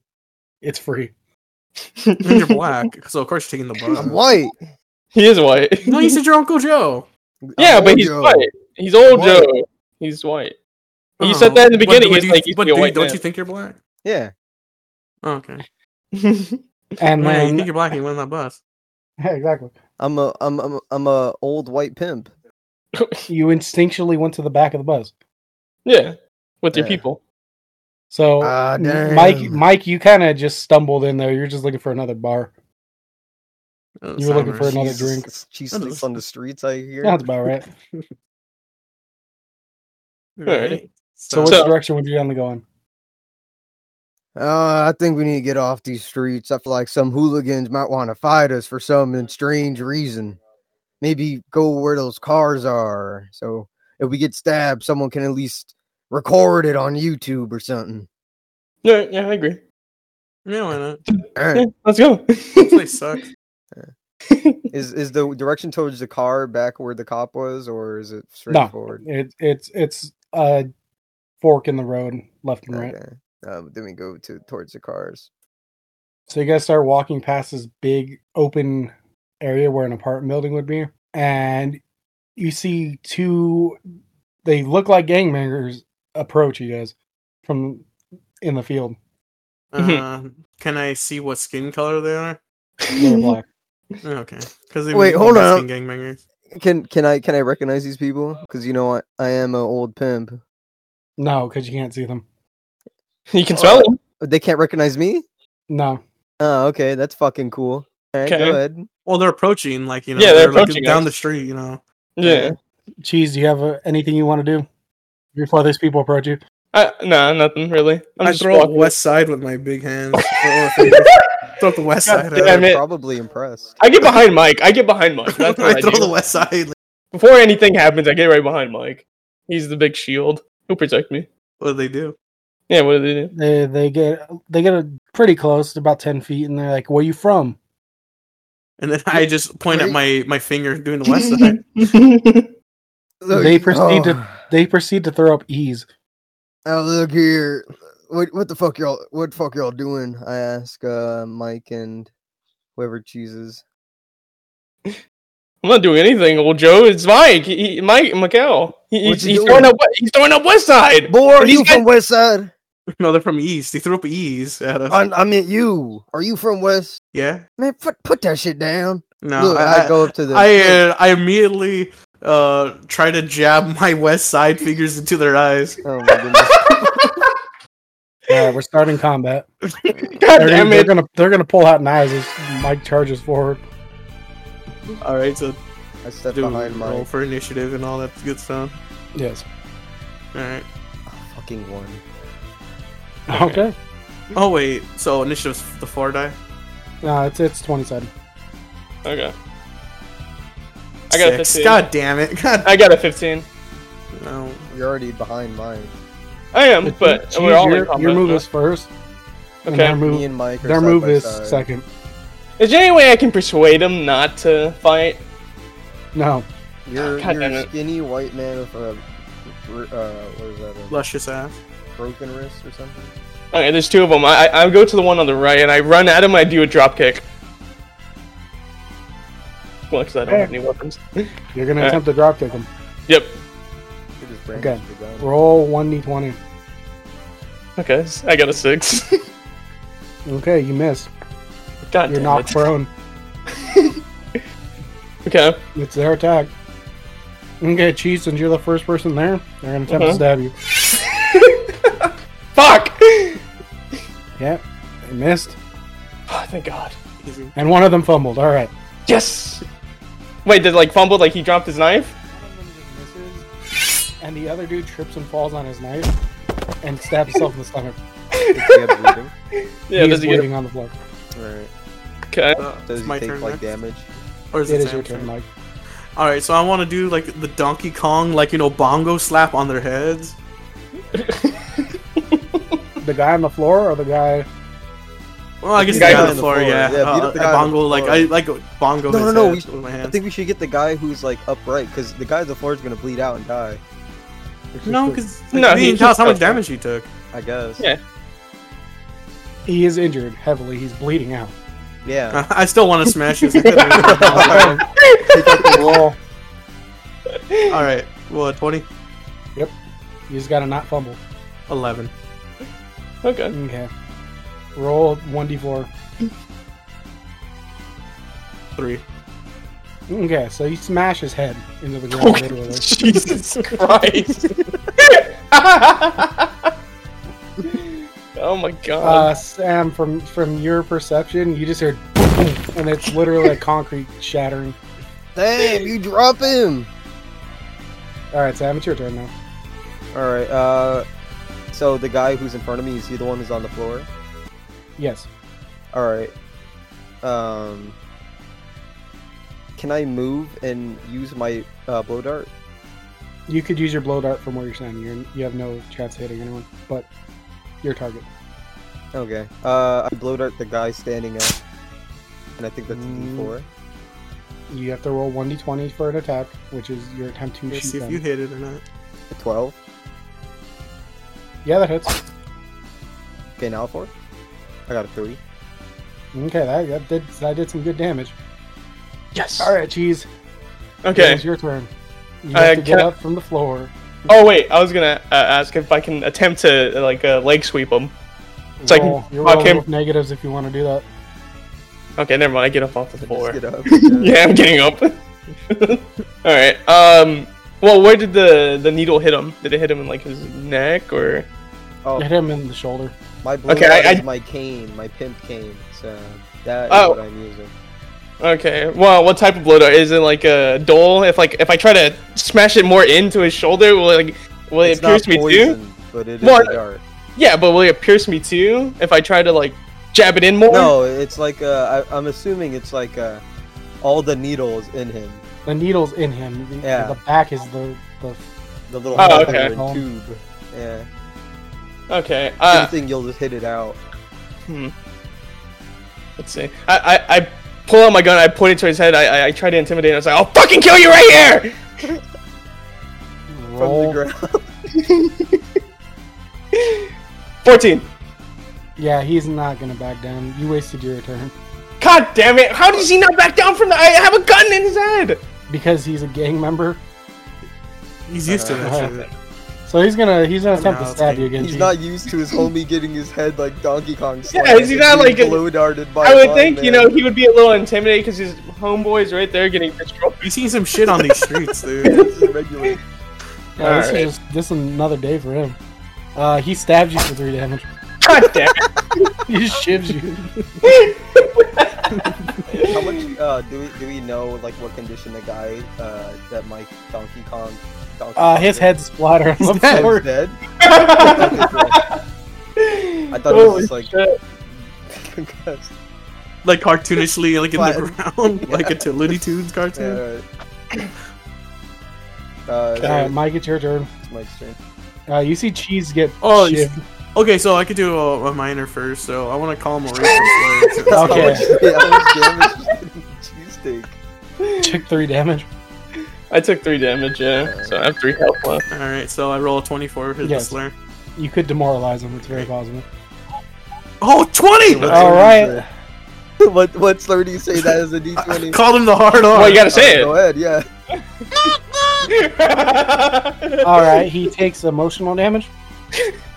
Speaker 1: It's free.
Speaker 2: And you're black, so of course you're taking the
Speaker 4: I'm
Speaker 2: bus.
Speaker 4: white.
Speaker 5: he is white.
Speaker 2: no, you said your Uncle Joe.
Speaker 4: I'm
Speaker 5: yeah, but
Speaker 4: old
Speaker 5: he's
Speaker 4: Joe.
Speaker 5: white. He's old
Speaker 4: White.
Speaker 5: Joe. He's white. You
Speaker 2: Oh,
Speaker 5: said that in the
Speaker 2: but-
Speaker 5: beginning,
Speaker 2: But,
Speaker 5: it's
Speaker 2: do you,
Speaker 5: like you
Speaker 2: but
Speaker 5: see a
Speaker 2: do you-
Speaker 5: white
Speaker 2: don't
Speaker 5: man.
Speaker 2: you think you're black?
Speaker 3: Yeah.
Speaker 2: Oh, okay.
Speaker 1: And
Speaker 2: yeah, you
Speaker 1: when
Speaker 2: think you're black and you went on that bus.
Speaker 1: exactly,
Speaker 3: I'm a I'm I'm I'm a old white pimp.
Speaker 1: you instinctually went to the back of the bus.
Speaker 5: yeah, with your
Speaker 3: Yeah.
Speaker 5: people.
Speaker 1: So,
Speaker 4: Ah,
Speaker 1: M- Mike,
Speaker 4: damn.
Speaker 1: Mike, you kind of just stumbled in there. You're just looking for another bar.
Speaker 2: Oh,
Speaker 1: You were looking for
Speaker 2: Cyrus.
Speaker 1: another
Speaker 3: Jesus,
Speaker 1: drink.
Speaker 3: She
Speaker 2: That
Speaker 3: sleeps
Speaker 2: is-
Speaker 3: on the streets. I hear.
Speaker 1: Sounds about right.
Speaker 2: Alright.
Speaker 5: Alright.
Speaker 1: So,
Speaker 2: So,
Speaker 1: which
Speaker 5: So-
Speaker 1: direction would you want to go in?
Speaker 4: Uh, I think we need to get off these streets. I feel like some hooligans might want to fight us for some strange reason. Maybe go where those cars are. So if we get stabbed, someone can at least record it on YouTube or something.
Speaker 5: No, yeah, I agree.
Speaker 2: yeah, why not?
Speaker 4: All right.
Speaker 5: Yeah, let's go.
Speaker 2: This place sucks.
Speaker 3: Is is the direction towards the car back where the cop was, or is it straightforward?
Speaker 1: It, it's it's a fork in the road, left and right.
Speaker 3: Okay. Um, then we go to towards the cars.
Speaker 1: So you guys start walking past this big open area where an apartment building would be, and you see two. They look like gangbangers approach you guys from in the field.
Speaker 2: Uh, can I see what skin color they are?
Speaker 1: They're black.
Speaker 2: Okay. Because
Speaker 4: Wait, hold on.
Speaker 2: Gangbangers.
Speaker 3: Can can I can I recognize these people? Because you know what, I am an old pimp.
Speaker 1: No, because you can't see them.
Speaker 5: you can smell him.
Speaker 3: They can't recognize me.
Speaker 1: No,
Speaker 3: Oh, okay, that's fucking cool. All right,
Speaker 5: Okay.
Speaker 3: go ahead.
Speaker 2: Well, they're approaching, like you know,
Speaker 5: Yeah, they're
Speaker 2: like,
Speaker 5: approaching
Speaker 2: down
Speaker 5: us.
Speaker 2: the street. You know,
Speaker 5: Yeah.
Speaker 1: cheese. Do you have uh anything you want to do before these people approach you?
Speaker 5: I, nah, nothing really. I'm
Speaker 2: I
Speaker 5: just
Speaker 2: throw up
Speaker 5: walking.
Speaker 2: West Side with my big hands. Throw up- throw up the West Side.
Speaker 5: God
Speaker 2: at
Speaker 5: damn it.
Speaker 2: it.
Speaker 3: They're probably impressed.
Speaker 5: I get behind Mike. I get behind Mike. That's what I
Speaker 2: I throw
Speaker 5: do.
Speaker 2: the West Side. like,
Speaker 5: Before anything happens, I get right behind Mike. He's the big shield. He'll protect me.
Speaker 2: What do they do?
Speaker 5: Yeah, what do they do?
Speaker 1: They they get they get a, pretty close, about ten feet, and they're like, "Where you from?"
Speaker 2: And then I just point at my my finger doing the West Side.
Speaker 5: Side.
Speaker 4: Look,
Speaker 1: They proceed
Speaker 4: oh,
Speaker 1: to- They proceed to throw up ease.
Speaker 4: oh, look here. What what the fuck y'all what the fuck y'all doing?
Speaker 3: I ask uh, Mike and whoever chooses.
Speaker 5: I'm not doing anything, old Joe. It's Mike. He, he- Mike Mikel. He,
Speaker 4: What
Speaker 5: he's,
Speaker 4: you
Speaker 5: he's
Speaker 4: doing?
Speaker 5: throwing up. He's throwing up West Side.
Speaker 4: Boy, are
Speaker 5: These
Speaker 4: you
Speaker 5: guys-
Speaker 4: from West Side?
Speaker 2: No, they're from East. They threw up E's at us.
Speaker 4: I, I meant you. Are you from West?
Speaker 2: yeah.
Speaker 4: Man, put, put that shit down.
Speaker 2: No,
Speaker 3: Look,
Speaker 2: I,
Speaker 3: I, go up to the.
Speaker 2: I uh, I immediately uh try to jab my West Side fingers into their eyes.
Speaker 3: oh my goodness.
Speaker 1: All right, Uh, we're starting combat.
Speaker 5: God
Speaker 1: They're gonna,
Speaker 5: damn
Speaker 1: they're
Speaker 5: it!
Speaker 1: gonna they're gonna pull out knives as Mike charges forward.
Speaker 2: All right, so
Speaker 3: I step
Speaker 2: do
Speaker 3: behind
Speaker 2: roll
Speaker 3: Mike.
Speaker 2: for initiative and all that good stuff.
Speaker 1: Yes.
Speaker 2: All right.
Speaker 3: Fucking one.
Speaker 1: Okay.
Speaker 2: Oh wait, so initiative's the four die.
Speaker 1: No, it's it's twenty sided.
Speaker 5: Okay. I got a
Speaker 2: Six.
Speaker 5: 15.
Speaker 2: God damn it. God.
Speaker 5: I got a 15.
Speaker 2: No.
Speaker 3: You're already behind Mike.
Speaker 5: I am, but we're all in
Speaker 1: your,
Speaker 5: combat.
Speaker 1: your move
Speaker 5: so-
Speaker 1: is first. and
Speaker 5: Okay.
Speaker 1: Their
Speaker 3: Me
Speaker 1: move,
Speaker 3: and Mike. Are
Speaker 1: their
Speaker 3: side
Speaker 1: move
Speaker 3: by
Speaker 1: is
Speaker 3: side.
Speaker 1: second.
Speaker 5: Is there any way I can persuade him not to fight?
Speaker 1: No.
Speaker 3: You're,
Speaker 5: God
Speaker 3: you're
Speaker 5: damn
Speaker 3: a
Speaker 5: it.
Speaker 3: skinny white man with a, r- uh, what is that? A
Speaker 2: Luscious ass.
Speaker 3: broken wrist or something?
Speaker 5: Okay, there's two of them. I, I I go to the one on the right and I run at him. I do a drop kick. Well, 'cause I don't have any weapons.
Speaker 1: You're gonna
Speaker 5: Uh.
Speaker 1: attempt to drop kick him.
Speaker 5: Yep.
Speaker 3: You just brandished
Speaker 1: Okay.
Speaker 3: your gun.
Speaker 1: Roll one d twenty.
Speaker 5: Okay, s- I got a six.
Speaker 1: Okay, you missed.
Speaker 5: God
Speaker 1: You're
Speaker 5: damn
Speaker 1: knocked
Speaker 5: it.
Speaker 1: prone.
Speaker 5: Okay.
Speaker 1: It's their attack. Okay, cheese, since you're the first person there, they're gonna attempt
Speaker 5: Uh-huh.
Speaker 1: to stab you.
Speaker 5: Fuck.
Speaker 1: Yep. They missed.
Speaker 5: Oh, thank God.
Speaker 2: Easy.
Speaker 1: And one of them fumbled. Alright.
Speaker 5: Yes. Wait, did like fumble? Like he dropped his knife?
Speaker 1: And the other dude trips and falls on his knife and stabs himself in the stomach.
Speaker 3: Is he bleeding?
Speaker 5: Yeah,
Speaker 1: he is
Speaker 5: does he get
Speaker 1: bleeding on the floor.
Speaker 3: Alright.
Speaker 5: okay?
Speaker 2: Uh,
Speaker 3: Does
Speaker 2: it's
Speaker 3: he
Speaker 2: my
Speaker 3: take
Speaker 2: turn.
Speaker 3: like
Speaker 2: next?
Speaker 3: damage?
Speaker 2: Or is
Speaker 1: It is
Speaker 2: Sam's
Speaker 1: your turn, Mike.
Speaker 2: All right, so I want to do like the Donkey Kong, like you know, bongo slap on their heads.
Speaker 1: The guy on the floor or the guy?
Speaker 2: Well, I
Speaker 3: The
Speaker 2: guess the
Speaker 5: guy
Speaker 2: guy
Speaker 5: on
Speaker 2: on the
Speaker 3: the
Speaker 2: floor,
Speaker 3: floor,
Speaker 2: yeah.
Speaker 3: yeah, beat
Speaker 2: uh,
Speaker 3: up the
Speaker 2: I
Speaker 3: guy on the
Speaker 2: bongo like
Speaker 3: floor.
Speaker 2: I like bongo
Speaker 3: No,
Speaker 2: his
Speaker 3: no, no,
Speaker 2: head
Speaker 3: we should-
Speaker 2: with my
Speaker 3: I
Speaker 2: hands.
Speaker 3: think we should get the guy who's like upright, because the guy on the floor is gonna bleed out and die.
Speaker 2: No, because like,
Speaker 5: No,
Speaker 2: no, he
Speaker 5: he-
Speaker 2: didn't tell us how
Speaker 5: he's
Speaker 2: much damage he took.
Speaker 3: I guess.
Speaker 5: Yeah.
Speaker 1: He is injured heavily. He's bleeding out.
Speaker 3: Yeah.
Speaker 2: I still want to smash his head.
Speaker 3: Take out the wall.
Speaker 2: All right, what 20,
Speaker 1: You just gotta not fumble.
Speaker 2: 11.
Speaker 5: Okay.
Speaker 1: Okay. Roll 1d4.
Speaker 2: Three.
Speaker 1: Okay, so you smash his head into the ground. literally.
Speaker 5: Jesus Christ. oh my god.
Speaker 1: Uh, Sam, from from your perception, you just heard, boom, and it's literally like concrete shattering.
Speaker 4: Damn, you drop him.
Speaker 1: All right, Sam, it's your turn now.
Speaker 3: Alright, uh so the guy who's in front of me, is he the one who's on the floor?
Speaker 1: Yes,
Speaker 3: Alright. Um Can I move and use my uh, blow dart?
Speaker 1: you could use your blow dart from where you're standing. You're, you have no chance of hitting anyone, but your target.
Speaker 3: Okay. Uh I blow dart the guy standing up. And I think that's a
Speaker 1: Mm.
Speaker 3: D4.
Speaker 1: You have to roll 1d20 for an attack, which is your attempt to
Speaker 2: Let's
Speaker 1: shoot
Speaker 2: see if
Speaker 1: them.
Speaker 2: you hit it or not.
Speaker 3: A 12.
Speaker 1: Yeah, that hits.
Speaker 3: Okay, now a 4. I got a 3.
Speaker 1: Okay, that, that did that did some good damage.
Speaker 5: yes.
Speaker 1: All right, cheese.
Speaker 5: Okay.
Speaker 1: it's your turn. You
Speaker 5: Uh,
Speaker 1: have to
Speaker 5: can
Speaker 1: get
Speaker 5: I-
Speaker 1: up from the floor.
Speaker 5: Oh wait, I was gonna uh, ask if I can attempt to uh, like uh, leg sweep him. So I can
Speaker 1: roll. You're
Speaker 5: block
Speaker 1: rolling
Speaker 5: him.
Speaker 1: with negatives if you want to do that.
Speaker 5: Okay, never mind. I get up off the
Speaker 3: Just
Speaker 5: floor.
Speaker 3: get up.
Speaker 5: Yeah, I'm getting up. All right. Um. Well, where did the the needle hit him? Did it hit him in like his neck or?
Speaker 3: Oh,
Speaker 1: Hit him in the shoulder.
Speaker 3: My blue
Speaker 5: Okay,
Speaker 3: dot
Speaker 5: I-
Speaker 3: is
Speaker 5: I-
Speaker 3: my cane, my pimp cane. So that is
Speaker 5: Oh.
Speaker 3: what I'm using.
Speaker 5: Okay. Well, what type of blow dart is it? Like a dole? If like if I try to smash it more into his shoulder, will it, like will it
Speaker 3: It's not
Speaker 5: pierce me too?
Speaker 3: poison, But it is
Speaker 5: What?
Speaker 3: a dart.
Speaker 5: Yeah, but will it pierce me too if I try to like jab it in more?
Speaker 3: No, it's like uh, I, I'm assuming it's like uh, all the needles in him,
Speaker 1: The needle's in him. The,
Speaker 3: Yeah.
Speaker 1: the back is the, the
Speaker 3: the little
Speaker 5: Oh,
Speaker 3: hole
Speaker 5: okay.
Speaker 3: in the tube. Yeah,
Speaker 5: Okay.
Speaker 3: uh,
Speaker 5: Uh,
Speaker 3: thing you'll just hit it out.
Speaker 5: let's see. I, I I pull out my gun. I point it to his head. I I, I try to intimidate. him. I was like, I'll fucking kill you right here.
Speaker 3: From the
Speaker 1: roll.
Speaker 3: ground.
Speaker 5: Fourteen.
Speaker 1: Yeah, he's not gonna back down. You wasted your turn
Speaker 5: God damn it! How does he not back down from the? I have a gun in his head.
Speaker 1: because he's a gang member.
Speaker 2: He's used to that
Speaker 1: Uh-huh.
Speaker 2: shit.
Speaker 1: So he's gonna he's gonna
Speaker 2: I'm
Speaker 1: attempt to
Speaker 2: out.
Speaker 1: stab you again.
Speaker 3: He's
Speaker 1: G.
Speaker 3: not used to his homie getting his head like Donkey Kong.
Speaker 5: Yeah,
Speaker 3: slammed
Speaker 5: is he
Speaker 3: and
Speaker 5: not,
Speaker 3: being
Speaker 5: like, a-
Speaker 3: blue darted by?
Speaker 5: I would
Speaker 3: Bond
Speaker 5: think you
Speaker 3: Man.
Speaker 5: know he would be a little intimidated because his homeboys right there getting destroyed.
Speaker 2: You've seen some shit on these streets, dude.
Speaker 3: This is regular.
Speaker 1: Yeah, this
Speaker 5: Alright.
Speaker 1: is just this is another day for him. Uh, he stabs you for three damage.
Speaker 5: God damn it!
Speaker 1: He shivs you.
Speaker 3: How much uh, do we do we know like what condition the guy uh, that Mike Donkey Kong? Donkey
Speaker 1: Uh,
Speaker 3: Kong
Speaker 1: his
Speaker 3: is-
Speaker 1: head's splattered on the
Speaker 2: He's dead.
Speaker 3: Oh,
Speaker 1: floor.
Speaker 3: he's dead. I thought it
Speaker 5: Holy
Speaker 3: was just like
Speaker 5: shit.
Speaker 3: concussed.
Speaker 2: Like cartoonishly, like in the
Speaker 3: Flat.
Speaker 2: ground, like a t- Looney Tunes
Speaker 3: Yeah,
Speaker 2: cartoon.
Speaker 3: alright. Uh, is
Speaker 1: Uh,
Speaker 3: there-
Speaker 1: Mike, it's your turn.
Speaker 3: it's Mike's turn.
Speaker 1: Uh, you see Cheese get
Speaker 2: Oh, you
Speaker 1: shivved.
Speaker 2: Okay, so I could do a, a minor first. So I want to call him Maurice. first.
Speaker 3: How
Speaker 1: Okay.
Speaker 3: much, how much damage did the cheesesteak?
Speaker 1: took three damage.
Speaker 5: I took three damage,
Speaker 3: Uh,
Speaker 5: yeah. So I have three health left.
Speaker 2: All right, so I roll a 24 for the
Speaker 1: Yes.
Speaker 2: slur.
Speaker 1: You could demoralize him. It's very possible.
Speaker 2: Oh, 20!
Speaker 3: What
Speaker 1: All
Speaker 3: slur
Speaker 1: right.
Speaker 3: is it? What what slur do you say that is a D
Speaker 2: I
Speaker 3: twenty?
Speaker 2: called him the hard R.
Speaker 3: Oh,
Speaker 5: Well, you gotta say
Speaker 3: Go ahead, yeah.
Speaker 5: it.
Speaker 1: All right, he takes emotional damage.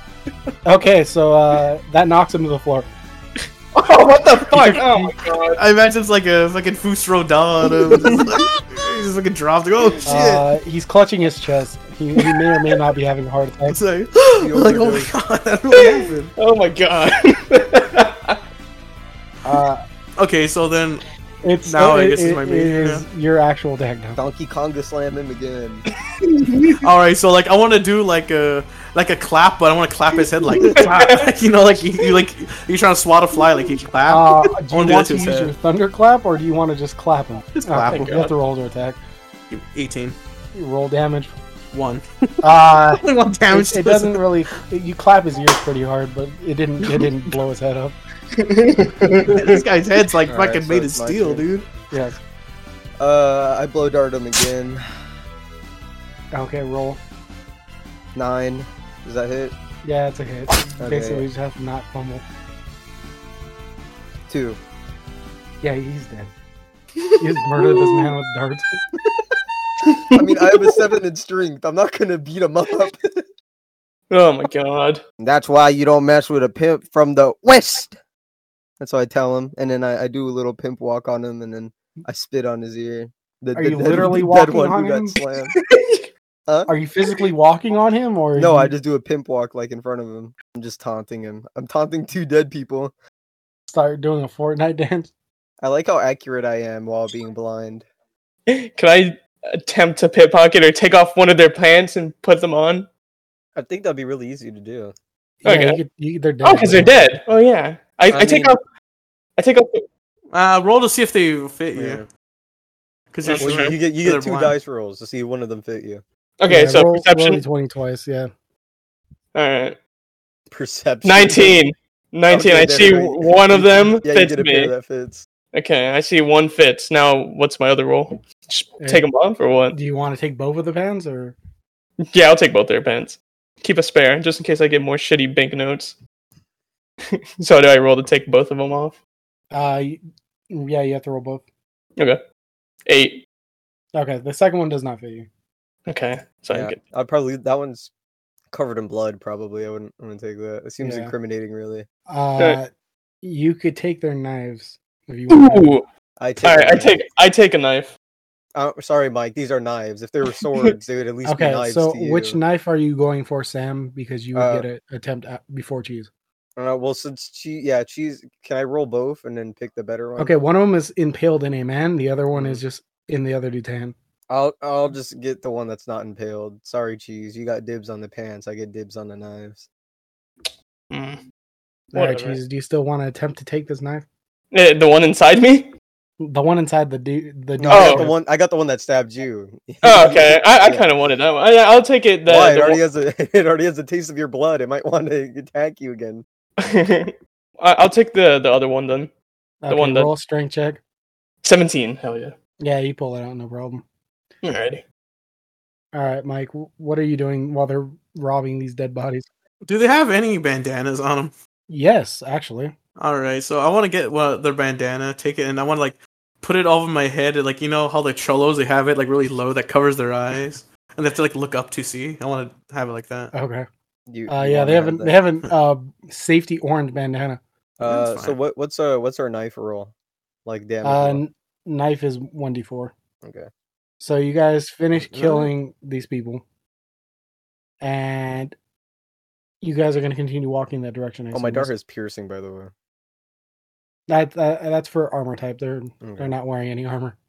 Speaker 1: Okay, so uh, that knocks him to the floor.
Speaker 5: Oh, what the fuck? Oh my god.
Speaker 2: I imagine it's like a fucking Fusro Don. He's just fucking dropped. Like, oh, shit.
Speaker 1: Uh, he's clutching his chest. He, he may or may not be having a heart attack.
Speaker 2: it's like, like, oh my god, that really happened.
Speaker 5: Oh my god.
Speaker 1: Uh,
Speaker 2: Okay, so then
Speaker 1: It's
Speaker 2: Now I
Speaker 1: it-
Speaker 2: guess it's
Speaker 1: it-
Speaker 2: my
Speaker 1: it
Speaker 2: major,
Speaker 1: is your actual Dagnum.
Speaker 3: Donkey Konga slam him again.
Speaker 2: All right, so like I want to do like a like a clap, but I want to clap his head like, clap. you know, like you, you like you're trying to swat a fly, like you clap.
Speaker 1: Uh,
Speaker 2: I
Speaker 1: do
Speaker 2: wanna
Speaker 1: you
Speaker 2: do that
Speaker 1: want
Speaker 2: to
Speaker 1: to
Speaker 2: his
Speaker 1: use your
Speaker 2: head.
Speaker 1: thunderclap or do you want to just clap him?
Speaker 2: Just clap
Speaker 1: okay,
Speaker 2: him.
Speaker 1: You have to roll to attack. Uh,
Speaker 2: 18,
Speaker 1: You roll damage.
Speaker 2: one.
Speaker 1: Uh,
Speaker 2: Only one damage.
Speaker 1: it,
Speaker 2: to
Speaker 1: it
Speaker 2: this.
Speaker 1: doesn't really. You clap his ears pretty hard, but it didn't. It didn't blow his head up.
Speaker 2: this guy's head's like
Speaker 3: All right,
Speaker 2: fucking
Speaker 3: so
Speaker 2: made of
Speaker 3: it's my
Speaker 2: steel,
Speaker 3: turn.
Speaker 2: dude.
Speaker 1: Yes.
Speaker 3: Uh, I blow dart him again.
Speaker 1: Okay. Roll.
Speaker 3: Nine. Does that hit?
Speaker 1: Yeah, it's a hit.
Speaker 3: Okay.
Speaker 1: Basically, you just have to not fumble.
Speaker 3: Two.
Speaker 1: Yeah, he's dead. You just murdered this man with darts.
Speaker 3: I mean, I have a seven in strength. I'm not gonna beat him up.
Speaker 5: Oh my god.
Speaker 4: That's why you don't mess with a pimp from the
Speaker 3: West. That's what I tell him, and then I, I do a little pimp walk on him, and then I spit on his ear. The,
Speaker 1: Are
Speaker 3: the
Speaker 1: you
Speaker 3: dead-
Speaker 1: literally
Speaker 3: the dead
Speaker 1: walking
Speaker 3: one who
Speaker 1: on
Speaker 3: got
Speaker 1: him?
Speaker 3: slammed.
Speaker 1: Are you physically walking on him, or
Speaker 3: No,
Speaker 1: you-
Speaker 3: I just do a pimp walk like in front of him. I'm just taunting him. I'm taunting two dead people.
Speaker 1: start doing a Fortnite dance?
Speaker 3: I like how accurate I am while being blind.
Speaker 5: Can I attempt to pickpocket or take off one of their pants and put them on?
Speaker 3: I think that'd be really easy to do.
Speaker 5: Okay.
Speaker 1: you could- you- they're dead.
Speaker 5: Oh, because they're dead. Oh yeah. I, I,
Speaker 3: I
Speaker 5: take
Speaker 3: mean-
Speaker 5: off. I take off.
Speaker 2: Uh, roll to see if they fit you.
Speaker 3: Yeah.
Speaker 2: Because
Speaker 5: Well,
Speaker 2: you're
Speaker 3: Well, you,
Speaker 2: sure.
Speaker 3: you get you
Speaker 2: They're
Speaker 3: get two
Speaker 2: blind.
Speaker 3: dice rolls to see if one of them fit you.
Speaker 5: Okay,
Speaker 1: Yeah,
Speaker 5: so
Speaker 1: roll,
Speaker 5: perception.
Speaker 1: roll a twenty twice. Yeah.
Speaker 5: All right,
Speaker 3: Perception.
Speaker 5: nineteen. Nineteen.
Speaker 3: Okay,
Speaker 5: I
Speaker 3: there
Speaker 5: see
Speaker 3: we go.
Speaker 5: one of them
Speaker 3: Yeah, you
Speaker 5: fits
Speaker 3: get a pair
Speaker 5: me.
Speaker 3: that fits.
Speaker 5: Okay, I see one fits. Now, what's my other roll? Just
Speaker 1: Yeah.
Speaker 5: take them off or what?
Speaker 1: Do you want to take both of the pans, or
Speaker 5: Yeah, I'll take both their pants. Keep a spare just in case I get more shitty banknotes. so do I roll to take both of them off?
Speaker 1: uh, y- yeah, you have to roll both.
Speaker 5: Okay, eight.
Speaker 1: Okay, the second one does not fit you.
Speaker 5: Okay, so
Speaker 3: Yeah,
Speaker 5: I get
Speaker 3: I'd probably that one's covered in blood. Probably I wouldn't. I wouldn't take that. It seems
Speaker 1: Yeah.
Speaker 3: incriminating, really.
Speaker 1: Uh,
Speaker 5: Okay.
Speaker 1: You could take their knives if you want.
Speaker 5: Ooh.
Speaker 3: I take.
Speaker 5: All right, I
Speaker 3: that.
Speaker 5: take I take a knife.
Speaker 3: Uh, sorry, Mike. These are knives. If they were swords, they would at least be
Speaker 1: Okay,
Speaker 3: knives
Speaker 1: so
Speaker 3: to you.
Speaker 1: which knife are you going for, Sam? Because you would
Speaker 3: Uh,
Speaker 1: get an attempt at, before cheese.
Speaker 3: Uh, well, since cheese, yeah, cheese. Can I roll both and then pick the better one?
Speaker 1: Okay, one of them is impaled in a man. The other one is
Speaker 3: mm.
Speaker 1: just in the other dude's hand.
Speaker 3: I'll I'll just get the one that's not impaled. Sorry, cheese. You got dibs on the pants. I get dibs on the knives.
Speaker 5: Mm.
Speaker 1: All right,
Speaker 5: Whatever.
Speaker 1: cheese. Do you still want to attempt to take this knife?
Speaker 5: Eh, The one inside me.
Speaker 1: The one inside the dude. The
Speaker 3: No, I got
Speaker 5: Oh.
Speaker 3: the one. I got the one that stabbed you.
Speaker 5: Oh, okay. I, I
Speaker 3: Yeah.
Speaker 5: kind of wanted that one. I, I'll take it. The,
Speaker 3: Why? It
Speaker 5: the
Speaker 3: already has a. It already has a taste of your blood. It might want to attack you again.
Speaker 5: one- I, I'll take the the other one then.
Speaker 1: okay,
Speaker 5: one that-
Speaker 1: roll a strength check.
Speaker 5: Seventeen. Hell yeah.
Speaker 1: Yeah, you pull it out, no problem.
Speaker 5: Alrighty.
Speaker 1: All right, Mike. wh- What are you doing while they're robbing these dead bodies?
Speaker 2: Do they have any bandanas on them?
Speaker 1: Yes, actually.
Speaker 2: All right, so I want to get well, their bandana, take it, and I want to like put it over my head, and, like you know how the cholos they have it like really low that covers their eyes, and they have to like look up to see. I want to have it like that.
Speaker 1: Okay.
Speaker 3: You.
Speaker 1: Uh,
Speaker 3: you
Speaker 1: yeah,
Speaker 3: wanna
Speaker 1: they haven't.
Speaker 3: that.
Speaker 1: They haven't. Uh, safety orange bandana.
Speaker 3: Uh,
Speaker 2: That's
Speaker 3: so
Speaker 2: fine.
Speaker 3: what? What's our what's our knife roll? Like damn.
Speaker 1: Uh, n- knife is one d four.
Speaker 3: okay.
Speaker 1: So you guys finish
Speaker 2: Alright.
Speaker 1: killing these people, and you guys are going to continue walking that direction. I
Speaker 3: Oh, my
Speaker 1: assume.
Speaker 3: dart is piercing, by the way.
Speaker 1: That, that that's for armor type. They're
Speaker 3: Okay.
Speaker 1: they're not wearing any armor.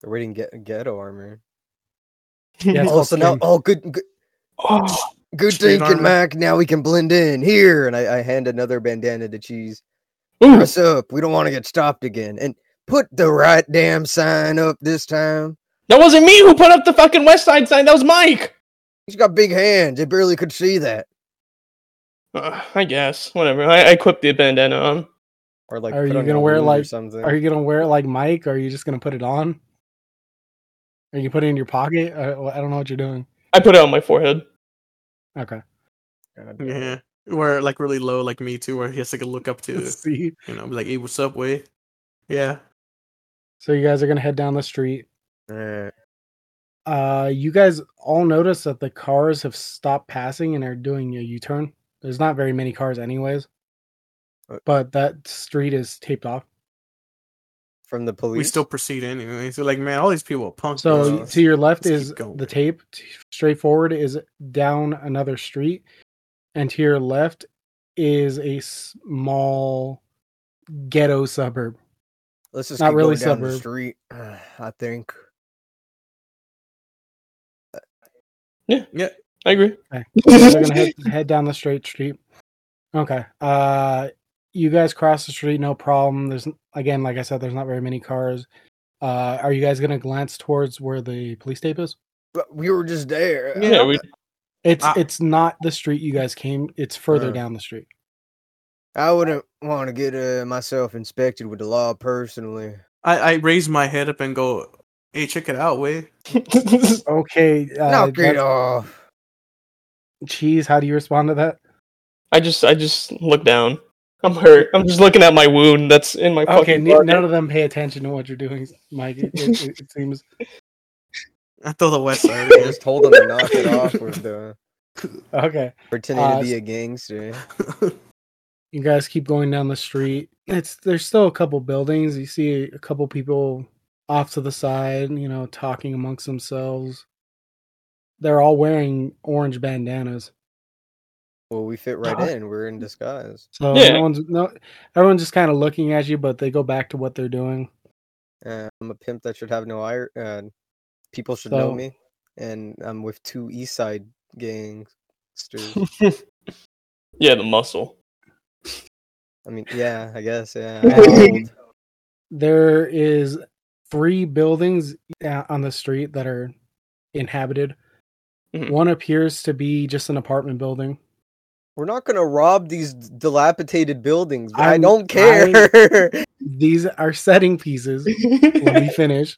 Speaker 3: They're waiting get ghetto armor.
Speaker 1: Yes. That's
Speaker 4: Oh,
Speaker 1: what
Speaker 4: so now,
Speaker 1: Tim-
Speaker 4: oh, good, good,
Speaker 5: Oh,
Speaker 4: good
Speaker 2: Straight
Speaker 4: thinking,
Speaker 2: armor.
Speaker 4: Mac. Now we can blend in
Speaker 3: Here,
Speaker 4: here.
Speaker 3: and I, I hand another bandana to Cheese.
Speaker 5: ooh,
Speaker 4: What's up? We don't want to get stopped again. And put the right damn sign up this time.
Speaker 5: that wasn't me who put up the fucking West Side sign. That was Mike.
Speaker 4: He's got big hands. I barely could see that.
Speaker 5: Uh, I guess. Whatever. I, I clipped the bandana on.
Speaker 3: Or like,
Speaker 1: Are
Speaker 3: put
Speaker 1: you
Speaker 3: on a
Speaker 1: gonna wear,
Speaker 3: wound or
Speaker 1: like-
Speaker 3: something?
Speaker 1: Are you going to wear it like Mike? Or are you just going to put it on? Are you put it in your pocket? I, I don't know what you're doing.
Speaker 5: I put it on my forehead.
Speaker 1: Okay.
Speaker 2: Yeah, where like really low, like me too, where he has to like, look up to,
Speaker 1: See.
Speaker 2: you know, be like, "Hey, what's up, way?" Yeah,
Speaker 1: So you guys are going to head down the street.
Speaker 3: Alright.
Speaker 1: Uh, you guys all notice that the cars have stopped passing and are doing a U-turn. There's not very many cars, anyways.
Speaker 3: Uh,
Speaker 1: But that street is taped off.
Speaker 3: From the
Speaker 2: we
Speaker 3: police.
Speaker 2: still proceed anyway. So like, man, all these people are punks.
Speaker 1: So
Speaker 2: bro.
Speaker 1: to your left
Speaker 2: let's
Speaker 1: is
Speaker 2: keep going.
Speaker 1: the tape. t- Straight forward is down another street, and to your left is a small ghetto suburb.
Speaker 4: Let's just
Speaker 1: Not
Speaker 4: keep
Speaker 1: really
Speaker 4: going down the
Speaker 1: suburb.
Speaker 4: street. I think.
Speaker 5: I agree.
Speaker 1: So they're gonna head, head down the straight street. Okay. Uh, you guys cross the street, no problem. There's again, like I said, there's not very many cars. Uh, are you guys gonna glance towards where the police tape is?
Speaker 4: But we were just there.
Speaker 5: Yeah, we,
Speaker 1: It's
Speaker 2: Ah.
Speaker 1: it's not the street you guys came. It's further
Speaker 4: Uh.
Speaker 1: down the street.
Speaker 4: I wouldn't want to get uh, myself inspected with the law personally.
Speaker 2: I, I raise my head up and go, hey, check it out, way.
Speaker 1: Okay. Uh,
Speaker 4: Knock it off.
Speaker 1: cheese. How do you respond to that?
Speaker 5: I just I just look down. I'm hurt. I'm just looking at my wound that's in my
Speaker 1: Okay.
Speaker 5: fucking.
Speaker 1: ne-
Speaker 5: pocket.
Speaker 1: none of them pay attention to what you're doing, Mike. It, it, it seems.
Speaker 2: I throw the west side.
Speaker 4: I
Speaker 2: I
Speaker 4: just told him to knock it off with the
Speaker 1: Okay.
Speaker 4: pretending
Speaker 1: Uh,
Speaker 4: to be a gangster.
Speaker 2: guess.
Speaker 1: you guys keep going down the street it's there's still a couple buildings you see a couple people off to the side you know talking amongst themselves they're all wearing orange bandanas
Speaker 4: Well, we fit right in. We're in disguise.
Speaker 1: so
Speaker 5: Yeah.
Speaker 1: no one's no everyone's just kind of looking at you but they go back to what they're doing
Speaker 4: Uh, I'm a pimp that should have no ire. Uh, people should know
Speaker 1: So-
Speaker 4: me, and I'm with two East Side gangsters.
Speaker 5: yeah, the muscle.
Speaker 4: I mean, yeah, I guess, yeah.
Speaker 1: Um, there is three buildings uh, on the street that are inhabited
Speaker 5: Mhm.
Speaker 1: one appears to be just an apartment building
Speaker 4: We're not gonna rob these dilapidated buildings. but I
Speaker 1: I'm-
Speaker 4: don't care.
Speaker 1: these are setting pieces when we finish.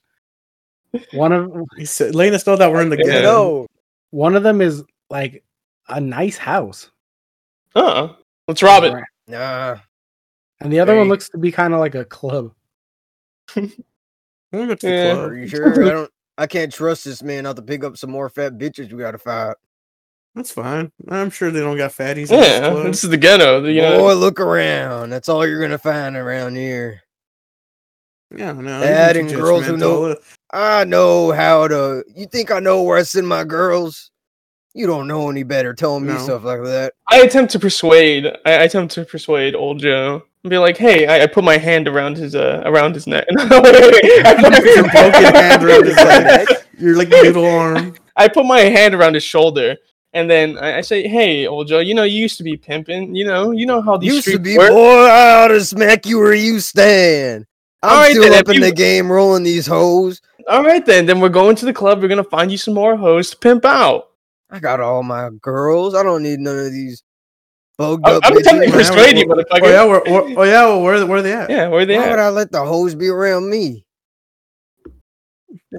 Speaker 1: One of
Speaker 2: He said, letting us know that we're in the
Speaker 5: Yeah.
Speaker 2: game.
Speaker 4: No,
Speaker 1: one of them is like a nice house,
Speaker 5: uh Let's rob it.
Speaker 4: nah.
Speaker 1: and the other one
Speaker 4: Hey.
Speaker 1: looks to be kind of like a club.
Speaker 2: We're gonna go to the
Speaker 5: Yeah.
Speaker 2: club.
Speaker 4: Are you sure? I don't. I can't trust this man not to pick up some more fat bitches. We gotta fight.
Speaker 2: That's fine. I'm sure they don't got fatties. in this
Speaker 5: Yeah,
Speaker 2: club.
Speaker 5: this is the ghetto. the, you know,
Speaker 4: Boy, look around. That's all you're gonna find around here.
Speaker 2: yeah, no.
Speaker 4: Bad
Speaker 2: you're too
Speaker 4: and girls who know-
Speaker 2: judgmental.
Speaker 4: I know how to. You think I know where I send my girls? You don't know any better telling me
Speaker 2: No.
Speaker 4: stuff like that.
Speaker 5: I attempt to persuade. I, I attempt to persuade old Joe and be like, "Hey, I, I put my hand around his uh around his neck. No, wait, wait, wait. I put-
Speaker 2: Your broken hand around his leg. You're like middle arm.
Speaker 5: I put my hand around his shoulder, and then I, I say, "Hey, old Joe, you know you used to be pimping. You know, you know how these
Speaker 4: Used to
Speaker 5: streets
Speaker 4: be,
Speaker 5: work.
Speaker 4: boy, I ought to smack you where you stand. I'm
Speaker 5: All right,
Speaker 4: still
Speaker 5: then, if
Speaker 4: up in
Speaker 5: you-
Speaker 4: the game rolling these hoes.
Speaker 5: All right, then. Then we're going to the club. We're gonna find you some more hoes to pimp out.
Speaker 4: I got all my girls. I don't need none of these bugged
Speaker 5: I'm,
Speaker 4: up
Speaker 5: Uh, I'm attempting to
Speaker 2: Chris-
Speaker 4: bitches.
Speaker 5: persuade you,
Speaker 2: Oh
Speaker 5: motherfucker.
Speaker 2: yeah, we're, we're- oh yeah. well, Where where are they at?
Speaker 5: yeah, where they
Speaker 4: Why
Speaker 5: at?
Speaker 4: would I let the hoes be around me?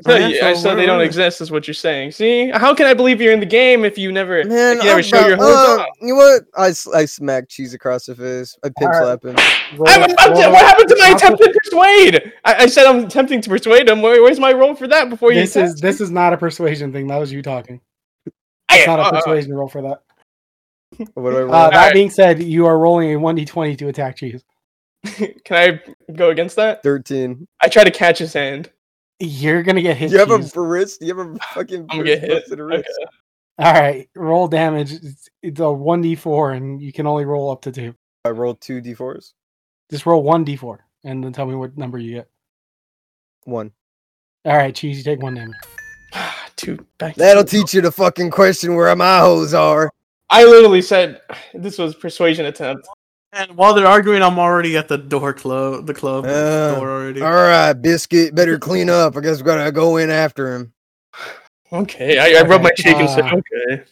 Speaker 5: So,
Speaker 2: Yeah,
Speaker 5: you- I
Speaker 2: so
Speaker 5: said
Speaker 2: where-
Speaker 5: they don't
Speaker 2: where-
Speaker 5: exist. Is what you're saying? See, how can I believe you're in the game if you never, if
Speaker 4: Man,
Speaker 5: you never
Speaker 4: I'm
Speaker 5: show your
Speaker 4: about-
Speaker 5: hoes
Speaker 4: uh,
Speaker 5: off?
Speaker 4: You know what? I, s- I smack cheese across the face. I pimp
Speaker 1: Alright.
Speaker 4: slap him.
Speaker 1: Roll-
Speaker 4: Oh,
Speaker 5: I'm, I'm,
Speaker 1: roll-
Speaker 5: what happened to my
Speaker 1: roll-
Speaker 5: attempt to persuade? I, I said I'm attempting to persuade him. Where, where's my role for that? Before you
Speaker 1: This
Speaker 5: said-
Speaker 1: is this is not a persuasion thing. That was you talking.
Speaker 5: I,
Speaker 1: It's not
Speaker 5: uh,
Speaker 1: a persuasion roll for that.
Speaker 4: What do I roll?
Speaker 1: Uh, that
Speaker 5: Alright.
Speaker 1: being said, you are rolling a one d twenty to attack cheese.
Speaker 5: Can I go against that?
Speaker 4: 13.
Speaker 5: I try to catch his hand.
Speaker 1: You're gonna get hit.
Speaker 4: You have a
Speaker 1: Cheese.
Speaker 4: wrist? You have a fucking
Speaker 5: I'm gonna get
Speaker 4: wrist
Speaker 5: hit.
Speaker 4: busted
Speaker 5: Okay.
Speaker 4: wrist.
Speaker 1: All right, roll damage. It's, it's a one d four, and you can only roll up to two.
Speaker 4: I rolled two d4s.
Speaker 1: Just roll one d four, and then tell me what number you get.
Speaker 4: One.
Speaker 1: All right, cheese. You take one damage.
Speaker 5: Two back. to
Speaker 4: That'll
Speaker 5: two.
Speaker 4: teach you the fucking question where my hoes are.
Speaker 5: I literally said this was persuasion attempt.
Speaker 2: And while they're arguing, I'm already at the door club. The club
Speaker 4: Uh,
Speaker 2: door already.
Speaker 4: All right, biscuit, better clean up. I guess we gotta go in after him.
Speaker 5: Okay, I, I rubbed my cheek and said,
Speaker 1: Ah.
Speaker 5: "Okay."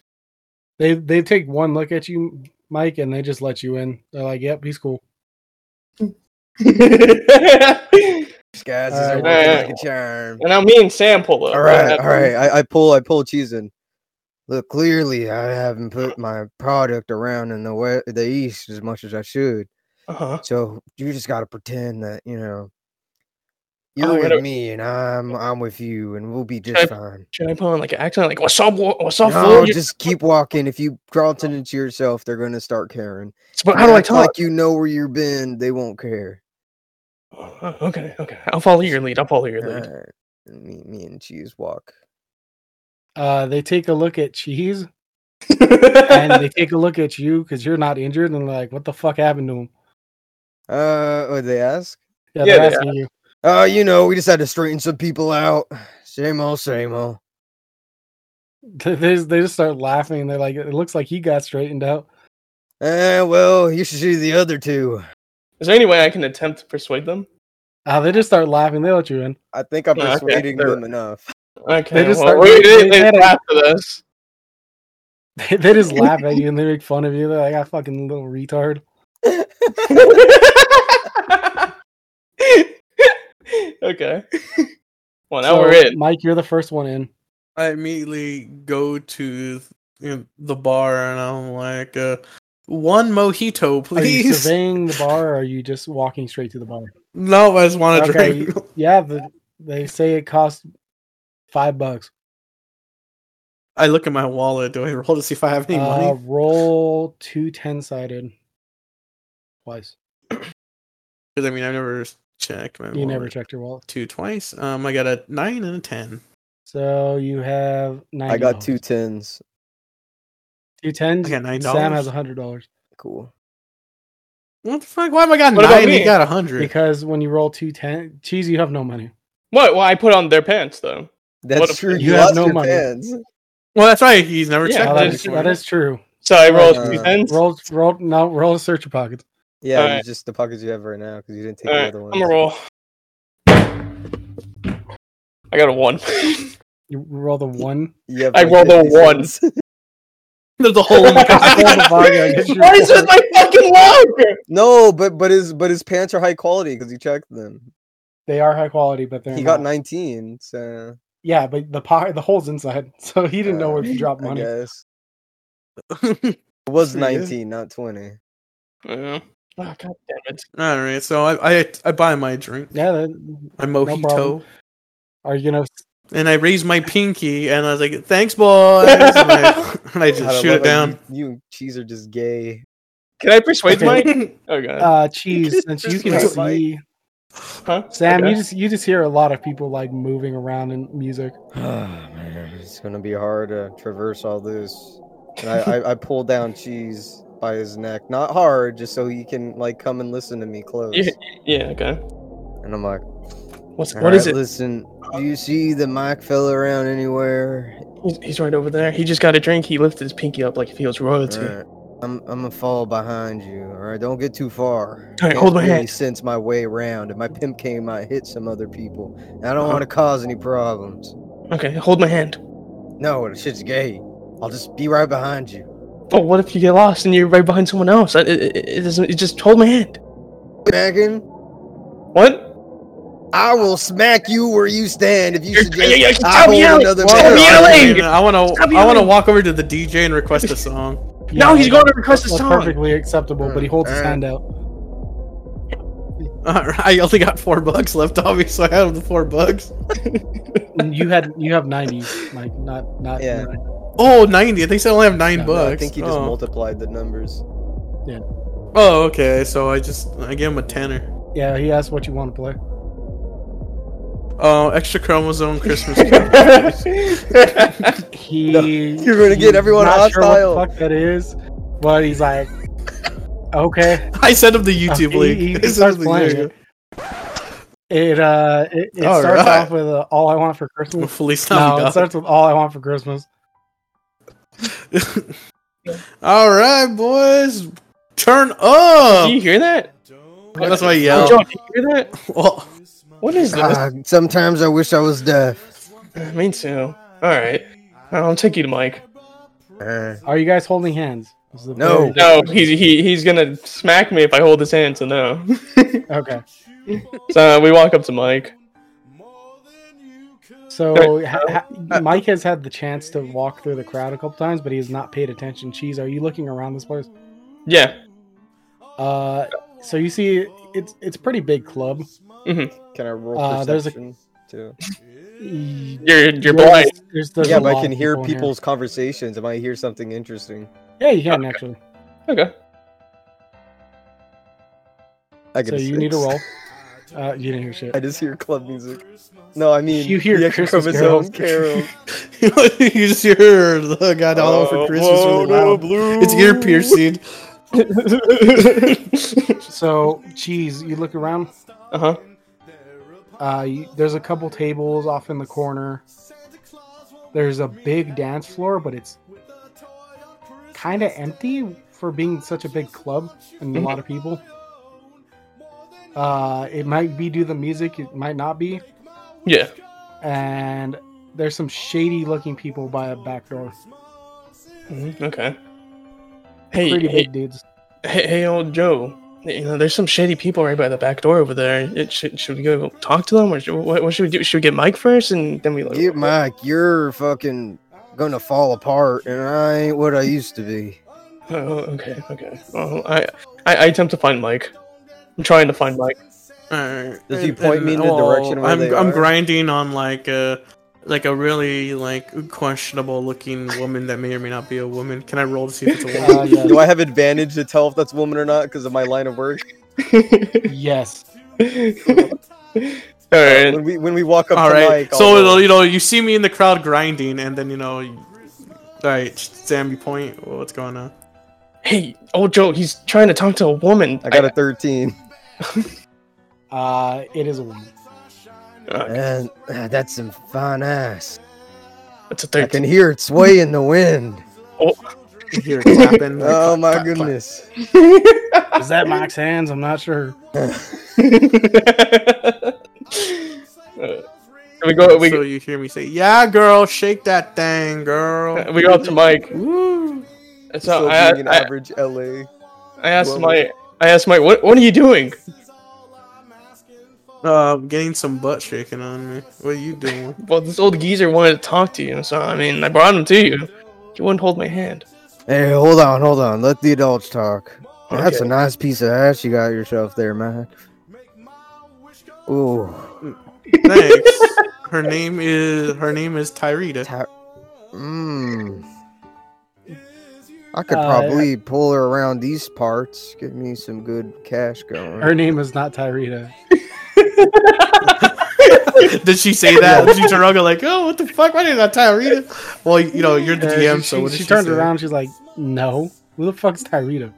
Speaker 1: They they take one look at you, Mike, and they just let you in. They're like, "Yep, he's cool."
Speaker 4: These guys
Speaker 1: All right.
Speaker 4: isn't working
Speaker 5: Yeah.
Speaker 4: like a charm.
Speaker 5: and now me and Sam pull up.
Speaker 4: All right, all right. I, I pull, I pull cheese in. Look, clearly I haven't put my product around in the west, the east as much as I should.
Speaker 5: Uh-huh.
Speaker 4: So you just gotta pretend that you know
Speaker 5: I
Speaker 4: you're
Speaker 5: gotta-
Speaker 4: with me and I'm I'm with you, and we'll be just fine.
Speaker 5: Should I pull in like an accent, like "What's up? wo- What's up,
Speaker 4: No,
Speaker 5: fool?" You-
Speaker 4: just keep walking. If you draw attention to yourself, they're gonna start caring.
Speaker 5: But how do I
Speaker 4: Act
Speaker 5: talk?
Speaker 4: Like you know where you've been, they won't care.
Speaker 5: Oh, okay, okay. I'll follow your lead. I'll follow your lead.
Speaker 4: Alright, Me, me and Cheese walk.
Speaker 1: Uh, they take a look at Cheese and they take a look at you because you're not injured, and they're like, "What the fuck happened to him?"
Speaker 4: Uh, what they ask?
Speaker 1: Yeah,
Speaker 5: Yeah,
Speaker 1: they're
Speaker 5: they
Speaker 1: asking you.
Speaker 4: Oh, you know, we just had to straighten some people out. Same old, same old.
Speaker 1: They just, they just start laughing. They're like, it looks like he got straightened out.
Speaker 4: Eh, well, you should see the other two.
Speaker 5: Is there any way I can attempt to persuade them?
Speaker 1: Uh, they just start laughing. They let you in.
Speaker 4: I think I'm
Speaker 5: Yeah, okay,
Speaker 4: persuading
Speaker 5: sure.
Speaker 4: them enough.
Speaker 5: Okay,
Speaker 1: just
Speaker 5: well,
Speaker 1: start-
Speaker 5: we're
Speaker 1: they-
Speaker 5: gonna
Speaker 1: they had a-
Speaker 5: laugh at this.
Speaker 1: They, they just laugh at you and they make fun of you. They're like, I fucking little retard.
Speaker 5: okay. Well, now
Speaker 1: So,
Speaker 5: we're in.
Speaker 1: Mike, you're the first one in.
Speaker 2: I immediately go to you know, the bar and I'm like, uh, one mojito,
Speaker 1: Are you
Speaker 2: please.
Speaker 1: surveying the bar or are you just walking straight to the bar?
Speaker 2: No, I just want to
Speaker 1: Okay.
Speaker 2: drink.
Speaker 1: Yeah, the, they say it costs five bucks.
Speaker 2: I look at my wallet. Do I roll to see if I have any
Speaker 1: Uh,
Speaker 2: money?
Speaker 1: roll two ten sided twice.
Speaker 2: Because I mean, I've never checked my.
Speaker 1: You never
Speaker 2: checked
Speaker 1: checked your wallet.
Speaker 2: two twice. Um, I got a nine and a ten.
Speaker 1: So you have nine.
Speaker 4: I got two tens.
Speaker 1: two tens.
Speaker 2: I got nine
Speaker 1: Sam has
Speaker 2: dollars.
Speaker 1: a hundred dollars
Speaker 4: Cool.
Speaker 2: What the fuck? Why am I got
Speaker 5: What about
Speaker 2: nine?
Speaker 5: me?
Speaker 2: You got a hundred.
Speaker 1: because when you roll two ten, cheese, you have no money.
Speaker 5: What? Well, I put on their pants though.
Speaker 4: That's
Speaker 5: What a-
Speaker 4: true.
Speaker 1: you have
Speaker 4: lost
Speaker 1: no
Speaker 4: your
Speaker 1: money.
Speaker 4: Tens.
Speaker 2: Well, that's right. He's never
Speaker 5: Yeah,
Speaker 2: checked
Speaker 1: Oh,
Speaker 5: I
Speaker 1: that,
Speaker 5: did
Speaker 1: is,
Speaker 2: that
Speaker 1: that is true.
Speaker 5: So I rolled
Speaker 4: Uh,
Speaker 5: three tens.
Speaker 1: Roll, roll, no, roll to search your pockets.
Speaker 4: Yeah,
Speaker 5: Alright.
Speaker 4: it's just the pockets you have right now because you didn't take
Speaker 5: All
Speaker 4: the
Speaker 5: right,
Speaker 4: other
Speaker 5: I'm
Speaker 4: one.
Speaker 5: gonna roll. I got a one.
Speaker 1: You roll the one.
Speaker 4: You have
Speaker 5: I rolled a
Speaker 4: 50
Speaker 5: one.
Speaker 4: cents.
Speaker 2: There's a hole in my pocket.
Speaker 1: Why is
Speaker 5: What is with my fucking log?
Speaker 4: no, but but his but his pants are high quality because you checked them.
Speaker 1: They are high quality, but they're
Speaker 4: He got
Speaker 1: not.
Speaker 4: nineteen, so uh,
Speaker 1: Yeah, but the po- the hole's inside, so he didn't know where to drop
Speaker 4: I
Speaker 1: money.
Speaker 4: guess it
Speaker 2: Pretty
Speaker 4: was
Speaker 2: good.
Speaker 4: nineteen, not twenty.
Speaker 5: Yeah. Oh, God damn it.
Speaker 2: All right, so I, I I buy my drink,
Speaker 1: Yeah, that,
Speaker 2: my
Speaker 1: problem.
Speaker 2: mojito,
Speaker 1: are you gonna?
Speaker 2: and I raise my pinky, and I was like, "Thanks, boys," and, I, and I
Speaker 4: God, I
Speaker 2: just shoot it
Speaker 4: love how
Speaker 2: down.
Speaker 4: You, you and Cheese are just gay.
Speaker 5: Can I persuade
Speaker 1: Okay.
Speaker 5: Mike? Oh god.
Speaker 1: Uh, cheese, since you can
Speaker 2: Just
Speaker 4: like-
Speaker 1: see,
Speaker 5: huh?
Speaker 1: Sam,
Speaker 5: Okay.
Speaker 1: you just you just hear a lot of people like moving around in music.
Speaker 4: Oh, man, it's gonna be hard to traverse all this. And I, I, I pull down Cheese by his neck, not hard, just so he can like come and listen to me close.
Speaker 5: Yeah. Yeah. Okay.
Speaker 4: And I'm like,
Speaker 5: What's
Speaker 4: "All
Speaker 5: what is
Speaker 4: right,
Speaker 5: it?
Speaker 4: Listen, do you see the mic fella around anywhere?
Speaker 5: He's, he's right over there. He just got a drink. He lifted his pinky up like if he was royalty.
Speaker 4: Alright, I'm I'm gonna fall behind you. All right, don't get too far.
Speaker 5: All right,
Speaker 4: Can't
Speaker 5: hold my
Speaker 4: really
Speaker 5: hand.
Speaker 4: Sense my way around. If my pimp came, I hit some other people. And I don't
Speaker 5: Uh-huh.
Speaker 4: want to cause any problems.
Speaker 5: Okay, hold my hand.
Speaker 4: No, the shit's gay. I'll just be right behind you.
Speaker 5: But Oh, what if you get lost and you're right behind someone else? It, it, it doesn't. It just hold my hand.
Speaker 4: Megan,
Speaker 5: What?
Speaker 4: I will smack you where you stand if you
Speaker 5: You're-
Speaker 4: suggest
Speaker 5: you're- you're-
Speaker 4: I
Speaker 5: stop
Speaker 4: hold
Speaker 5: yelling!
Speaker 4: another
Speaker 5: Stop
Speaker 4: man.
Speaker 5: yelling!
Speaker 2: I want to
Speaker 5: Stop
Speaker 2: I want to
Speaker 5: yelling!
Speaker 2: walk over to the DJ and request a song.
Speaker 5: No, he's going to request
Speaker 1: that's
Speaker 5: a
Speaker 1: what's
Speaker 5: song.
Speaker 1: Perfectly acceptable, but he holds his
Speaker 4: Uh,
Speaker 1: hand out.
Speaker 2: All right, I only got four bucks left, obviously. I have the four bucks.
Speaker 1: You had you have nineties, like not not.
Speaker 4: Yeah.
Speaker 2: Oh, 90. I think I only have nine
Speaker 4: No,
Speaker 2: bucks.
Speaker 4: I think he just
Speaker 2: oh.
Speaker 4: multiplied the numbers.
Speaker 2: oh, okay. So I just I give him a tenner.
Speaker 1: yeah. He asked what you want to play.
Speaker 2: Oh, extra chromosome Christmas. cake.
Speaker 1: He
Speaker 4: you're gonna get
Speaker 1: he's
Speaker 4: everyone
Speaker 1: not
Speaker 4: hostile.
Speaker 1: Sure what the fuck that is, but he's like, okay.
Speaker 2: I sent him the YouTube
Speaker 1: He-
Speaker 2: link.
Speaker 1: he- he
Speaker 2: I sent him
Speaker 1: starts
Speaker 2: the
Speaker 1: playing
Speaker 2: YouTube.
Speaker 1: It uh it, it
Speaker 2: All
Speaker 1: starts
Speaker 2: right.
Speaker 1: off with uh, all I want for Christmas.
Speaker 2: Feliz
Speaker 1: No,
Speaker 2: Navidad.
Speaker 1: it starts with all I want for Christmas.
Speaker 2: All right, boys, turn up.
Speaker 5: Do you hear that?
Speaker 2: That's why I
Speaker 5: Oh,
Speaker 2: yell.
Speaker 5: John, do you hear that?
Speaker 2: Well,
Speaker 5: What is this?
Speaker 1: Uh,
Speaker 4: Ah, sometimes I wish I was deaf.
Speaker 5: Me too. All right. I'll take you to Mike.
Speaker 4: Uh,
Speaker 1: Are you guys holding hands? This is a
Speaker 4: No.
Speaker 1: very-
Speaker 5: No, he's he, he's gonna smack me if I hold his hand. So no.
Speaker 1: Okay.
Speaker 5: so uh, we walk up to Mike.
Speaker 1: So
Speaker 5: Okay.
Speaker 1: ha-
Speaker 5: uh,
Speaker 1: ha- Mike has had the chance to walk through the crowd a couple times, but he has not paid attention. Cheese, are you looking around this place?
Speaker 5: Yeah.
Speaker 1: Uh, so you see, it's it's a pretty big club.
Speaker 4: can I roll
Speaker 1: Uh, there's a-
Speaker 4: perception
Speaker 1: Y-
Speaker 4: too?
Speaker 5: You're you're
Speaker 1: there's-
Speaker 5: blind.
Speaker 1: There's, there's
Speaker 4: yeah,
Speaker 1: a
Speaker 4: but
Speaker 1: lot
Speaker 4: I can
Speaker 1: of
Speaker 4: hear
Speaker 1: people in here.
Speaker 4: people's conversations. I might hear something interesting.
Speaker 1: Yeah, you can actually.
Speaker 5: Okay.
Speaker 4: I get
Speaker 1: So
Speaker 4: a
Speaker 1: you need to
Speaker 4: six.
Speaker 1: roll. Uh, you didn't hear
Speaker 4: I
Speaker 1: shit.
Speaker 4: just hear club music. No, I mean
Speaker 1: You hear
Speaker 4: the extra
Speaker 1: Christmas
Speaker 4: chromosome
Speaker 1: carols.
Speaker 4: carol.
Speaker 2: you just hear the guy down all for Christmas really loud. It's ear piercing.
Speaker 5: uh Uh-huh.
Speaker 1: So cheese, you look around.
Speaker 5: huh.
Speaker 1: Uh, you, there's a couple tables off in the corner. There's a big dance floor, but it's kind of empty for being such a big club and a lot of people. Uh, it might be due to the music, it might not be.
Speaker 5: Yeah.
Speaker 1: And there's some shady looking people by a back door.
Speaker 5: Mhm, Okay. Hey,
Speaker 1: Pretty
Speaker 5: hey,
Speaker 1: big dudes.
Speaker 5: hey, hey, old Joe. You know, there's some shady people right by the back door over there. It, should, should we go talk to them, or should, what, what should we do? Should we get Mike first, and then we like?
Speaker 4: You, Mike, you're fucking gonna fall apart, and I ain't what I used to be.
Speaker 5: Oh, okay, okay. Well, I, I, I attempt to find Mike. I'm trying to find Mike.
Speaker 2: Alright.
Speaker 4: Does he point me in the direction where
Speaker 2: I'm
Speaker 4: they
Speaker 2: I'm
Speaker 4: are?
Speaker 2: grinding on like a like a really like questionable looking woman that may or may not be a woman. Can I roll to see if it's a woman?
Speaker 1: Uh, yeah.
Speaker 3: Do I have advantage to tell if that's woman or not because of my line of work?
Speaker 1: Yes.
Speaker 5: All right.
Speaker 3: When we when we walk up
Speaker 2: All
Speaker 3: to
Speaker 2: right.
Speaker 3: Mike, I'll
Speaker 2: So
Speaker 3: roll.
Speaker 2: you know, you see me in the crowd grinding, and then you know, you- all right, Sam, you point. What's going on?
Speaker 5: Hey, old Joe, he's trying to talk to a woman.
Speaker 3: I got a 13.
Speaker 1: Uh, it is a woman.
Speaker 4: And uh, that's some fine ass.
Speaker 5: It's a
Speaker 4: I can
Speaker 5: thirteen.
Speaker 4: hear it sway in the wind.
Speaker 2: You hear it clapping. like,
Speaker 4: Oh
Speaker 2: clap,
Speaker 4: my
Speaker 2: clap, clap.
Speaker 4: goodness.
Speaker 1: Is that Mike's hands? I'm not sure.
Speaker 5: Uh, we go. We,
Speaker 2: so you hear me say, "Yeah, girl, shake that thing,
Speaker 4: Uh,
Speaker 2: girl."
Speaker 5: we go up to Mike.
Speaker 2: Woo.
Speaker 5: So,
Speaker 3: Still
Speaker 5: I,
Speaker 3: being an
Speaker 5: I,
Speaker 3: average LA.
Speaker 5: I asked
Speaker 3: Whoa.
Speaker 5: Mike. I asked Mike, what What are you doing?
Speaker 2: Uh, getting some butt shaking on me. What are you doing?
Speaker 5: Well, this old geezer wanted to talk to you, so I mean, I brought him to you. He wouldn't hold my hand.
Speaker 4: Hey, hold on, hold on. Let the adults talk. That's a
Speaker 5: Okay.
Speaker 4: nice piece of ass you got yourself there, Mike. Ooh.
Speaker 2: Thanks. Her name is her name is Tyrita.
Speaker 4: Ty- Mmm. I could
Speaker 1: Uh,
Speaker 4: probably pull her around these parts. Get me some good cash going.
Speaker 1: Her name is not Tyrita.
Speaker 2: Did she say that? Did she turn around and go like, "Oh, what the fuck? Why did I Tyrita?" Well, you know, you're the
Speaker 1: Uh,
Speaker 2: DM,
Speaker 1: she,
Speaker 2: so what
Speaker 1: she,
Speaker 2: did she,
Speaker 1: turned
Speaker 2: say?
Speaker 1: around. She's like, "No, who the fuck's Tyrita?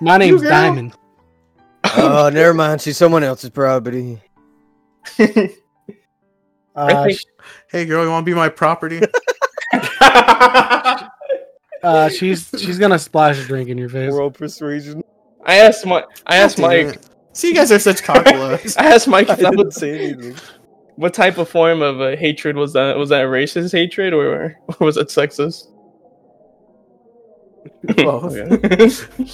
Speaker 1: My name's
Speaker 2: girl.
Speaker 1: Diamond.
Speaker 4: Oh, never mind. She's someone else's property.
Speaker 1: Uh,
Speaker 5: think-
Speaker 1: sh-
Speaker 2: Hey, girl, you want to be my property?
Speaker 5: I
Speaker 1: uh, she's she's gonna splash a drink in your face.
Speaker 3: World persuasion.
Speaker 5: asked Mike. I asked
Speaker 2: God damn
Speaker 5: Mike.
Speaker 2: it. See, you guys are such cockblocks.
Speaker 5: I asked Mike
Speaker 3: I
Speaker 5: if that
Speaker 3: didn't
Speaker 5: was,
Speaker 3: say anything.
Speaker 5: what type of form of uh, hatred was that? Was that racist hatred or, or was it sexist?
Speaker 2: Both.
Speaker 5: Okay.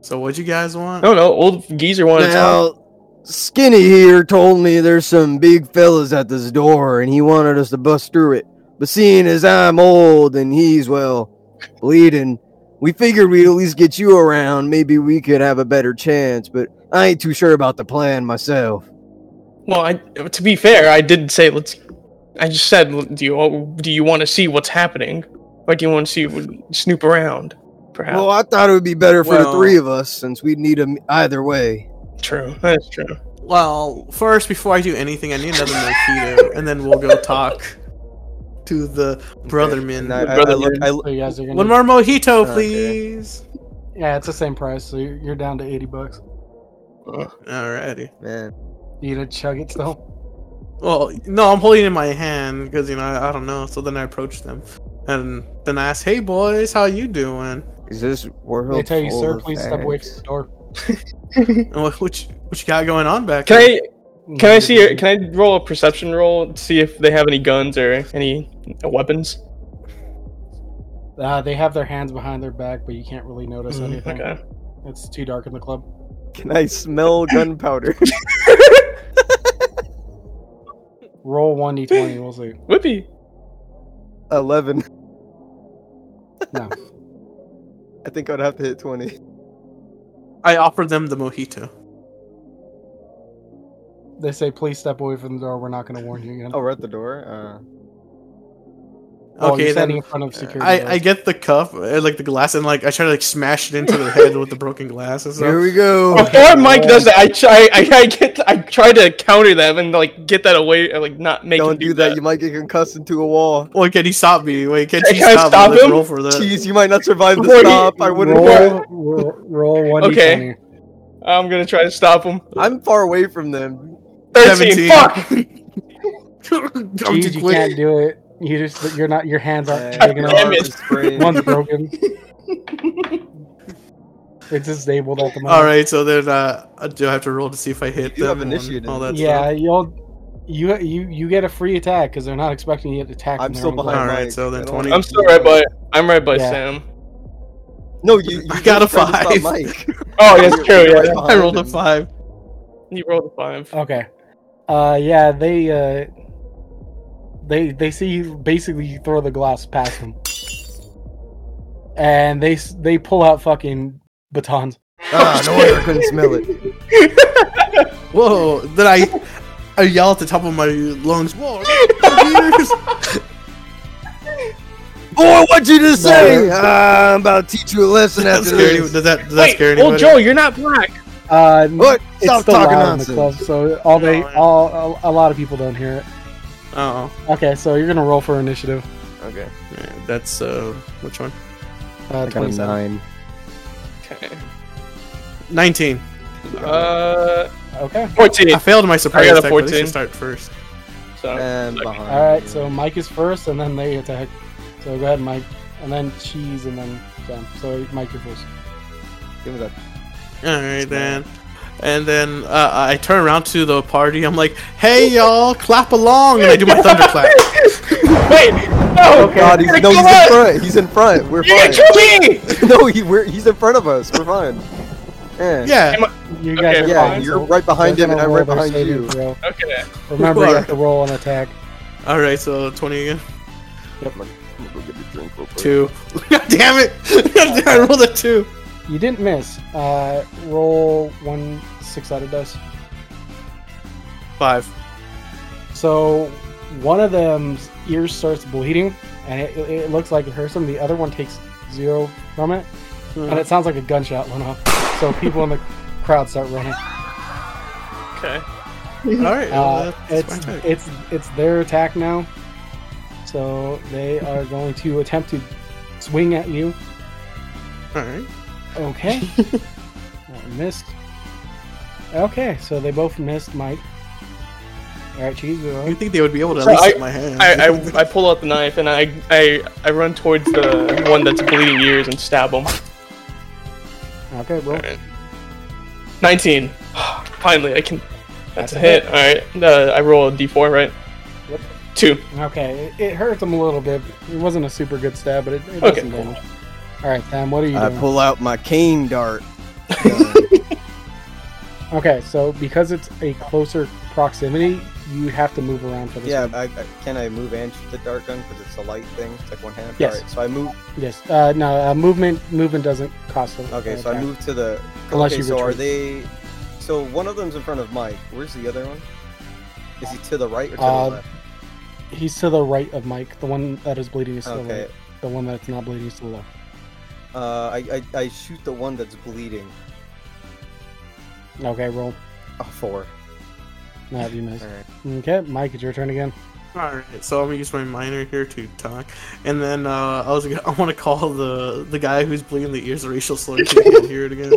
Speaker 2: so, what you guys want?
Speaker 5: no, no, old geezer wanted to talk.
Speaker 4: Now, Skinny here told me there's some big fellas at this door, and he wanted us to bust through it. But seeing as I'm old and he's, well, bleeding, we figured we'd at least get you around. Maybe we could have a better chance, but I ain't too sure about the plan myself.
Speaker 5: Well, I, to be fair, I did say let's. I just said, l- do you do you want to see what's happening, or do you want to see what- snoop around? Perhaps.
Speaker 4: Well, I thought it would be better for the
Speaker 2: Well-
Speaker 4: three of us since we'd need 'em either way.
Speaker 5: true. That's true.
Speaker 2: Well, first, before I do anything, I need another mojito, and then we'll go talk to the brother men.
Speaker 3: And I, I, I
Speaker 5: Brother
Speaker 3: look, I,
Speaker 1: So you guys are gonna.
Speaker 2: One more mojito,
Speaker 3: Okay.
Speaker 2: please.
Speaker 1: Yeah, it's the same price. So you're, you're down to eighty bucks.
Speaker 2: Alrighty.
Speaker 4: Man,
Speaker 1: You gonna chug it still?
Speaker 2: Well, no, I'm holding it in my hand because you know I, I don't know. So then I approach them, and then I ask, "Hey, boys, how you doing?"
Speaker 4: is this world?
Speaker 1: They tell you,
Speaker 4: full
Speaker 1: sir,
Speaker 4: of
Speaker 1: please step away from
Speaker 4: fags?
Speaker 1: the door.
Speaker 2: And what, what, you, what you got going on back
Speaker 5: Can
Speaker 2: there?
Speaker 5: I can I see can I roll a perception roll to see if they have any guns or any weapons?
Speaker 1: Uh, they have their hands behind their back, but you can't really notice
Speaker 2: Mm,
Speaker 1: anything.
Speaker 5: Okay.
Speaker 1: It's too dark in the club.
Speaker 3: can I smell gunpowder?
Speaker 1: Roll one d twenty. We'll see.
Speaker 5: Whippy.
Speaker 3: 11.
Speaker 1: No.
Speaker 3: I think I'd have to hit 20.
Speaker 2: I offered them the mojito.
Speaker 1: They say, please step away from the door. We're not gonna warn you again.
Speaker 3: Oh, we're at the door. Uh,
Speaker 1: Oh, you're
Speaker 2: okay, then
Speaker 1: standing in front of security.
Speaker 2: I,
Speaker 1: guards.
Speaker 2: I get the cup, uh, like the glass, and like I try to like smash it into their head with the broken glass and
Speaker 4: Here
Speaker 2: stuff.
Speaker 4: we go.
Speaker 5: Before Mike does that, I try I, I get I try to counter them and like get that away and, like not make him
Speaker 3: don't do that. You might get concussed into a wall.
Speaker 2: Well, can he stop me? Wait, can
Speaker 5: Can
Speaker 2: he
Speaker 5: I
Speaker 2: stop,
Speaker 5: stop
Speaker 2: me? Let's
Speaker 5: him?
Speaker 2: Roll for that.
Speaker 3: Jeez, you might not survive the
Speaker 5: Before you-
Speaker 3: stop. I wouldn't.
Speaker 1: roll, roll, roll one d
Speaker 5: Okay.
Speaker 1: twenty.
Speaker 5: I'm gonna try to stop him.
Speaker 3: I'm far away from them.
Speaker 2: 17.
Speaker 5: 13. Fuck.
Speaker 2: I'm
Speaker 1: Jeez,
Speaker 2: too
Speaker 1: you
Speaker 2: quick.
Speaker 1: can't do it. You just you're not your hands aren't
Speaker 3: Uh,
Speaker 1: big enough.
Speaker 5: Damn
Speaker 3: bar
Speaker 5: it.
Speaker 3: spray.
Speaker 1: One's broken. it's disabled at the moment.
Speaker 2: All right, so then uh, I do have to roll to see if I hit
Speaker 3: You do have
Speaker 2: them and
Speaker 3: initiative.
Speaker 2: All that
Speaker 1: Yeah,
Speaker 2: stuff.
Speaker 1: you'll you you you get a free attack because they're not expecting you to attack.
Speaker 3: I'm
Speaker 1: from their
Speaker 3: still
Speaker 1: own
Speaker 3: behind.
Speaker 2: All
Speaker 1: place.
Speaker 2: right,
Speaker 3: Mike.
Speaker 2: so then
Speaker 3: I don't
Speaker 2: 20.
Speaker 3: wanna-
Speaker 5: I'm still right by. I'm right by
Speaker 1: Yeah.
Speaker 5: Sam.
Speaker 3: No, you. you
Speaker 2: I got a
Speaker 3: just tried to stop
Speaker 2: five.
Speaker 3: Mike.
Speaker 5: Oh, that's
Speaker 3: You're-
Speaker 5: true.
Speaker 3: you're right
Speaker 5: Yeah,
Speaker 2: I
Speaker 3: behind
Speaker 2: rolled a
Speaker 3: him.
Speaker 2: five.
Speaker 5: he rolled a five.
Speaker 1: Okay. Uh, yeah, they uh, they they see you basically throw the glass past them, and they s- they pull out fucking batons.
Speaker 4: Ah, no wonder I couldn't smell it.
Speaker 2: Whoa! Then I, I yell at the top of my lungs. Whoa! computers!"
Speaker 4: Boy, what you just say? Ah, I'm about to teach you a lesson
Speaker 2: Does that
Speaker 4: after
Speaker 2: scare any-
Speaker 4: this.
Speaker 2: Does that does that
Speaker 5: Wait,
Speaker 2: scare
Speaker 5: well,
Speaker 2: anybody?
Speaker 5: Joe, you're not black.
Speaker 1: Uh, n-
Speaker 3: Oh,
Speaker 4: What?
Speaker 1: it's
Speaker 4: Stop
Speaker 1: still
Speaker 4: talking
Speaker 1: loud in the club,
Speaker 4: nonsense.
Speaker 1: so all they
Speaker 2: No, I-
Speaker 1: all a, a lot of people don't hear it.
Speaker 2: Oh,
Speaker 1: Okay, so you're gonna roll for initiative.
Speaker 4: Okay.
Speaker 2: yeah, that's uh, which one?
Speaker 1: Uh,
Speaker 4: I got a
Speaker 1: 27.
Speaker 4: nine.
Speaker 5: Okay.
Speaker 2: Nineteen.
Speaker 5: Uh,
Speaker 1: Okay.
Speaker 5: fourteen.
Speaker 2: I failed my surprise
Speaker 5: I got a
Speaker 2: attack. but at least
Speaker 5: 14.
Speaker 2: start first.
Speaker 5: So
Speaker 3: And behind.
Speaker 1: All right.
Speaker 3: you.
Speaker 1: So Mike is first, and then they attack. So go ahead, Mike, and then Cheese, and then Sam. So Mike, you're first.
Speaker 3: Give it up.
Speaker 2: All right then. And then uh, I turn around to the party. I'm like, "Hey y'all, clap along!" And I do my thunderclap.
Speaker 5: wait, no.
Speaker 3: Oh God, he's,
Speaker 5: You're
Speaker 3: no, he's
Speaker 5: gonna kill
Speaker 3: in
Speaker 5: us!
Speaker 3: front. He's in front. We're
Speaker 5: You're
Speaker 3: fine.
Speaker 5: gonna kill me.
Speaker 3: no, he, we're, he's in front of us. We're fine. Yeah.
Speaker 2: Yeah.
Speaker 1: You guys
Speaker 5: Okay,
Speaker 1: are
Speaker 3: Yeah,
Speaker 1: fine,
Speaker 3: you're
Speaker 1: so
Speaker 3: right behind
Speaker 1: they're
Speaker 3: him, and
Speaker 1: gonna
Speaker 3: I'm
Speaker 1: roll their
Speaker 3: right behind
Speaker 1: saving
Speaker 3: you.
Speaker 1: throw.
Speaker 5: Okay.
Speaker 1: Remember, you
Speaker 2: Alright.
Speaker 1: have to roll an attack.
Speaker 2: All right, so twenty again.
Speaker 3: I'm gonna go get a drink real quick.
Speaker 2: Two. God damn it! I rolled a two.
Speaker 1: You didn't miss. Uh, roll one six-sided dice.
Speaker 2: Five.
Speaker 1: So one of them's ear starts bleeding, and it, it it looks like it hurts him. The other one takes zero from it, and it sounds like a gunshot went off. So people in the crowd start running.
Speaker 5: Okay.
Speaker 2: All right.
Speaker 1: Uh,
Speaker 2: well, that's
Speaker 1: it's
Speaker 2: my turn.
Speaker 1: it's it's their attack now. So they are going to attempt to swing at you.
Speaker 2: All right.
Speaker 1: Okay. Well, missed. Okay, so they both missed Mike. Alright, cheese go
Speaker 2: You
Speaker 1: on.
Speaker 2: think they would be able to at
Speaker 5: So
Speaker 2: least
Speaker 5: I-
Speaker 2: hit my hand?
Speaker 5: I, I, I pull out the knife and I, I I run towards the one that's bleeding ears and stab him.
Speaker 1: Okay, roll.
Speaker 5: Alright. 19. Finally, I can. That's, a hit. Alright. Uh, I roll a d4, right?
Speaker 1: Yep.
Speaker 5: Two.
Speaker 1: Okay, it, it hurts him a little bit. It wasn't a super good stab, but it, it did
Speaker 5: Okay,
Speaker 1: some
Speaker 5: cool.
Speaker 1: damage. Alright, Sam, what are you
Speaker 3: I
Speaker 1: doing?
Speaker 3: pull out my cane dart.
Speaker 1: okay, so because it's a closer proximity, you have to move around for this.
Speaker 3: yeah, I, I, can I move and shoot the dart gun because it's a light thing? It's like one hand.
Speaker 1: Yes.
Speaker 3: Alright, so I move.
Speaker 1: Yes. Uh, no, uh, movement movement doesn't cost a
Speaker 3: Okay,
Speaker 1: an
Speaker 3: so I
Speaker 1: attack.
Speaker 3: move to the.
Speaker 1: Unless
Speaker 3: okay,
Speaker 1: you
Speaker 3: so are they? So one of them's in front of Mike. Where's the other one? Is he to the right or to
Speaker 1: Uh,
Speaker 3: the left?
Speaker 1: He's to the right of Mike. The one that is bleeding is to the
Speaker 3: Okay.
Speaker 1: right. The one that's not bleeding is to the left.
Speaker 3: Uh, I, I I shoot the one that's bleeding.
Speaker 1: Okay, roll.
Speaker 3: Oh, four.
Speaker 1: No, you missed.
Speaker 3: Alright.
Speaker 1: Okay, Mike, it's your turn again.
Speaker 2: All right. So I'm gonna use my minor here to talk, and then uh, I was gonna, I want to call the the guy who's bleeding the ears racial slur so he can hear it again.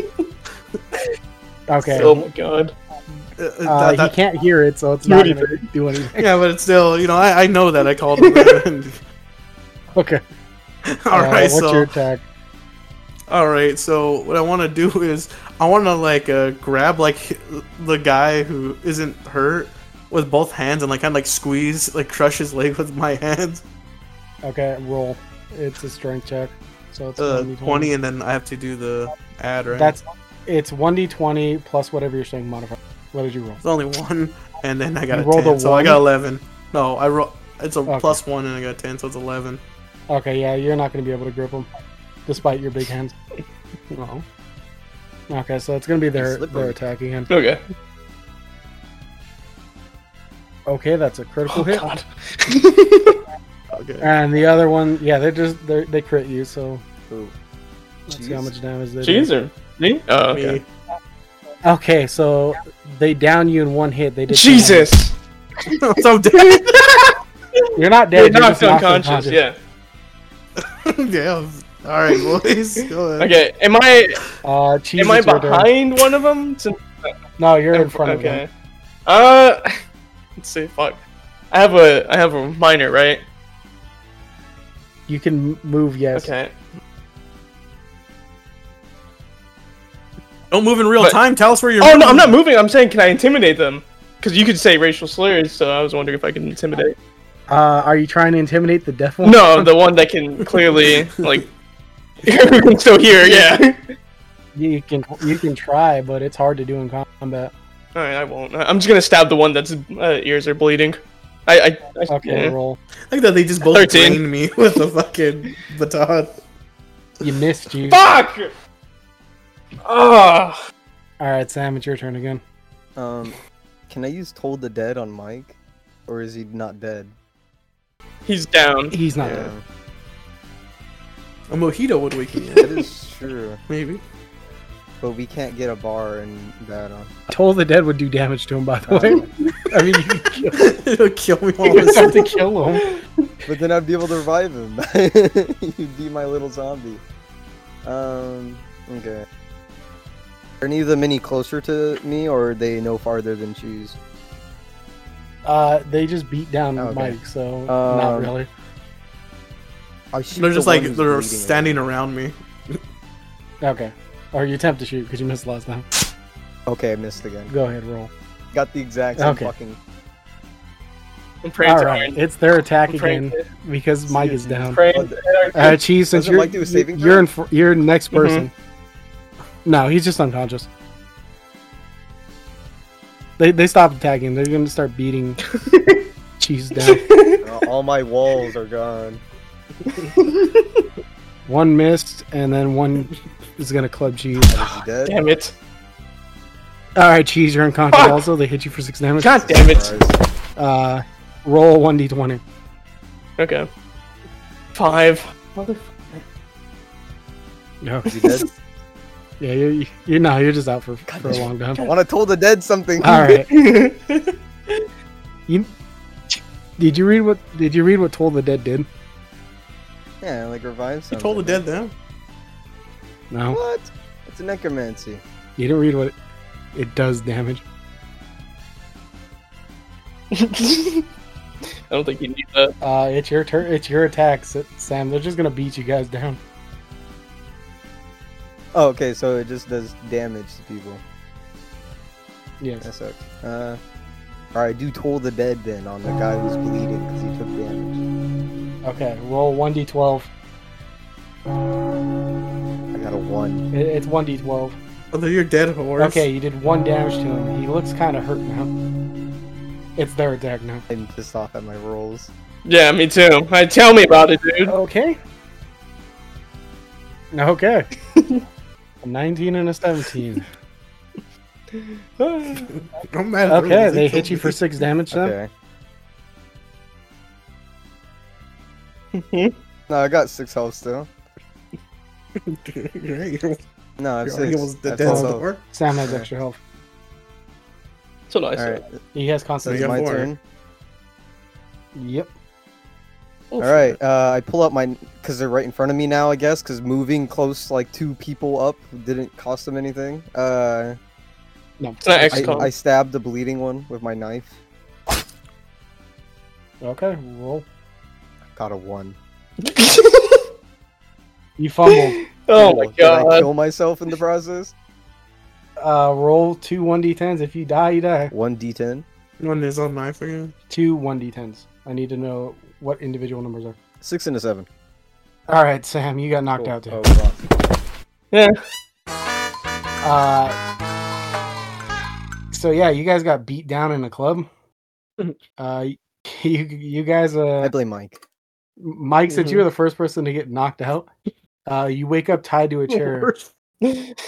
Speaker 1: Okay.
Speaker 5: Oh my god.
Speaker 2: Uh, uh,
Speaker 1: uh,
Speaker 2: that- that-
Speaker 1: he can't hear it, so it's
Speaker 5: Do
Speaker 1: not going
Speaker 5: anything.
Speaker 1: to do anything.
Speaker 2: yeah, but it's still, you know, I, I know that I called him. and-
Speaker 1: Okay.
Speaker 2: All
Speaker 1: uh,
Speaker 2: right.
Speaker 1: What's
Speaker 2: so
Speaker 1: your attack?
Speaker 2: All right, so what I want to do is I want to like uh, grab like the guy who isn't hurt with both hands and like kind of like squeeze, like crush his leg with my hands.
Speaker 1: Okay, roll. It's a strength check. So it's
Speaker 2: Uh,
Speaker 1: 1d20.
Speaker 2: Twenty, and then I have to do the add, right?
Speaker 1: That's it's 1d20 plus whatever your strength modifier. What did you roll?
Speaker 2: it's only one, and then I got
Speaker 1: You
Speaker 2: a
Speaker 1: rolled
Speaker 2: ten,
Speaker 1: a
Speaker 2: so I got
Speaker 1: one?
Speaker 2: eleven. No, I roll. It's a
Speaker 1: Okay.
Speaker 2: plus one, and I got ten, so it's eleven.
Speaker 1: Okay, yeah, you're not going to be able to grip him, despite your big hands.
Speaker 2: No.
Speaker 1: Okay, so it's going to be their
Speaker 3: Slippery.
Speaker 1: their attack again.
Speaker 5: Okay.
Speaker 1: Okay, that's a critical
Speaker 5: Oh
Speaker 1: hit.
Speaker 5: god.
Speaker 2: Okay.
Speaker 1: And the other one, yeah, they just they they crit you, so
Speaker 3: Ooh.
Speaker 1: let's see how
Speaker 3: Jeez.
Speaker 1: much damage they do.
Speaker 5: Jeez, or me? Oh, okay.
Speaker 2: Me.
Speaker 1: Okay, so they down you in one hit. They did
Speaker 5: Jesus!
Speaker 2: so damn.
Speaker 1: You're not dead. you're
Speaker 5: You're knocked
Speaker 1: just knocked
Speaker 5: unconscious, yeah.
Speaker 2: damn. All right, boys. Go ahead.
Speaker 5: Okay, am I
Speaker 1: Uh, cheese.
Speaker 5: am I
Speaker 1: it's your turn.
Speaker 5: behind one of them? Since
Speaker 1: No, you're in front of
Speaker 5: okay.
Speaker 1: him.
Speaker 5: Uh, let's see. Fuck. I have a I have a minor, right?
Speaker 1: You can move. Yes.
Speaker 5: Okay.
Speaker 2: Don't move in real
Speaker 5: But-
Speaker 2: time. Tell us where you're.
Speaker 5: Oh no,
Speaker 2: moving.
Speaker 5: I'm not moving. I'm saying, can I intimidate them? Because you could say racial slurs, so I was wondering if I could intimidate.
Speaker 1: Uh, are you trying to intimidate the deaf one?
Speaker 5: No, the one that can clearly like who can still hear. Yeah.
Speaker 1: You can you can try, but it's hard to do in combat.
Speaker 5: All right, I won't. I'm just gonna stab the one that's uh, ears are bleeding. I. I, I
Speaker 1: Okay,
Speaker 5: yeah.
Speaker 1: roll.
Speaker 2: I think that they just both
Speaker 5: 13.
Speaker 2: brained me with the fucking baton.
Speaker 1: You missed you.
Speaker 5: Fuck. Ah.
Speaker 1: All right, Sam, it's your turn again.
Speaker 3: Um, can I use Told the Dead on Mike, or is he not dead?
Speaker 5: He's down.
Speaker 1: He's not.
Speaker 3: Yeah,
Speaker 2: A mojito would wake me up,
Speaker 3: that is true.
Speaker 2: maybe.
Speaker 3: But we can't get a bar in that. uh, On
Speaker 1: Toll the Dead would do damage to him, by the way. I mean, you could kill,
Speaker 2: It'll kill me all
Speaker 1: you
Speaker 2: this.
Speaker 1: have to kill him.
Speaker 3: but then I'd be able to revive him. He'd be my little zombie. Um. Okay. Are any of them any closer to me, or are they no farther than cheese?
Speaker 1: Uh, they just beat down
Speaker 3: Okay.
Speaker 1: Mike, so not
Speaker 3: Um,
Speaker 1: really.
Speaker 3: I shoot
Speaker 2: They're
Speaker 3: the
Speaker 2: just
Speaker 3: one
Speaker 2: like
Speaker 3: who's
Speaker 2: they're
Speaker 3: bleeding, I
Speaker 2: standing around me.
Speaker 1: Okay. Or you attempt to shoot because you missed last time.
Speaker 3: think. Okay, I missed again.
Speaker 1: Go ahead, roll.
Speaker 3: Got the exact same
Speaker 1: Okay.
Speaker 3: fucking.
Speaker 5: I'm praying
Speaker 1: All
Speaker 5: to
Speaker 1: right,
Speaker 5: Iron.
Speaker 1: it's their attack
Speaker 5: I'm praying
Speaker 1: again
Speaker 5: to-
Speaker 1: because Mike is down.
Speaker 5: praying to Iron.
Speaker 1: Uh, Cheese, since
Speaker 3: Doesn't
Speaker 1: you're
Speaker 3: Mike do a saving
Speaker 1: you're
Speaker 3: throw?
Speaker 1: in fr- you're the
Speaker 5: Mm-hmm.
Speaker 1: next person. No, he's just unconscious. They they stop attacking. They're gonna start beating Cheese down.
Speaker 3: Uh, all my walls are gone.
Speaker 1: One missed, and then one is gonna club Cheese.
Speaker 3: Is he dead?
Speaker 5: Damn it.
Speaker 1: All right, Cheese, you're unconscious.
Speaker 5: Fuck.
Speaker 1: Also, they hit you for six damage.
Speaker 5: God damn it.
Speaker 3: Surprise.
Speaker 1: Uh, roll one d twenty.
Speaker 5: Okay. Five.
Speaker 1: Yeah,
Speaker 3: Is he dead?
Speaker 1: yeah, you're, you're no, you're just out for for a long time.
Speaker 3: I want to tell the dead something.
Speaker 1: All right. you did you read what did you read what Toll the Dead did?
Speaker 3: Yeah, like revive
Speaker 2: You
Speaker 3: something.
Speaker 2: told the dead now.
Speaker 1: No,
Speaker 3: What? It's a necromancy.
Speaker 1: you didn't read what it, it does damage.
Speaker 5: I don't think you need that.
Speaker 1: Uh, it's your turn. It's your attack, S- Sam. They're just gonna beat you guys down.
Speaker 3: Oh, okay, so it just does damage to people.
Speaker 1: Yes.
Speaker 3: That sucks. Uh, all right, do toll the dead then on the guy who's bleeding because he took damage.
Speaker 1: Okay. Roll one d twelve.
Speaker 3: I got a one.
Speaker 1: It's one d twelve.
Speaker 2: Although you're Oh, dead horse.
Speaker 1: Okay, you did one damage to him. He looks kind of hurt now. It's their attack now.
Speaker 3: I'm pissed off at my rolls.
Speaker 5: Yeah, me too. I tell me about it, dude.
Speaker 1: Okay. Okay. A 19 and a 17.
Speaker 2: I'm mad. at
Speaker 1: Okay,
Speaker 2: everyone.
Speaker 1: they
Speaker 2: killed
Speaker 1: hit you
Speaker 2: me.
Speaker 1: for six damage then.
Speaker 3: Okay. No, I got six health still.
Speaker 2: Great. You're
Speaker 3: No, I have
Speaker 2: already
Speaker 3: six.
Speaker 2: almost
Speaker 3: I
Speaker 2: dead. dead
Speaker 3: have six
Speaker 1: so-
Speaker 3: health.
Speaker 2: sore.
Speaker 1: Sam has extra health.
Speaker 5: That's what I
Speaker 3: All
Speaker 5: said.
Speaker 3: right,
Speaker 1: He has
Speaker 3: so
Speaker 1: constant.
Speaker 3: it's
Speaker 2: got
Speaker 3: my
Speaker 2: four.
Speaker 3: turn.
Speaker 1: Yep.
Speaker 5: Oh,
Speaker 3: All right, uh, I pull up my because they're right in front of me now. I guess because moving close like two people up didn't cost them anything. Uh,
Speaker 1: No.
Speaker 5: It's not
Speaker 1: I-
Speaker 3: I,
Speaker 5: extra.
Speaker 3: I stabbed the bleeding one with my knife.
Speaker 1: Okay, roll.
Speaker 3: Got a one.
Speaker 1: You fumbled.
Speaker 5: Oh my
Speaker 3: Did I
Speaker 5: god.
Speaker 3: kill myself in the process?
Speaker 1: Uh, roll two 1d10s. If you die, you die.
Speaker 3: One d10.
Speaker 2: One is on knife again.
Speaker 1: Two 1d10s. I need to know what individual numbers are.
Speaker 3: Six and a seven.
Speaker 1: All right, Sam, you got knocked
Speaker 3: Cool.
Speaker 1: out too.
Speaker 3: Oh, wow.
Speaker 1: Uh, so yeah, you guys got beat down in the club. Uh, you you guys
Speaker 3: I
Speaker 1: uh,
Speaker 3: blame Mike.
Speaker 1: Mike, since
Speaker 2: Mm-hmm.
Speaker 1: you were the first person to get knocked out, uh, you wake up tied to a chair.
Speaker 5: this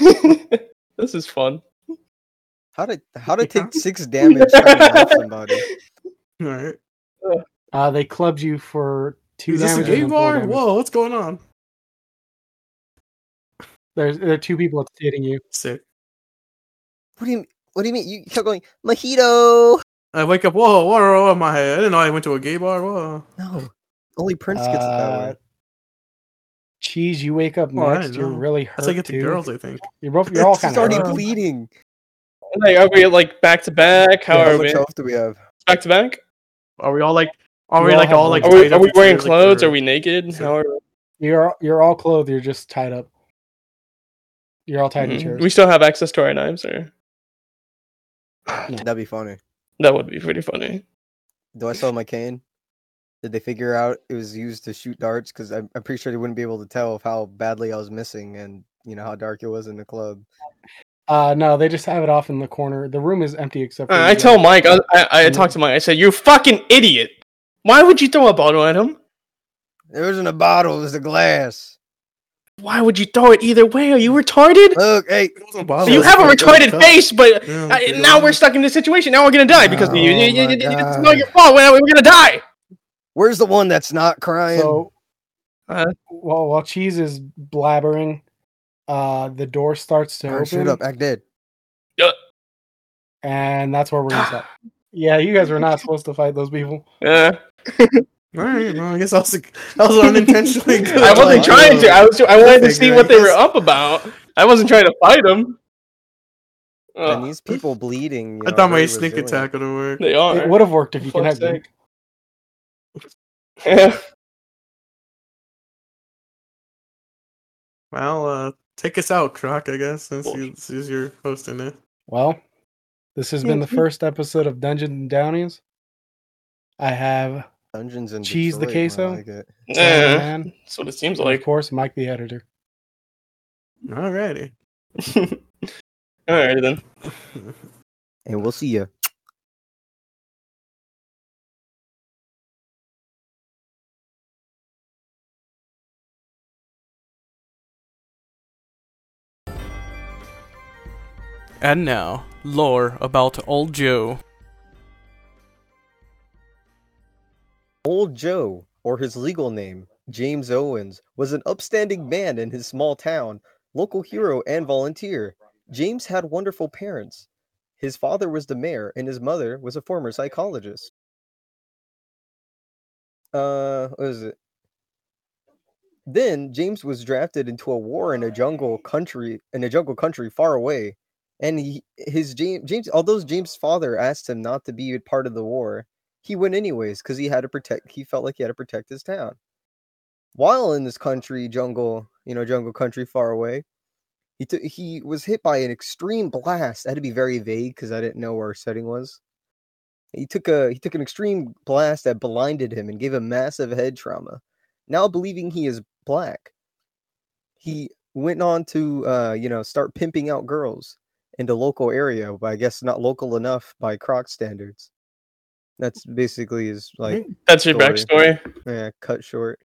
Speaker 5: is fun.
Speaker 3: How did how did I
Speaker 2: Yeah.
Speaker 3: take six damage trying to help somebody?
Speaker 2: All right.
Speaker 1: Uh, they clubbed you for two
Speaker 2: Is this a
Speaker 1: damage. and
Speaker 2: gay
Speaker 1: then four
Speaker 2: bar?
Speaker 1: damage.
Speaker 2: Whoa, what's going on?
Speaker 1: There's there are two people hitting you.
Speaker 2: Sick.
Speaker 3: What do you what do you mean? You kept going mojito.
Speaker 2: I wake up. Whoa, whoa, whoa, my head. I didn't know I went to a gay bar. Whoa.
Speaker 3: No, only Prince gets it that
Speaker 1: Uh,
Speaker 3: way.
Speaker 1: cheese, you wake up
Speaker 2: Oh, I
Speaker 1: next,
Speaker 2: don't
Speaker 1: you're
Speaker 2: know.
Speaker 1: really hurt
Speaker 2: That's like it's the
Speaker 1: too.
Speaker 2: girls, I think.
Speaker 1: You're both. You're all
Speaker 4: She's
Speaker 1: kind
Speaker 4: already
Speaker 1: of.
Speaker 4: bleeding.
Speaker 5: Like, are we like back to back? How
Speaker 1: Yeah,
Speaker 4: How
Speaker 5: are
Speaker 4: much
Speaker 5: we
Speaker 4: health do we have?
Speaker 5: back to back?
Speaker 2: Are we all like? Are
Speaker 1: We
Speaker 2: we
Speaker 1: all
Speaker 2: like
Speaker 1: have
Speaker 2: all like?
Speaker 5: Are we
Speaker 2: tied
Speaker 5: are
Speaker 2: up
Speaker 5: we
Speaker 2: each
Speaker 5: wearing
Speaker 2: other, like,
Speaker 5: clothes?
Speaker 2: for-
Speaker 5: Are we naked? How are
Speaker 1: You're you're all clothed. You're just tied up. You're all tied in
Speaker 2: Mm-hmm.
Speaker 5: Mm,
Speaker 1: chairs.
Speaker 5: we still have access to our knives? Or
Speaker 3: That'd be funny.
Speaker 5: that would be pretty funny.
Speaker 3: Do I sell my cane? Did they figure out it was used to shoot darts? Because I'm, I'm pretty sure they wouldn't be able to tell of how badly I was missing and you know how dark it was in the club.
Speaker 1: Uh, no, they just have it off in the corner. The room is empty except. for
Speaker 5: Uh,
Speaker 1: you
Speaker 5: I
Speaker 1: guys.
Speaker 5: tell Mike. I, I I talked to Mike. I said, "You fucking idiot! Why would you throw a bottle at him?
Speaker 3: It wasn't a bottle, it was a glass.
Speaker 5: Why would you throw it either way? Are you retarded?
Speaker 3: Look, hey,
Speaker 2: It wasn't a bottle,
Speaker 5: you
Speaker 2: it was
Speaker 5: have a
Speaker 2: like- it was
Speaker 5: retarded
Speaker 2: cup.
Speaker 5: face, but
Speaker 2: Yeah,
Speaker 5: I,
Speaker 2: okay,
Speaker 5: now
Speaker 2: yeah.
Speaker 5: we're stuck in this situation. Now we're gonna die because of you.
Speaker 3: Oh
Speaker 5: You- you-
Speaker 3: my
Speaker 5: you- you- It's
Speaker 3: God.
Speaker 5: not your fault. We're, we're gonna die.
Speaker 3: where's the one that's not crying?
Speaker 1: So,
Speaker 5: Uh,
Speaker 1: while while cheese is blabbering, uh, the door starts to
Speaker 3: Or
Speaker 1: open,
Speaker 3: shoot up, act dead.
Speaker 1: and that's where we're gonna stop. Yeah, you guys were not supposed to fight those people.
Speaker 5: uh,
Speaker 2: All right, well, I guess I was that was unintentionally. good.
Speaker 5: I wasn't
Speaker 2: Like,
Speaker 5: trying to.
Speaker 2: uh,
Speaker 5: I was. I wanted to
Speaker 2: figure,
Speaker 5: see
Speaker 2: I
Speaker 5: what they were
Speaker 2: guess.
Speaker 5: up about. I wasn't trying to fight them. Oh,
Speaker 3: and these people bleeding. You
Speaker 2: I
Speaker 3: know,
Speaker 2: thought
Speaker 3: are
Speaker 2: my
Speaker 3: very
Speaker 2: sneak
Speaker 3: resilient.
Speaker 2: attack would have worked.
Speaker 5: they are.
Speaker 1: It would have worked if you
Speaker 5: Fuck's
Speaker 1: connected.
Speaker 2: Well, uh, take us out, Croc. I guess since, you, since you're hosting it.
Speaker 1: Well, this has been the first episode of Dungeons and Downies. I have
Speaker 3: Dungeons and
Speaker 1: Cheese the
Speaker 3: Detroit, man,
Speaker 1: queso?
Speaker 3: I like it.
Speaker 1: Sam the
Speaker 5: yeah,
Speaker 1: Man,
Speaker 5: that's what it seems
Speaker 1: and of
Speaker 5: like.
Speaker 1: course, Mike the editor.
Speaker 2: Alrighty.
Speaker 5: All right then.
Speaker 3: And we'll see you.
Speaker 6: And now, lore about Old Joe.
Speaker 3: Old Joe, or his legal name, James Owens, was an upstanding man in his small town, local hero and volunteer. James had wonderful parents. His father was the mayor, and his mother was a former psychologist. Uh, what is it? Then James was drafted into a war in a jungle country, in a jungle country far away. And he, his James, James, although James' father asked him not to be a part of the war, he went anyways because he had to protect he felt like he had to protect his town while in this country jungle you know jungle country far away he took he was hit by an extreme blast i had to be very vague because i didn't know where our setting was he took a he took an extreme blast that blinded him and gave him massive head trauma now believing he is black he went on to uh you know start pimping out girls in the local area but i guess not local enough by croc standards that's basically his like
Speaker 5: That's your
Speaker 3: Story.
Speaker 5: backstory.
Speaker 3: yeah, cut short.